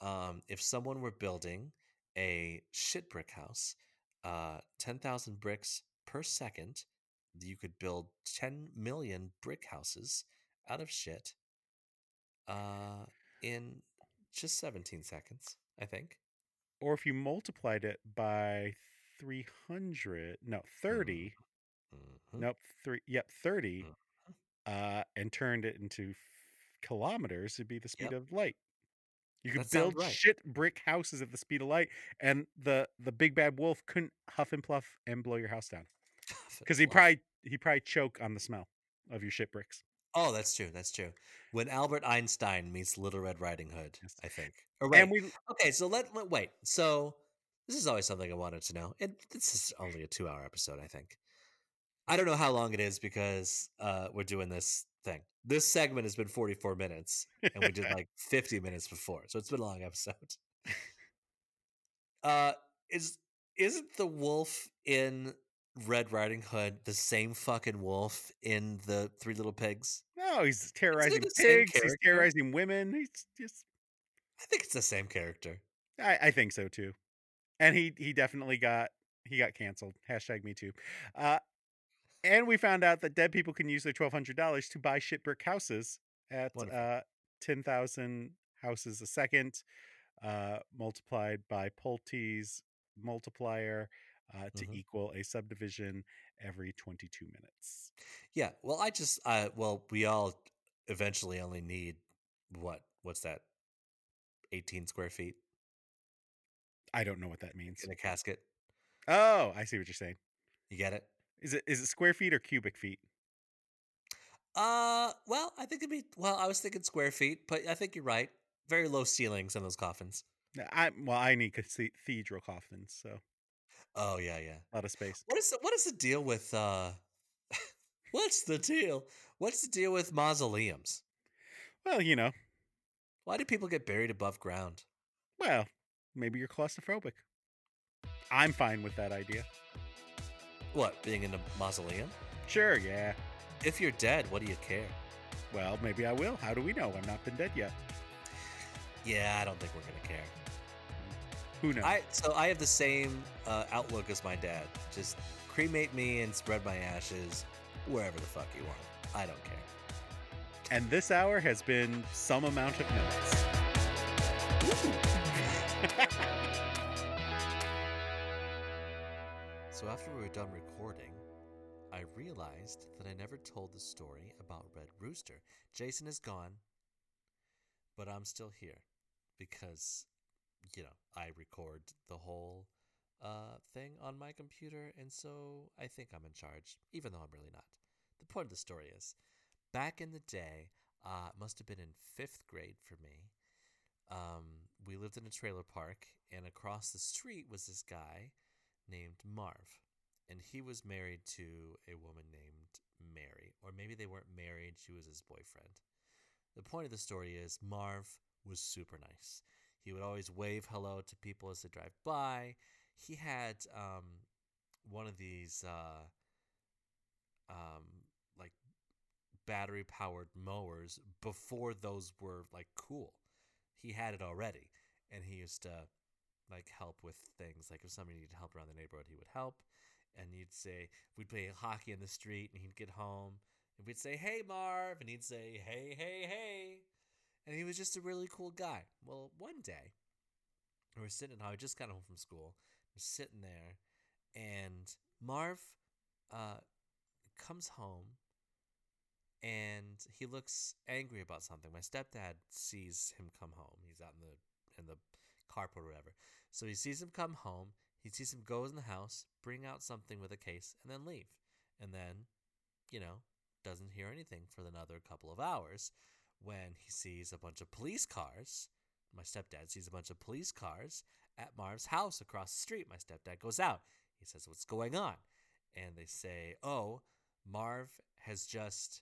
Speaker 2: um, if someone were building a shit brick house, uh, 10,000 bricks per second, you could build 10 million brick houses out of shit uh, in just 17 seconds, I think.
Speaker 1: Or if you multiplied it by 300, no, 30.
Speaker 2: Mhm.
Speaker 1: Nope, three. Yep, thirty,
Speaker 2: Mhm.
Speaker 1: uh, and turned it into f- kilometers. It'd be the speed
Speaker 2: Yep.
Speaker 1: of light. You could
Speaker 2: That sounds
Speaker 1: build
Speaker 2: right.
Speaker 1: shit brick houses at the speed of light, and the the big bad wolf couldn't huff and puff and blow your house down because he
Speaker 2: Wow.
Speaker 1: probably he probably choke on the smell of your shit bricks.
Speaker 2: Oh, that's true. That's true. When Albert Einstein meets Little Red Riding Hood,
Speaker 1: Yes.
Speaker 2: I think. Or wait,
Speaker 1: And we
Speaker 2: okay, so let, let wait. So this is always something I wanted to know, and this is only a two-hour episode, I think. I don't know how long it is because uh, we're doing this thing. This segment has been 44 minutes, and we did like 50 minutes before, so it's been a long episode. Uh, is isn't the wolf in Red Riding Hood the same fucking wolf in the Three Little Pigs?
Speaker 1: no, oh, he's terrorizing
Speaker 2: the same
Speaker 1: pigs. He's
Speaker 2: character?
Speaker 1: terrorizing women. He's just.
Speaker 2: I think it's the same character.
Speaker 1: I, I think so too, and he he definitely got he got canceled. Hashtag me too. Uh, and we found out that dead people can use their twelve hundred dollars to buy shit brick houses at
Speaker 2: Wonderful.
Speaker 1: uh, ten thousand houses a second, uh, multiplied by Pulte's multiplier uh, to
Speaker 2: Mhm.
Speaker 1: equal a subdivision every twenty two minutes.
Speaker 2: Yeah. Well, I just, uh, well, we all eventually only need what? What's that? 18 square feet
Speaker 1: I don't know what that means.
Speaker 2: in a casket.
Speaker 1: Oh, I see what you're saying.
Speaker 2: You get it?
Speaker 1: Is it is it square feet or cubic feet?
Speaker 2: Uh, well, I think it'd be. Well, I was thinking square feet, but I think you're right. Very low ceilings in those coffins.
Speaker 1: No, I well, I need cathedral coffins, so
Speaker 2: Oh yeah, yeah.
Speaker 1: a lot of space.
Speaker 2: What is the, what is the deal with uh? what's the deal? What's the deal with mausoleums?
Speaker 1: Well, you know,
Speaker 2: Why do people get buried above ground?
Speaker 1: well, maybe you're claustrophobic. I'm fine with that idea.
Speaker 2: What being in a mausoleum?
Speaker 1: Sure, yeah.
Speaker 2: If you're dead, what do you care?
Speaker 1: Well, maybe I will. How do we know? I've not been dead yet.
Speaker 2: Yeah, I don't think we're gonna care.
Speaker 1: Who knows?
Speaker 2: I so I have the same uh, outlook as my dad. Just cremate me and spread my ashes wherever the fuck you want. I don't care.
Speaker 1: and this hour has been some amount of minutes.
Speaker 2: So after we were done recording, I realized that I never told the story about Red Rooster. Jason is gone, but I'm still here because, you know, I record the whole uh, thing on my computer, and so I think I'm in charge, even though I'm really not. The point of the story is back in the day, uh, it must have been in fifth grade for me. Um, we lived in a trailer park, and across the street was this guy named Marv, and he was married to a woman named Mary, or maybe they weren't married, she was his boyfriend. The point of the story is Marv was super nice. He would always wave hello to people as they drive by. He had um, one of these uh, um, like battery powered mowers before those were like cool. He had it already, and he used to like help with things. Like if somebody needed help around the neighborhood, he would help. And you'd say we'd play hockey in the street, and he'd get home, and we'd say, "Hey, Marv," and he'd say, "Hey, hey, hey," and he was just a really cool guy. Well, one day, we were sitting. I had just got home from school. We're sitting there, and Marv uh, comes home, and he looks angry about something. My stepdad sees him come home. He's out in the in the carport or whatever. So he sees him come home. He sees him go in the house, bring out something with a case, and then leave. And then, you know, doesn't hear anything for another couple of hours when he sees a bunch of police cars. My stepdad sees a bunch of police cars at Marv's house across the street. My stepdad goes out. He says, What's going on? And they say, Oh, Marv has just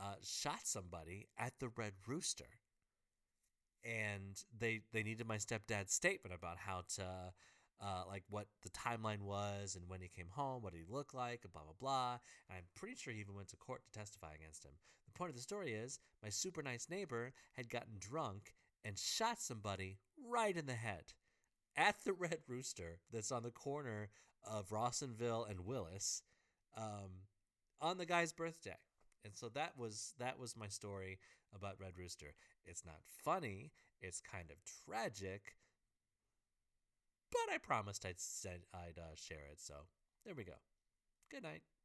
Speaker 2: uh, shot somebody at the Red Rooster and they they needed my stepdad's statement about how to uh, like what the timeline was and when he came home, what he looked like, and blah blah blah. And I'm pretty sure he even went to court to testify against him. The point of the story is my super nice neighbor had gotten drunk and shot somebody right in the head at the Red Rooster that's on the corner of Rawsonville and Willis um, on the guy's birthday. And so that was that was my story about Red Rooster. It's not funny. It's kind of tragic. But I promised I'd send, I'd uh, share it. So there we go. Good night.